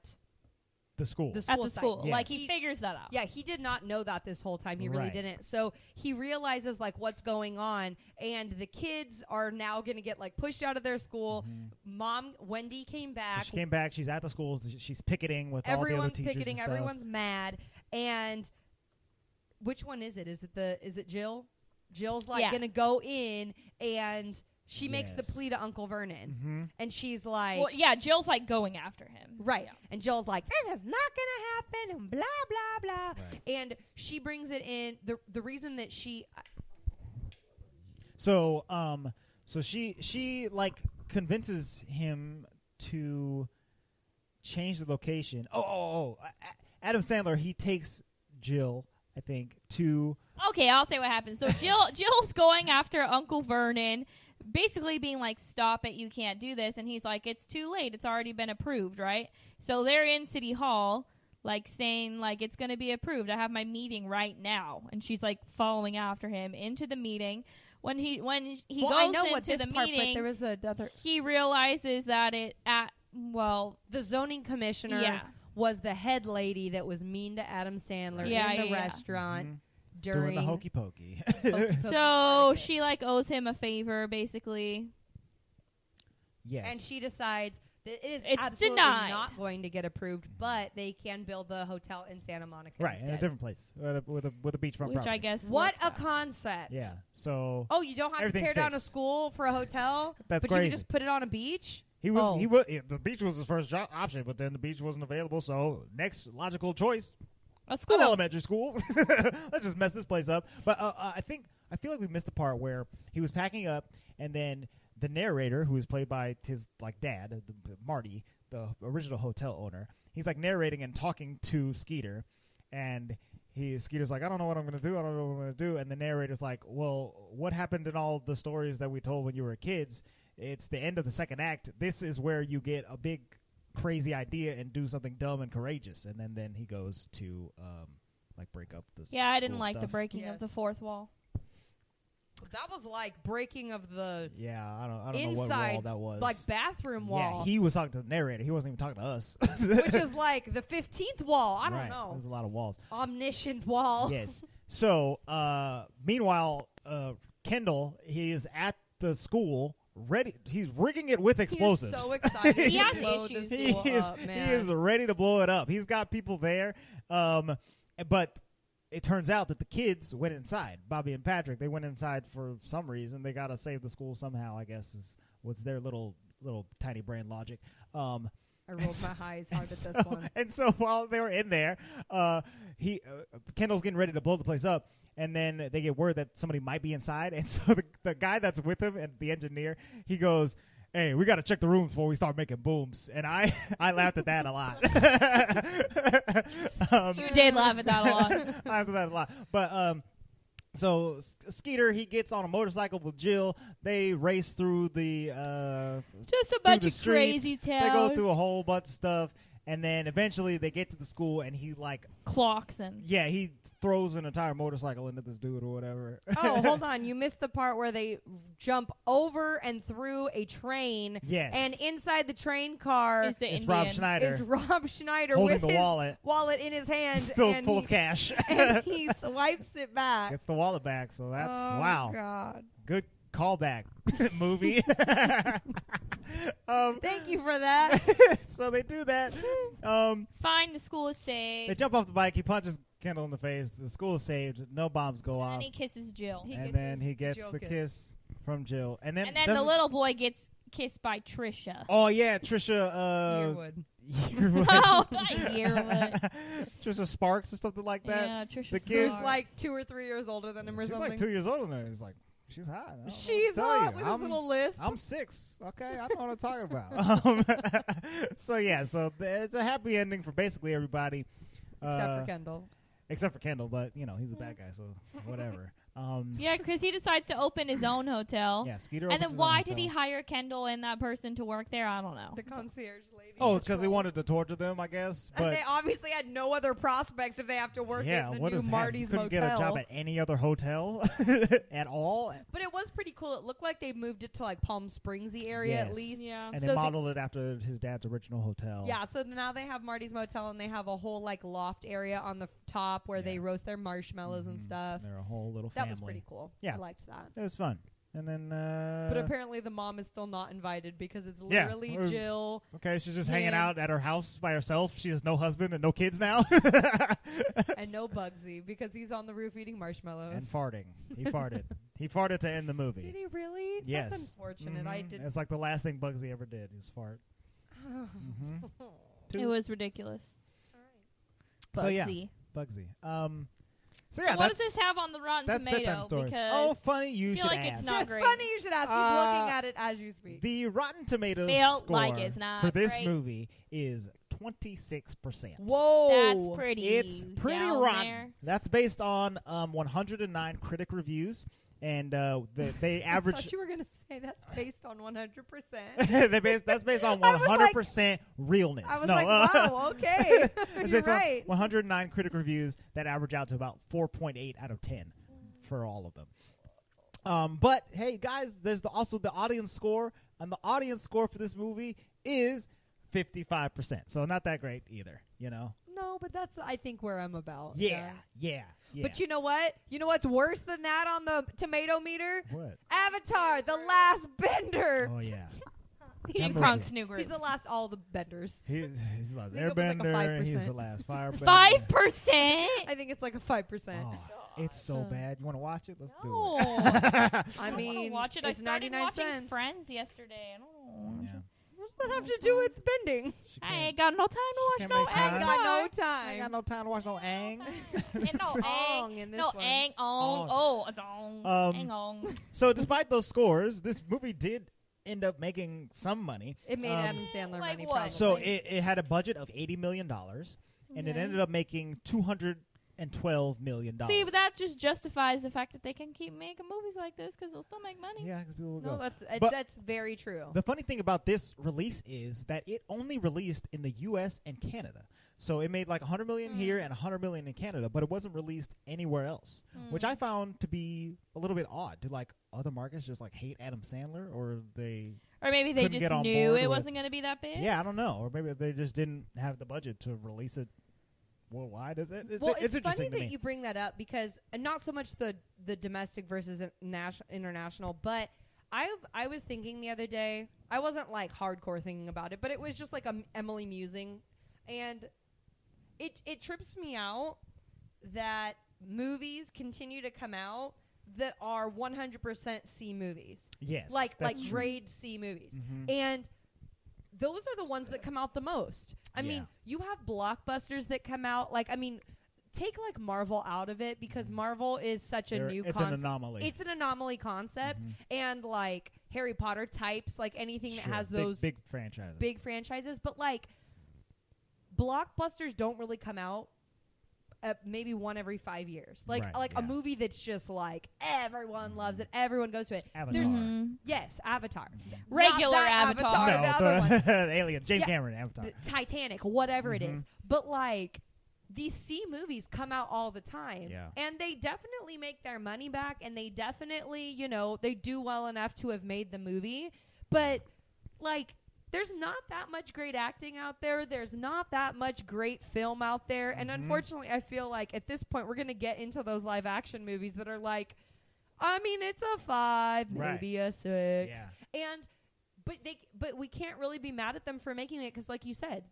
Speaker 4: the school.
Speaker 2: The school
Speaker 3: at the
Speaker 2: site.
Speaker 3: school.
Speaker 4: Yes.
Speaker 3: Like he figures that out.
Speaker 2: Yeah, he did not know that this whole time. He really
Speaker 4: Right.
Speaker 2: didn't. So he realizes like what's going on, and the kids are now going to get like pushed out of their school.
Speaker 4: Mhm.
Speaker 2: Mom, Wendy came
Speaker 4: So
Speaker 2: back.
Speaker 4: she came back. She's at the schools. She's picketing with all the
Speaker 2: everyone's
Speaker 4: other teachers.
Speaker 2: picketing.
Speaker 4: and stuff.
Speaker 2: Everyone's mad. And which one is it? Is it the? Is it Jill? Jill's like
Speaker 3: Yeah.
Speaker 2: going to go in, and she makes the
Speaker 4: Yes.
Speaker 2: plea to Uncle Vernon,
Speaker 4: Mhm.
Speaker 2: and she's like.
Speaker 3: Well, yeah, Jill's like going after him.
Speaker 2: Right.
Speaker 3: Yeah.
Speaker 2: And Jill's like, this is not going to happen, and blah, blah, blah.
Speaker 4: Right.
Speaker 2: And she brings it in. The, the reason that she,
Speaker 4: So, um, so she she like convinces him to change the location. Oh, oh, oh. A- A- Adam Sandler he takes Jill, I think, to
Speaker 3: Okay, I'll say what happens. So Jill Jill's going after Uncle Vernon, basically being like, Stop it, you can't do this and he's like, It's too late, it's already been approved, right? So they're in City Hall, like saying like it's gonna be approved. I have my meeting right now and she's like following after him into the meeting. When he when he
Speaker 2: well,
Speaker 3: goes
Speaker 2: I know
Speaker 3: into
Speaker 2: what this
Speaker 3: the
Speaker 2: part, but
Speaker 3: meeting,
Speaker 2: there was another,
Speaker 3: he realizes that it at well
Speaker 2: the zoning commissioner
Speaker 3: Yeah.
Speaker 2: was the head lady that was mean to Adam Sandler
Speaker 3: Yeah,
Speaker 2: in the
Speaker 3: yeah, yeah.
Speaker 2: restaurant
Speaker 4: Mhm.
Speaker 2: during,
Speaker 4: doing the hokey pokey.
Speaker 2: Hokey Pokey part
Speaker 3: so
Speaker 2: of it.
Speaker 3: she like owes him a favor basically
Speaker 4: yes,
Speaker 2: and she decides that it is
Speaker 3: It's
Speaker 2: absolutely
Speaker 3: denied.
Speaker 2: not going to get approved, but they can build the hotel in Santa Monica
Speaker 4: right in a
Speaker 2: instead.
Speaker 4: different place with a with a, with a beachfront
Speaker 3: which i
Speaker 4: property.
Speaker 3: guess
Speaker 2: what
Speaker 3: works
Speaker 2: a
Speaker 3: out.
Speaker 2: concept!
Speaker 4: Yeah. So
Speaker 2: Oh, you don't have to tear
Speaker 4: Everything's
Speaker 2: down a
Speaker 4: fixed.
Speaker 2: school for a hotel,
Speaker 4: That's
Speaker 2: but you
Speaker 4: crazy.
Speaker 2: can just put it on a beach.
Speaker 4: he was
Speaker 2: Oh.
Speaker 4: he was the beach was his first jo- option, but then the beach wasn't available. So next logical choice
Speaker 3: a
Speaker 4: It's
Speaker 3: school
Speaker 4: an elementary school. Let's just mess this place up. But uh, uh, I think I feel like we missed the part where he was packing up, and then the narrator, who was played by his like dad, uh, the- the Marty, the original hotel owner, he's like narrating and talking to Skeeter, and he Skeeter's like, I don't know what I'm gonna do. I don't know what I'm gonna do. And the narrator's like, Well, what happened in all the stories that we told when you were kids? It's the end of the second act. This is where you get a big crazy idea and do something dumb and courageous and then then he goes to um like break up the s-
Speaker 3: yeah i didn't
Speaker 4: school
Speaker 3: like the
Speaker 4: stuff.
Speaker 3: breaking
Speaker 2: Yes.
Speaker 3: of the fourth wall
Speaker 2: That was like breaking of the
Speaker 4: yeah i don't i don't know what wall
Speaker 2: Inside,
Speaker 4: that was
Speaker 2: like bathroom
Speaker 4: yeah
Speaker 2: wall,
Speaker 4: he was talking to the narrator he wasn't even talking to us
Speaker 2: which is like the fifteenth wall. I don't
Speaker 4: Right.
Speaker 2: know,
Speaker 4: there's a lot of walls
Speaker 2: omniscient wall.
Speaker 4: yes so uh meanwhile uh kendall he is at the school ready he's rigging it with
Speaker 2: He is
Speaker 4: explosives
Speaker 2: so excited.
Speaker 3: He
Speaker 2: to
Speaker 3: has
Speaker 2: blow
Speaker 3: issues.
Speaker 2: this
Speaker 4: he
Speaker 2: wall
Speaker 4: is
Speaker 2: up,
Speaker 4: he
Speaker 2: man.
Speaker 4: is ready to blow it up. He's got people there, um, but it turns out that the kids went inside. Bobby and Patrick they went inside for some reason. They got to save the school somehow. I guess is what's their little little tiny brain logic. Um,
Speaker 2: I rolled my eyes hard at
Speaker 4: so,
Speaker 2: this one.
Speaker 4: and so while they were in there, uh, he uh, Kendall's getting ready to blow the place up, and then they get word that somebody might be inside, and so the, the guy that's with him and the engineer, he goes. Hey, we gotta check the rooms before we start making booms, and I I laughed at that a lot. um,
Speaker 3: you did laugh at that a lot
Speaker 4: I laughed at that a lot, but um, so S- Skeeter he gets on a motorcycle with Jill. They race through the uh,
Speaker 3: Just a
Speaker 4: through the streets. They go through a whole bunch of stuff, and then eventually they get to the school, and he like,
Speaker 3: clocks and
Speaker 4: yeah, he throws an entire motorcycle into this dude or whatever.
Speaker 2: Oh, hold on! You missed the part where they jump over and through a train,
Speaker 4: yes,
Speaker 2: and inside the train car
Speaker 3: is the
Speaker 4: it's
Speaker 3: Indian.
Speaker 4: Rob Schneider
Speaker 2: is Rob Schneider
Speaker 4: holding
Speaker 2: with
Speaker 4: the
Speaker 2: his
Speaker 4: wallet,
Speaker 2: wallet in his hand,
Speaker 4: still
Speaker 2: and
Speaker 4: full
Speaker 2: he-
Speaker 4: of cash.
Speaker 2: and he swipes it back.
Speaker 4: Gets the wallet back, so that's
Speaker 2: Oh,
Speaker 4: wow,
Speaker 2: God.
Speaker 4: good callback movie. um,
Speaker 2: Thank you for that.
Speaker 4: so they do that. Um,
Speaker 3: It's fine. The school is
Speaker 4: they
Speaker 3: safe.
Speaker 4: jump off the bike. He punches Kendall in the face. The school is saved. No bombs go
Speaker 3: And
Speaker 4: off.
Speaker 3: then he kisses Jill.
Speaker 2: He
Speaker 4: and
Speaker 2: gets
Speaker 4: then
Speaker 2: his
Speaker 4: he gets
Speaker 2: Jill
Speaker 4: the
Speaker 2: kiss.
Speaker 4: kiss. from Jill, and then
Speaker 3: And then the
Speaker 4: doesn't-
Speaker 3: little boy gets kissed by Trisha.
Speaker 4: oh yeah, Trisha uh,
Speaker 2: Yearwood.
Speaker 4: Yearwood.
Speaker 3: Oh, not Yearwood.
Speaker 4: Trisha Sparks or something like that.
Speaker 3: yeah, Trisha.
Speaker 4: the
Speaker 2: Who's
Speaker 4: kid-
Speaker 3: Sparks.
Speaker 2: like two or three years older than him or
Speaker 4: She's
Speaker 2: something.
Speaker 4: like two years older than her. He's like, she's hot. I don't know what to
Speaker 2: She's
Speaker 4: tell
Speaker 2: hot
Speaker 4: you.
Speaker 2: with
Speaker 4: I'm,
Speaker 2: his little lisp.
Speaker 4: I'm six. Okay, I know what I'm talking about. um, so yeah, so th- it's a happy ending for basically everybody,
Speaker 2: Except for
Speaker 4: uh,
Speaker 2: Kendall.
Speaker 4: except for Kendall. But you know, he's a bad guy, so whatever. Um,
Speaker 3: yeah, because he decides to open his own hotel.
Speaker 4: yeah, Skeeter.
Speaker 3: and
Speaker 4: opens
Speaker 3: then
Speaker 4: his
Speaker 3: why
Speaker 4: own
Speaker 3: did he
Speaker 4: hotel.
Speaker 3: hire Kendall and that person to work there? I don't know.
Speaker 2: The concierge lady.
Speaker 4: Oh, because he wanted to torture them, I guess.
Speaker 2: And
Speaker 4: But
Speaker 2: they obviously had no other prospects if they have to work
Speaker 4: yeah,
Speaker 2: at the
Speaker 4: what
Speaker 2: new
Speaker 4: is that? You
Speaker 2: Marty's
Speaker 4: couldn't
Speaker 2: motel.
Speaker 4: get a job at any other hotel at all.
Speaker 2: but it was was pretty cool. It looked like they moved it to like Palm Springsy area at
Speaker 4: Yes.
Speaker 2: least.
Speaker 3: Yeah.
Speaker 4: and
Speaker 2: So
Speaker 4: they
Speaker 2: the-
Speaker 4: modeled it after his dad's original hotel.
Speaker 2: Yeah, so now they have Marty's Motel and they have a whole like loft area on the f- top where they
Speaker 4: Yeah.
Speaker 2: roast their marshmallows and
Speaker 4: Mhm.
Speaker 2: stuff.
Speaker 4: They're a whole little
Speaker 2: That
Speaker 4: family.
Speaker 2: was pretty cool.
Speaker 4: Yeah.
Speaker 2: I liked that.
Speaker 4: It was fun. And then, uh,
Speaker 2: But apparently the mom is still not invited because it's
Speaker 4: Yeah,
Speaker 2: literally
Speaker 4: we're-
Speaker 2: Jill.
Speaker 4: okay, she's just
Speaker 2: Man.
Speaker 4: hanging out at her house by herself. She has no husband and no kids now.
Speaker 2: and no Bugsy because he's on the roof eating marshmallows.
Speaker 4: and farting. He farted. he farted to end the movie.
Speaker 2: Did he really?
Speaker 4: Yes.
Speaker 2: That's unfortunate. I
Speaker 4: Mhm.
Speaker 2: didn't.
Speaker 4: It's like the last thing Bugsy ever did. He was fart. hmm
Speaker 3: It was ridiculous.
Speaker 4: So yeah,
Speaker 3: Bugsy.
Speaker 4: Bugsy. Um, so yeah,
Speaker 3: what
Speaker 4: that's
Speaker 3: does this have on the Rotten
Speaker 4: that's bedtime
Speaker 3: Tomato?
Speaker 4: stories.
Speaker 3: Because
Speaker 4: Oh, funny! You
Speaker 3: feel
Speaker 4: should
Speaker 3: like
Speaker 4: ask.
Speaker 3: it's not great.
Speaker 2: funny you should ask. He's
Speaker 4: Uh,
Speaker 2: looking at it as you speak.
Speaker 4: The Rotten Tomatoes
Speaker 3: Feel
Speaker 4: score
Speaker 3: like it's not
Speaker 4: for this
Speaker 3: great.
Speaker 4: movie is twenty six percent.
Speaker 2: Whoa.
Speaker 3: That's pretty.
Speaker 4: Oh, It's pretty
Speaker 3: down
Speaker 4: rotten.
Speaker 3: there.
Speaker 4: That's based on um, 109 critic reviews, and uh, they, they
Speaker 2: I thought
Speaker 4: average.
Speaker 2: you were going to say that's based on 100%.
Speaker 4: they base, that's based on
Speaker 2: I was like-
Speaker 4: 100 percent realness.
Speaker 2: I was
Speaker 4: no,
Speaker 2: like,
Speaker 4: uh,
Speaker 2: wow, okay.
Speaker 4: it's
Speaker 2: You're
Speaker 4: based
Speaker 2: right.
Speaker 4: on 109 critic reviews that average out to about 4.8 out of 10 for all of them. Um, but hey, guys, there's the, also the audience score, and the audience score for this movie is 55 percent. So not that great either, you know.
Speaker 2: No, but that's, I think, where I'm about.
Speaker 4: Yeah, yeah, yeah.
Speaker 2: Oh, But you know what? You know what's worse than that on the tomato meter?
Speaker 4: what?
Speaker 2: Avatar, the last bender.
Speaker 4: Oh yeah.
Speaker 3: He
Speaker 4: Number
Speaker 3: Kronk's
Speaker 4: one.
Speaker 3: new
Speaker 2: He's
Speaker 3: group.
Speaker 2: the last all the benders.
Speaker 4: He's, he's the last
Speaker 2: I think it was like a
Speaker 4: airbender.
Speaker 2: 5%.
Speaker 4: he's the last firebender.
Speaker 3: Five percent.
Speaker 2: I think it's like a 5%.
Speaker 4: Oh, it's so bad. You want to watch it? Let's
Speaker 3: No.
Speaker 4: do it.
Speaker 2: I
Speaker 3: I wanna
Speaker 2: mean,
Speaker 3: watch it. I
Speaker 2: it's
Speaker 3: started
Speaker 2: 99
Speaker 3: watching
Speaker 2: cents.
Speaker 3: Friends yesterday. I don't know.
Speaker 4: yeah.
Speaker 2: What does that have to do with bending?
Speaker 4: She
Speaker 3: I
Speaker 4: can't-
Speaker 3: ain't got no time to watch
Speaker 4: Can't
Speaker 3: no
Speaker 4: make
Speaker 3: Ang.
Speaker 4: time.
Speaker 2: I got no
Speaker 4: I got
Speaker 2: time.
Speaker 4: no time to watch no Ang.
Speaker 3: Ain't no
Speaker 2: Ong
Speaker 3: Ang.
Speaker 2: in this
Speaker 3: No
Speaker 2: one.
Speaker 3: Ang. On.
Speaker 4: Ong.
Speaker 3: Oh, it's on.
Speaker 4: Um,
Speaker 3: Ang on.
Speaker 4: so, despite those scores, this movie did end up making some money.
Speaker 2: It made
Speaker 4: Um,
Speaker 2: Adam Sandler
Speaker 3: like
Speaker 2: money.
Speaker 3: what?
Speaker 2: Probably.
Speaker 4: So it, it had a budget of eighty million dollars, and it
Speaker 3: Okay.
Speaker 4: ended up making two hundred and twelve million dollars.
Speaker 3: See, but that just justifies the fact that they can keep making movies like this because they'll still make money.
Speaker 4: yeah, 'cause people will
Speaker 2: no,
Speaker 4: go.
Speaker 2: that's it,
Speaker 4: But-
Speaker 2: that's very true.
Speaker 4: The funny thing about this release is that it only released in the U.S. and Canada. So it made like 100 million here and 100 million in Canada, but it wasn't released anywhere else,
Speaker 3: Hmm.
Speaker 4: which I found to be a little bit odd. Did like other markets just like hate Adam Sandler, or they?
Speaker 3: Or maybe they
Speaker 4: Couldn't
Speaker 3: just
Speaker 4: get on
Speaker 3: knew
Speaker 4: board
Speaker 3: it
Speaker 4: with-
Speaker 3: wasn't going to be that big.
Speaker 4: Yeah, I don't know, or maybe they just didn't have the budget to release it worldwide. Is it? It's,
Speaker 2: well,
Speaker 4: it's,
Speaker 2: funny
Speaker 4: interesting to
Speaker 2: that
Speaker 4: me.
Speaker 2: you bring that up because and not so much the the domestic versus in- nas- international, but I I was thinking the other day. I wasn't like hardcore thinking about it, but it was just like a m- Emily musing, and it it trips me out that movies continue to come out that are 100% C movies,
Speaker 4: yes,
Speaker 2: like
Speaker 4: that's
Speaker 2: like
Speaker 4: true.
Speaker 2: grade C movies,
Speaker 4: Mhm.
Speaker 2: and those are the ones that come out the most. I mean, you have blockbusters that come out like I mean, take like Marvel out of it
Speaker 4: Mm-hmm.
Speaker 2: because Marvel is such a
Speaker 4: They're-
Speaker 2: new
Speaker 4: it's an
Speaker 2: concept.
Speaker 4: anomaly.
Speaker 2: it's an anomaly concept and like Harry Potter types, like anything
Speaker 4: Mm-hmm. Sure.
Speaker 2: that has
Speaker 4: Big-
Speaker 2: those
Speaker 4: big, franchises.
Speaker 2: big franchises, but like blockbusters don't really come out uh, maybe one every five years. Like
Speaker 4: Right,
Speaker 2: like a
Speaker 4: yeah.
Speaker 2: movie that's just like everyone loves it, everyone goes to it.
Speaker 4: Avatar.
Speaker 2: There's
Speaker 3: Mhm.
Speaker 2: yes, Avatar, Not
Speaker 3: Regular
Speaker 2: that
Speaker 3: Avatar.
Speaker 4: no,
Speaker 2: Avatar, the other one.
Speaker 4: the Alien, James
Speaker 2: Yeah.
Speaker 4: Cameron, Avatar.
Speaker 2: the Titanic, whatever it is.
Speaker 4: Mhm.
Speaker 2: But like these C movies come out all the time.
Speaker 4: Yeah.
Speaker 2: And they definitely make their money back and they definitely, you know, they do well enough to have made the movie. But like there's not that much great acting out there. There's not that much great film out there. And
Speaker 4: Mhm.
Speaker 2: unfortunately, I feel like at this point we're going to get into those live action movies that are like I mean, it's a 5,
Speaker 4: Right.
Speaker 2: maybe a 6.
Speaker 4: Yeah.
Speaker 2: And but they but we can't really be mad at them for making it because, like you said,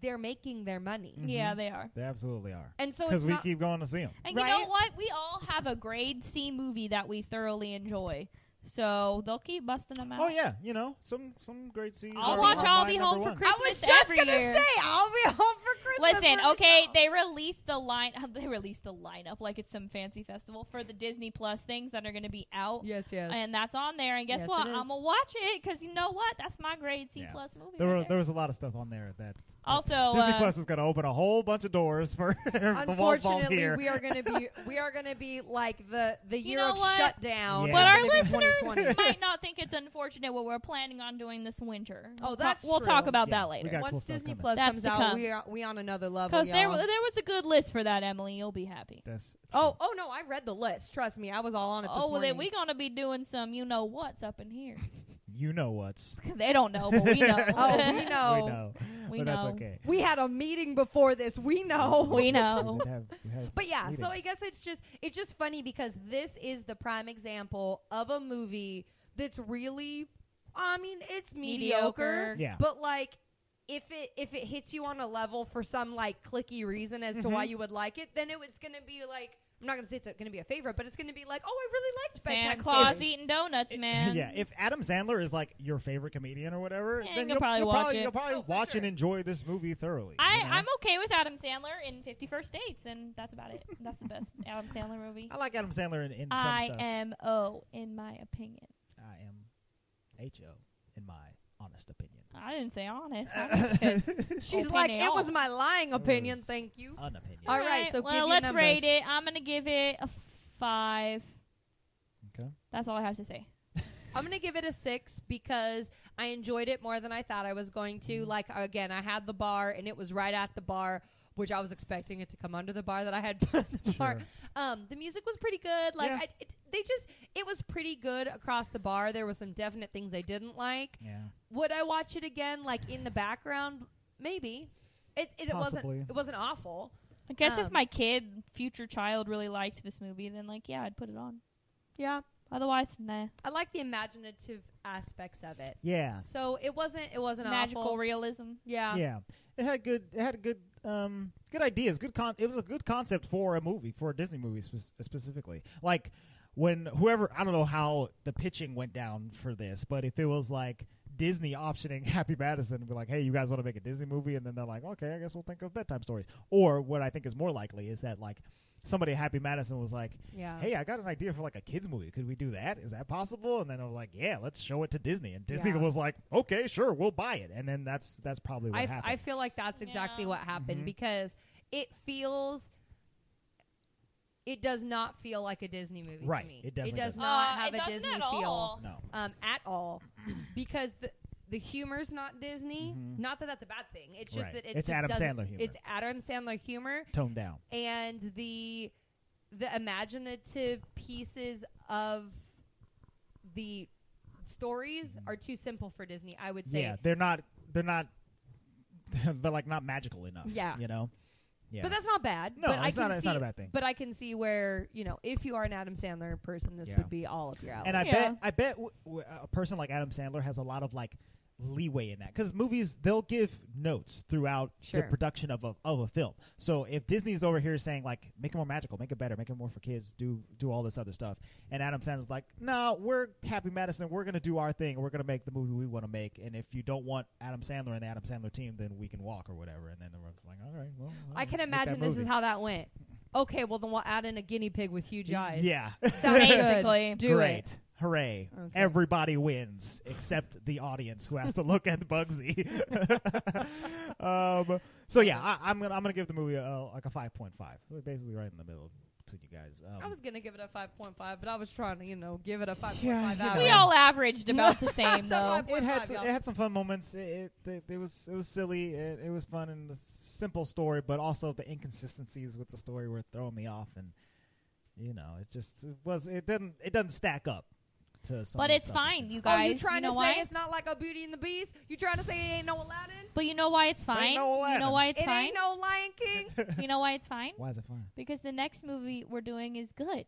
Speaker 2: they're making their money,
Speaker 4: Mhm.
Speaker 3: Yeah, they are.
Speaker 4: They absolutely are.
Speaker 2: and so it's
Speaker 4: Because we
Speaker 2: not.
Speaker 4: keep going to see them.
Speaker 3: And you know
Speaker 2: Right?
Speaker 3: what? We all have a grade C movie that we thoroughly enjoy. So they'll keep busting them out.
Speaker 4: Oh yeah, you know some some great scenes.
Speaker 3: I'll
Speaker 4: are
Speaker 3: watch
Speaker 4: on
Speaker 3: I'll
Speaker 4: my
Speaker 3: Be
Speaker 4: number
Speaker 3: Home for
Speaker 4: one.
Speaker 3: Christmas every year.
Speaker 2: I'll be home for Christmas.
Speaker 3: Listen,
Speaker 2: Marisha.
Speaker 3: okay, they released the line they released the lineup like it's some fancy festival for the Disney Plus things that are going to be out.
Speaker 2: yes, yes.
Speaker 3: And that's on there, and guess
Speaker 2: Yes,
Speaker 3: what?
Speaker 2: it is.
Speaker 3: I'm gonna watch it because you know what? That's my grade C
Speaker 4: Yeah.
Speaker 3: plus movie.
Speaker 4: There,
Speaker 3: right
Speaker 4: were,
Speaker 3: there.
Speaker 4: there was a lot of stuff on there that
Speaker 3: also,
Speaker 4: Disney
Speaker 3: uh,
Speaker 4: Plus is going to open a whole bunch of doors for the wall vault
Speaker 2: Unfortunately,
Speaker 4: here.
Speaker 2: we are gonna be we are gonna be like the the
Speaker 3: You
Speaker 2: year
Speaker 3: know
Speaker 2: of
Speaker 3: what?
Speaker 2: shutdown.
Speaker 4: Yeah.
Speaker 3: But our
Speaker 2: It's gonna be 2020.
Speaker 3: listeners might not think it's unfortunate what we're planning on doing this winter.
Speaker 2: Oh,
Speaker 3: We'll talk-
Speaker 2: that's
Speaker 3: we'll talk
Speaker 2: true.
Speaker 3: about
Speaker 4: Yeah,
Speaker 3: that
Speaker 4: we
Speaker 3: later.
Speaker 4: got- cool
Speaker 2: Once
Speaker 4: stuff
Speaker 2: Disney
Speaker 4: coming.
Speaker 2: Plus
Speaker 3: That's
Speaker 2: comes
Speaker 3: to
Speaker 2: out,
Speaker 3: come.
Speaker 2: we are we on a another level,
Speaker 3: Because there,
Speaker 2: y'all.
Speaker 3: w- there was a good list for that, Emily. You'll be happy.
Speaker 4: That's true.
Speaker 2: oh, oh no, I read the list. Trust me, I was all on it. This
Speaker 3: Oh, well,
Speaker 2: morning.
Speaker 3: then we gonna be doing some you know what's up in here.
Speaker 4: you know what's.
Speaker 3: they don't know, but we know.
Speaker 2: Oh, we
Speaker 4: We
Speaker 2: know.
Speaker 4: know,
Speaker 3: We
Speaker 4: but that's
Speaker 3: know. Oh.
Speaker 4: okay.
Speaker 2: we had a meeting before this. We know.
Speaker 3: We know.
Speaker 4: We did have, we had
Speaker 2: But yeah, so I
Speaker 4: meetings.
Speaker 2: guess it's just it's just funny because this is the prime example of a movie that's really I mean, it's mediocre,
Speaker 3: Mediocre.
Speaker 4: Yeah.
Speaker 2: but like if it if it hits you on a level for some like clicky reason as to why
Speaker 4: Mm-hmm.
Speaker 2: you would like it, then it was going to be like I'm not going to say it's going to be a favorite, but it's going to be like, "Oh, I really liked
Speaker 3: Santa
Speaker 2: Bedtime
Speaker 3: Claus
Speaker 2: Story."
Speaker 3: eating donuts, man.
Speaker 4: Yeah, if Adam Sandler is like your favorite comedian or whatever,
Speaker 3: Yeah, you
Speaker 4: then
Speaker 3: can
Speaker 4: you'll
Speaker 3: probably
Speaker 4: you'll
Speaker 3: watch
Speaker 4: probably,
Speaker 3: it.
Speaker 4: You'll probably
Speaker 2: Oh, for
Speaker 4: watch
Speaker 2: sure.
Speaker 4: and enjoy this movie thoroughly.
Speaker 3: I,
Speaker 4: you know?
Speaker 3: I'm okay with Adam Sandler in 51st Dates, and that's about it. That's the best Adam Sandler movie.
Speaker 4: I like Adam Sandler in, in some
Speaker 3: I
Speaker 4: stuff.
Speaker 3: M O, in my opinion.
Speaker 4: I am H O in my honest opinion.
Speaker 3: I didn't say honest. I just said
Speaker 2: She's like, "It
Speaker 3: Opinion.
Speaker 2: was my lying opinion,
Speaker 4: Yes.
Speaker 2: thank you."
Speaker 4: Unopinion.
Speaker 2: All right, so
Speaker 3: well,
Speaker 2: give your
Speaker 3: let's
Speaker 2: numbers.
Speaker 3: rate it. I'm gonna give it a five.
Speaker 4: Okay.
Speaker 3: That's all I have to say.
Speaker 2: I'm gonna give it a six because I enjoyed it more than I thought I was going to.
Speaker 4: Mm-hmm.
Speaker 2: Like again, I had the bar and it was right at the bar, which I was expecting it to come under the bar that I had put at the bar.
Speaker 4: Sure.
Speaker 2: Um, the music was pretty good. Like
Speaker 4: Yeah.
Speaker 2: I, it, they just, it was pretty good across the bar. There were some definite things I didn't like.
Speaker 4: Yeah.
Speaker 2: Would I watch it again? Like in the background, maybe. It, it, it
Speaker 4: Possibly.
Speaker 2: wasn't. It wasn't awful.
Speaker 3: I guess if
Speaker 2: Um,
Speaker 3: my kid, future child, really liked this movie, then like, yeah, I'd put it on.
Speaker 2: Yeah,
Speaker 3: Otherwise, nah.
Speaker 2: I like the imaginative aspects of it.
Speaker 4: Yeah.
Speaker 2: So it wasn't. It wasn't
Speaker 3: Magical
Speaker 2: awful.
Speaker 3: realism.
Speaker 2: yeah.
Speaker 4: yeah. It had good. It had good. Um, good ideas. Good con. It was a good concept for a movie, for a Disney movie spe- specifically. Like when whoever I don't know how the pitching went down for this, but if it was like Disney optioning Happy Madison, and be like, hey, you guys want to make a Disney movie, and then they're like, okay, I guess we'll think of bedtime stories. Or what I think is more likely is that like somebody at Happy Madison was like,
Speaker 2: Yeah.
Speaker 4: hey, I got an idea for like a kids movie. Could we do that? Is that possible? And then I was like, yeah, let's show it to Disney. And Disney
Speaker 2: Yeah.
Speaker 4: was like, okay, sure, we'll buy it. And then that's that's probably what
Speaker 2: I, f- I
Speaker 4: happened.
Speaker 2: feel like that's exactly
Speaker 3: Yeah.
Speaker 2: what happened
Speaker 4: Mhm.
Speaker 2: because it feels it does not feel like a Disney movie
Speaker 4: Right.
Speaker 2: to me.
Speaker 4: It definitely
Speaker 2: does
Speaker 4: doesn't.
Speaker 2: not
Speaker 3: Uh,
Speaker 2: have
Speaker 3: it
Speaker 2: a
Speaker 3: doesn't
Speaker 2: Disney
Speaker 3: at
Speaker 2: feel
Speaker 3: all.
Speaker 4: no.
Speaker 2: um, at all because the the humor's not Disney.
Speaker 4: Mhm.
Speaker 2: Not that that's a bad thing. It's just
Speaker 4: Right.
Speaker 2: that it
Speaker 4: It's
Speaker 2: just
Speaker 4: Adam
Speaker 2: doesn't-
Speaker 4: Sandler humor.
Speaker 2: It's Adam Sandler humor
Speaker 4: Toned down.
Speaker 2: and the the imaginative pieces of the stories are too simple for Disney. I would say
Speaker 4: Mm-hmm. Yeah. They're not they're not they're like not magical enough.
Speaker 2: Yeah.
Speaker 4: You know? Yeah.
Speaker 2: But that's not bad.
Speaker 4: No,
Speaker 2: but I
Speaker 4: it's
Speaker 2: can
Speaker 4: not- it's
Speaker 2: see,
Speaker 4: not a bad thing.
Speaker 2: But I can see where you know if you are an Adam Sandler person, this
Speaker 4: Yeah.
Speaker 2: would be all of your alley.
Speaker 4: and I
Speaker 3: Yeah.
Speaker 4: bet I bet w- w- a person like Adam Sandler has a lot of like leeway in that because movies they'll give notes throughout
Speaker 2: Sure.
Speaker 4: the production of a, of a film. So if Disney's over here saying like make it more magical, make it better, make it more for kids, do do all this other stuff, and Adam Sandler's like, no, we're Happy Madison, we're gonna do our thing, we're gonna make the movie we want to make, and if you don't want Adam Sandler and the Adam Sandler team, then we can walk or whatever, and then they're like, all right, well,
Speaker 2: I can
Speaker 4: make that
Speaker 2: imagine this
Speaker 4: movie."
Speaker 2: is how that went. Okay, well then we'll add in a guinea pig with huge eyes.
Speaker 4: yeah,
Speaker 2: Sounds good.
Speaker 3: Basically.
Speaker 2: do
Speaker 4: Great.
Speaker 2: it.
Speaker 4: Hooray.
Speaker 2: Okay.
Speaker 4: Everybody wins except the audience who has to look at Bugsy. um, so yeah, I, I'm gonna I'm gonna give the movie a, like a 5.5. We're basically right in the middle between you guys. Um,
Speaker 2: I was gonna give it a five point five, but I was trying to you know give it a five point five.
Speaker 4: you know.
Speaker 3: We
Speaker 4: Yeah.
Speaker 3: all averaged about the same
Speaker 2: So
Speaker 3: though.
Speaker 2: five-
Speaker 4: it had
Speaker 2: 5.5,
Speaker 4: some,
Speaker 2: y'all.
Speaker 4: it had some fun moments. It it, it, it was it was silly. It, it was fun and a simple story, but also the inconsistencies with the story were throwing me off. And you know, it just it was it doesn't it doesn't stack up to. Some of
Speaker 3: But
Speaker 4: the
Speaker 3: it's
Speaker 4: stuff I've
Speaker 3: fine,
Speaker 4: seen.
Speaker 3: you
Speaker 2: Oh,
Speaker 3: guys.
Speaker 2: you trying
Speaker 3: know
Speaker 2: to
Speaker 3: why?
Speaker 2: say it's not like a Beauty and the Beast? You trying to say it ain't no Aladdin?
Speaker 3: But you know why it's
Speaker 4: Say
Speaker 3: fine.
Speaker 4: no
Speaker 3: you
Speaker 4: Aladdin.
Speaker 3: know why it's
Speaker 2: it
Speaker 3: fine.
Speaker 2: ain't no Lion King.
Speaker 3: you know why it's fine
Speaker 4: Why is it fine?
Speaker 3: because the next movie we're doing is good.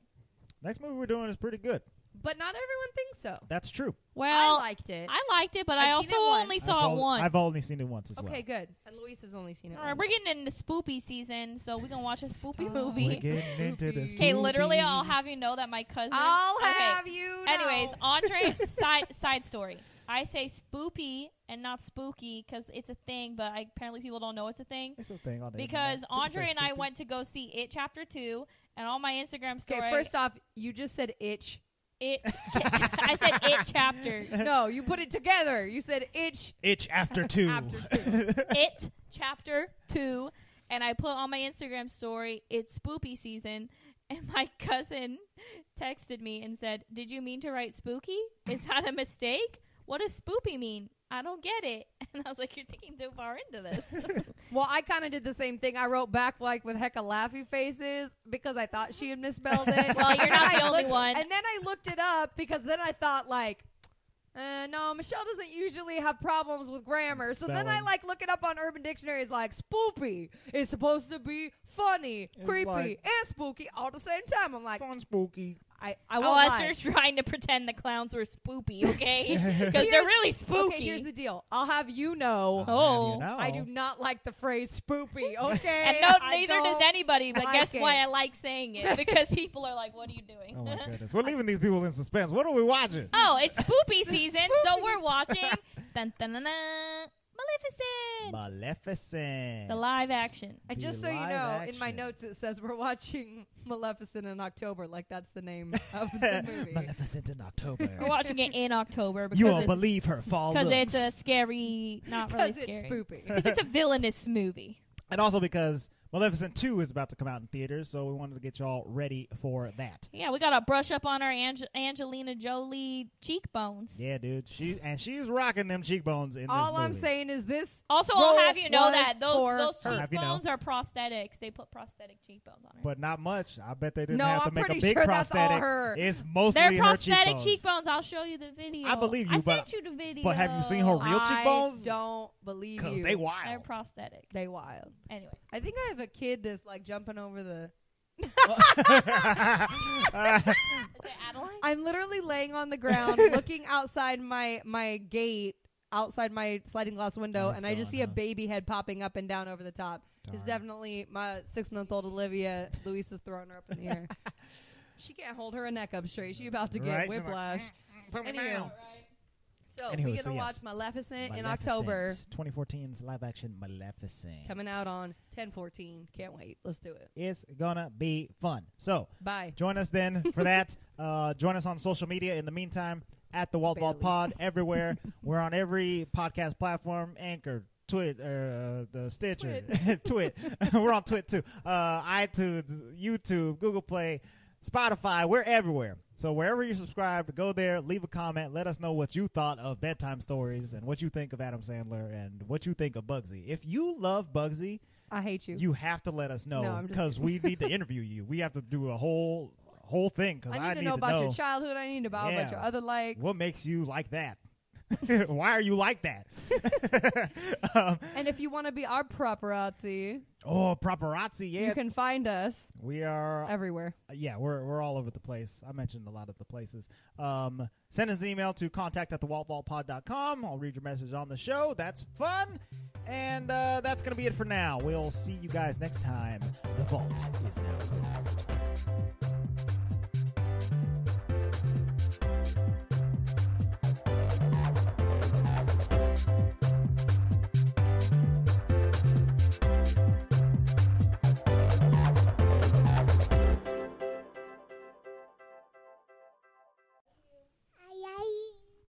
Speaker 4: Next movie we're doing is pretty good.
Speaker 2: but not everyone thinks so.
Speaker 4: That's true.
Speaker 3: Well,
Speaker 2: I liked it.
Speaker 3: I liked it, but
Speaker 2: I've
Speaker 3: I
Speaker 2: seen
Speaker 3: also
Speaker 2: it once.
Speaker 3: only saw
Speaker 4: I've
Speaker 3: it
Speaker 4: al-
Speaker 3: once.
Speaker 4: I've only seen it once as well.
Speaker 2: okay, good. And Luis has only seen it.
Speaker 3: All right,
Speaker 2: once.
Speaker 3: we're getting into spoopy season, so we're gonna watch a spoopy
Speaker 2: Stop.
Speaker 4: Oh, We're
Speaker 3: movie.
Speaker 4: getting into this.
Speaker 3: Okay, literally, I'll
Speaker 4: movies.
Speaker 3: have you know that my cousin.
Speaker 2: I'll
Speaker 3: okay.
Speaker 2: have you. know.
Speaker 3: Anyways, Andre, side side story. I say spoopy and not spooky because it's a thing, but I, apparently people don't know it's a thing.
Speaker 4: It's a thing on the internet.
Speaker 3: Because
Speaker 4: People
Speaker 3: Andre
Speaker 4: say
Speaker 3: and I
Speaker 4: spoopy.
Speaker 3: went to go see It Chapter Two, and on my Instagram story,
Speaker 2: Okay, first off, you just said itch.
Speaker 3: it. I said It Chapter.
Speaker 2: No, you put it together. You said itch
Speaker 4: Itch after two.
Speaker 2: after two.
Speaker 3: It Chapter Two, and I put on my Instagram story, "It's spoopy season." And my cousin texted me and said, "Did you mean to write spooky? Is that a mistake? What does spoopy mean?" I don't get it. And I was like, you're thinking too far into this.
Speaker 2: Well, I kind of did the same thing. I wrote back like with hecka laughy faces because I thought she had misspelled it.
Speaker 3: Well, you're
Speaker 2: And
Speaker 3: not
Speaker 2: I
Speaker 3: the only
Speaker 2: looked-
Speaker 3: one.
Speaker 2: And then I looked it up because then I thought like. Uh, no, Michelle doesn't usually have problems with grammar. So then I
Speaker 4: Spelling.
Speaker 2: like look it up on Urban Dictionaries like spoopy is supposed to be funny,
Speaker 4: It's
Speaker 2: creepy,
Speaker 4: like-
Speaker 2: and spooky all at the same time. I'm like,
Speaker 4: Sounds spooky.
Speaker 2: I, I won't
Speaker 3: Unless
Speaker 2: lie.
Speaker 3: you're trying to pretend the clowns were spoopy, okay? Because they're
Speaker 2: Here's-
Speaker 3: really spooky.
Speaker 2: Okay, here's the deal. I'll have you know,
Speaker 3: Oh.
Speaker 2: I do not like the phrase spoopy. Okay,
Speaker 3: and no,
Speaker 2: I
Speaker 3: neither does
Speaker 2: don't
Speaker 3: anybody. But
Speaker 2: like
Speaker 3: guess
Speaker 2: it.
Speaker 3: why I like saying it? Because people are like, "What are you doing?"
Speaker 4: Oh my goodness, we're leaving these people in suspense. What are we watching?
Speaker 3: Oh, it's spoopy season, so
Speaker 2: spoopy
Speaker 3: we're
Speaker 2: season.
Speaker 3: watching dun, dun, dun, dun, Maleficent,
Speaker 4: Maleficent.
Speaker 3: the live action.
Speaker 2: And
Speaker 4: The
Speaker 2: just so you know,
Speaker 4: live
Speaker 2: in my
Speaker 4: action.
Speaker 2: notes it says we're watching Maleficent in October, like that's the name of the movie.
Speaker 4: Maleficent in
Speaker 3: We're
Speaker 4: October.
Speaker 3: watching it in October because
Speaker 4: you won't
Speaker 3: it's,
Speaker 4: believe her fall
Speaker 3: because
Speaker 4: looks.
Speaker 3: it's a scary, not really
Speaker 2: Because
Speaker 3: scary.
Speaker 2: it's spoopy.
Speaker 3: 'Cause it's a villainous movie.
Speaker 4: and also because Maleficent 2 is about to come out in theaters, so we wanted to get y'all ready for that.
Speaker 3: Yeah, we got to brush up on our Ange- Angelina Jolie cheekbones.
Speaker 4: Yeah, dude. She and she's rocking them cheekbones in this
Speaker 2: All I'm
Speaker 4: movie.
Speaker 2: saying is this.
Speaker 3: Also, I'll
Speaker 2: role
Speaker 3: have you know
Speaker 2: was
Speaker 3: that
Speaker 2: for
Speaker 3: those,
Speaker 2: her.
Speaker 3: those
Speaker 4: Have you know.
Speaker 3: cheekbones are prosthetics. They put prosthetic cheekbones on her.
Speaker 4: But not much. I bet they didn't
Speaker 2: No,
Speaker 4: have to
Speaker 2: I'm
Speaker 4: make a
Speaker 2: pretty
Speaker 4: big
Speaker 2: sure that's all
Speaker 4: prosthetic.
Speaker 2: her.
Speaker 4: It's mostly
Speaker 3: They're
Speaker 4: her
Speaker 3: prosthetic
Speaker 4: cheekbones.
Speaker 3: I'll show you the video.
Speaker 4: I believe you,
Speaker 3: I
Speaker 4: but-
Speaker 3: sent you the video.
Speaker 4: but have you seen her Oh, real
Speaker 2: I
Speaker 4: cheekbones?
Speaker 2: Don't believe
Speaker 4: Because
Speaker 2: you.
Speaker 4: they
Speaker 3: They're
Speaker 4: wild.
Speaker 3: prosthetic.
Speaker 2: They wild.
Speaker 3: Anyway,
Speaker 2: I think I have a kid that's like jumping over the.
Speaker 3: is it Adeline?
Speaker 2: I'm literally laying on the ground, looking outside my my gate, outside my sliding glass window,
Speaker 4: What's
Speaker 2: and I just
Speaker 4: going
Speaker 2: see a
Speaker 4: on?
Speaker 2: baby head popping up and down over the top. It's
Speaker 4: Darn.
Speaker 2: definitely my six month old Olivia. Luis is throwing her up in the air. she can't hold her neck up straight. She about to get
Speaker 4: Right? She's like,
Speaker 2: whiplash.
Speaker 4: Put me
Speaker 2: Anywho.
Speaker 4: down.
Speaker 2: So
Speaker 4: Anywho,
Speaker 2: we're gonna
Speaker 4: so
Speaker 2: watch
Speaker 4: yes.
Speaker 2: Maleficent, in
Speaker 4: Maleficent.
Speaker 2: October,
Speaker 4: 2014's live action Maleficent.
Speaker 2: coming out on ten fourteen. Can't wait. Let's do it.
Speaker 4: It's gonna be fun. So
Speaker 2: Bye.
Speaker 4: join us then for that. Uh, join us on social media. In the meantime, at the Walt Walt
Speaker 2: Barely.
Speaker 4: Pod everywhere. We're on every podcast platform: Anchor, Twit, uh, the Stitcher, Twit. We're on Twit too. Uh, iTunes, YouTube, Google Play, Spotify. We're everywhere. So wherever you're subscribed, go there, leave a comment, let us know what you thought of bedtime stories and what you think of Adam Sandler and what you think of Bugsy. If you love Bugsy,
Speaker 2: I hate you.
Speaker 4: you have to let us
Speaker 2: No,
Speaker 4: know
Speaker 2: I'm just
Speaker 4: because we need to interview you. We have to do a whole whole thing because
Speaker 2: I
Speaker 4: I,
Speaker 2: need to know about
Speaker 4: know
Speaker 2: your childhood. I need to know about
Speaker 4: Yeah.
Speaker 2: your other likes.
Speaker 4: what makes you like that. Why are you like that? um,
Speaker 2: and if you want to be our paparazzi,
Speaker 4: oh, paparazzi! Yeah,
Speaker 2: you can find us
Speaker 4: we are. uh,
Speaker 2: everywhere.
Speaker 4: yeah, we're we're all over the place. I mentioned a lot of the places. Um, send us an email to contact at the com. I'll read your message on the show. That's fun, and uh, that's gonna be it for now. We'll see you guys next time. The vault is now closed.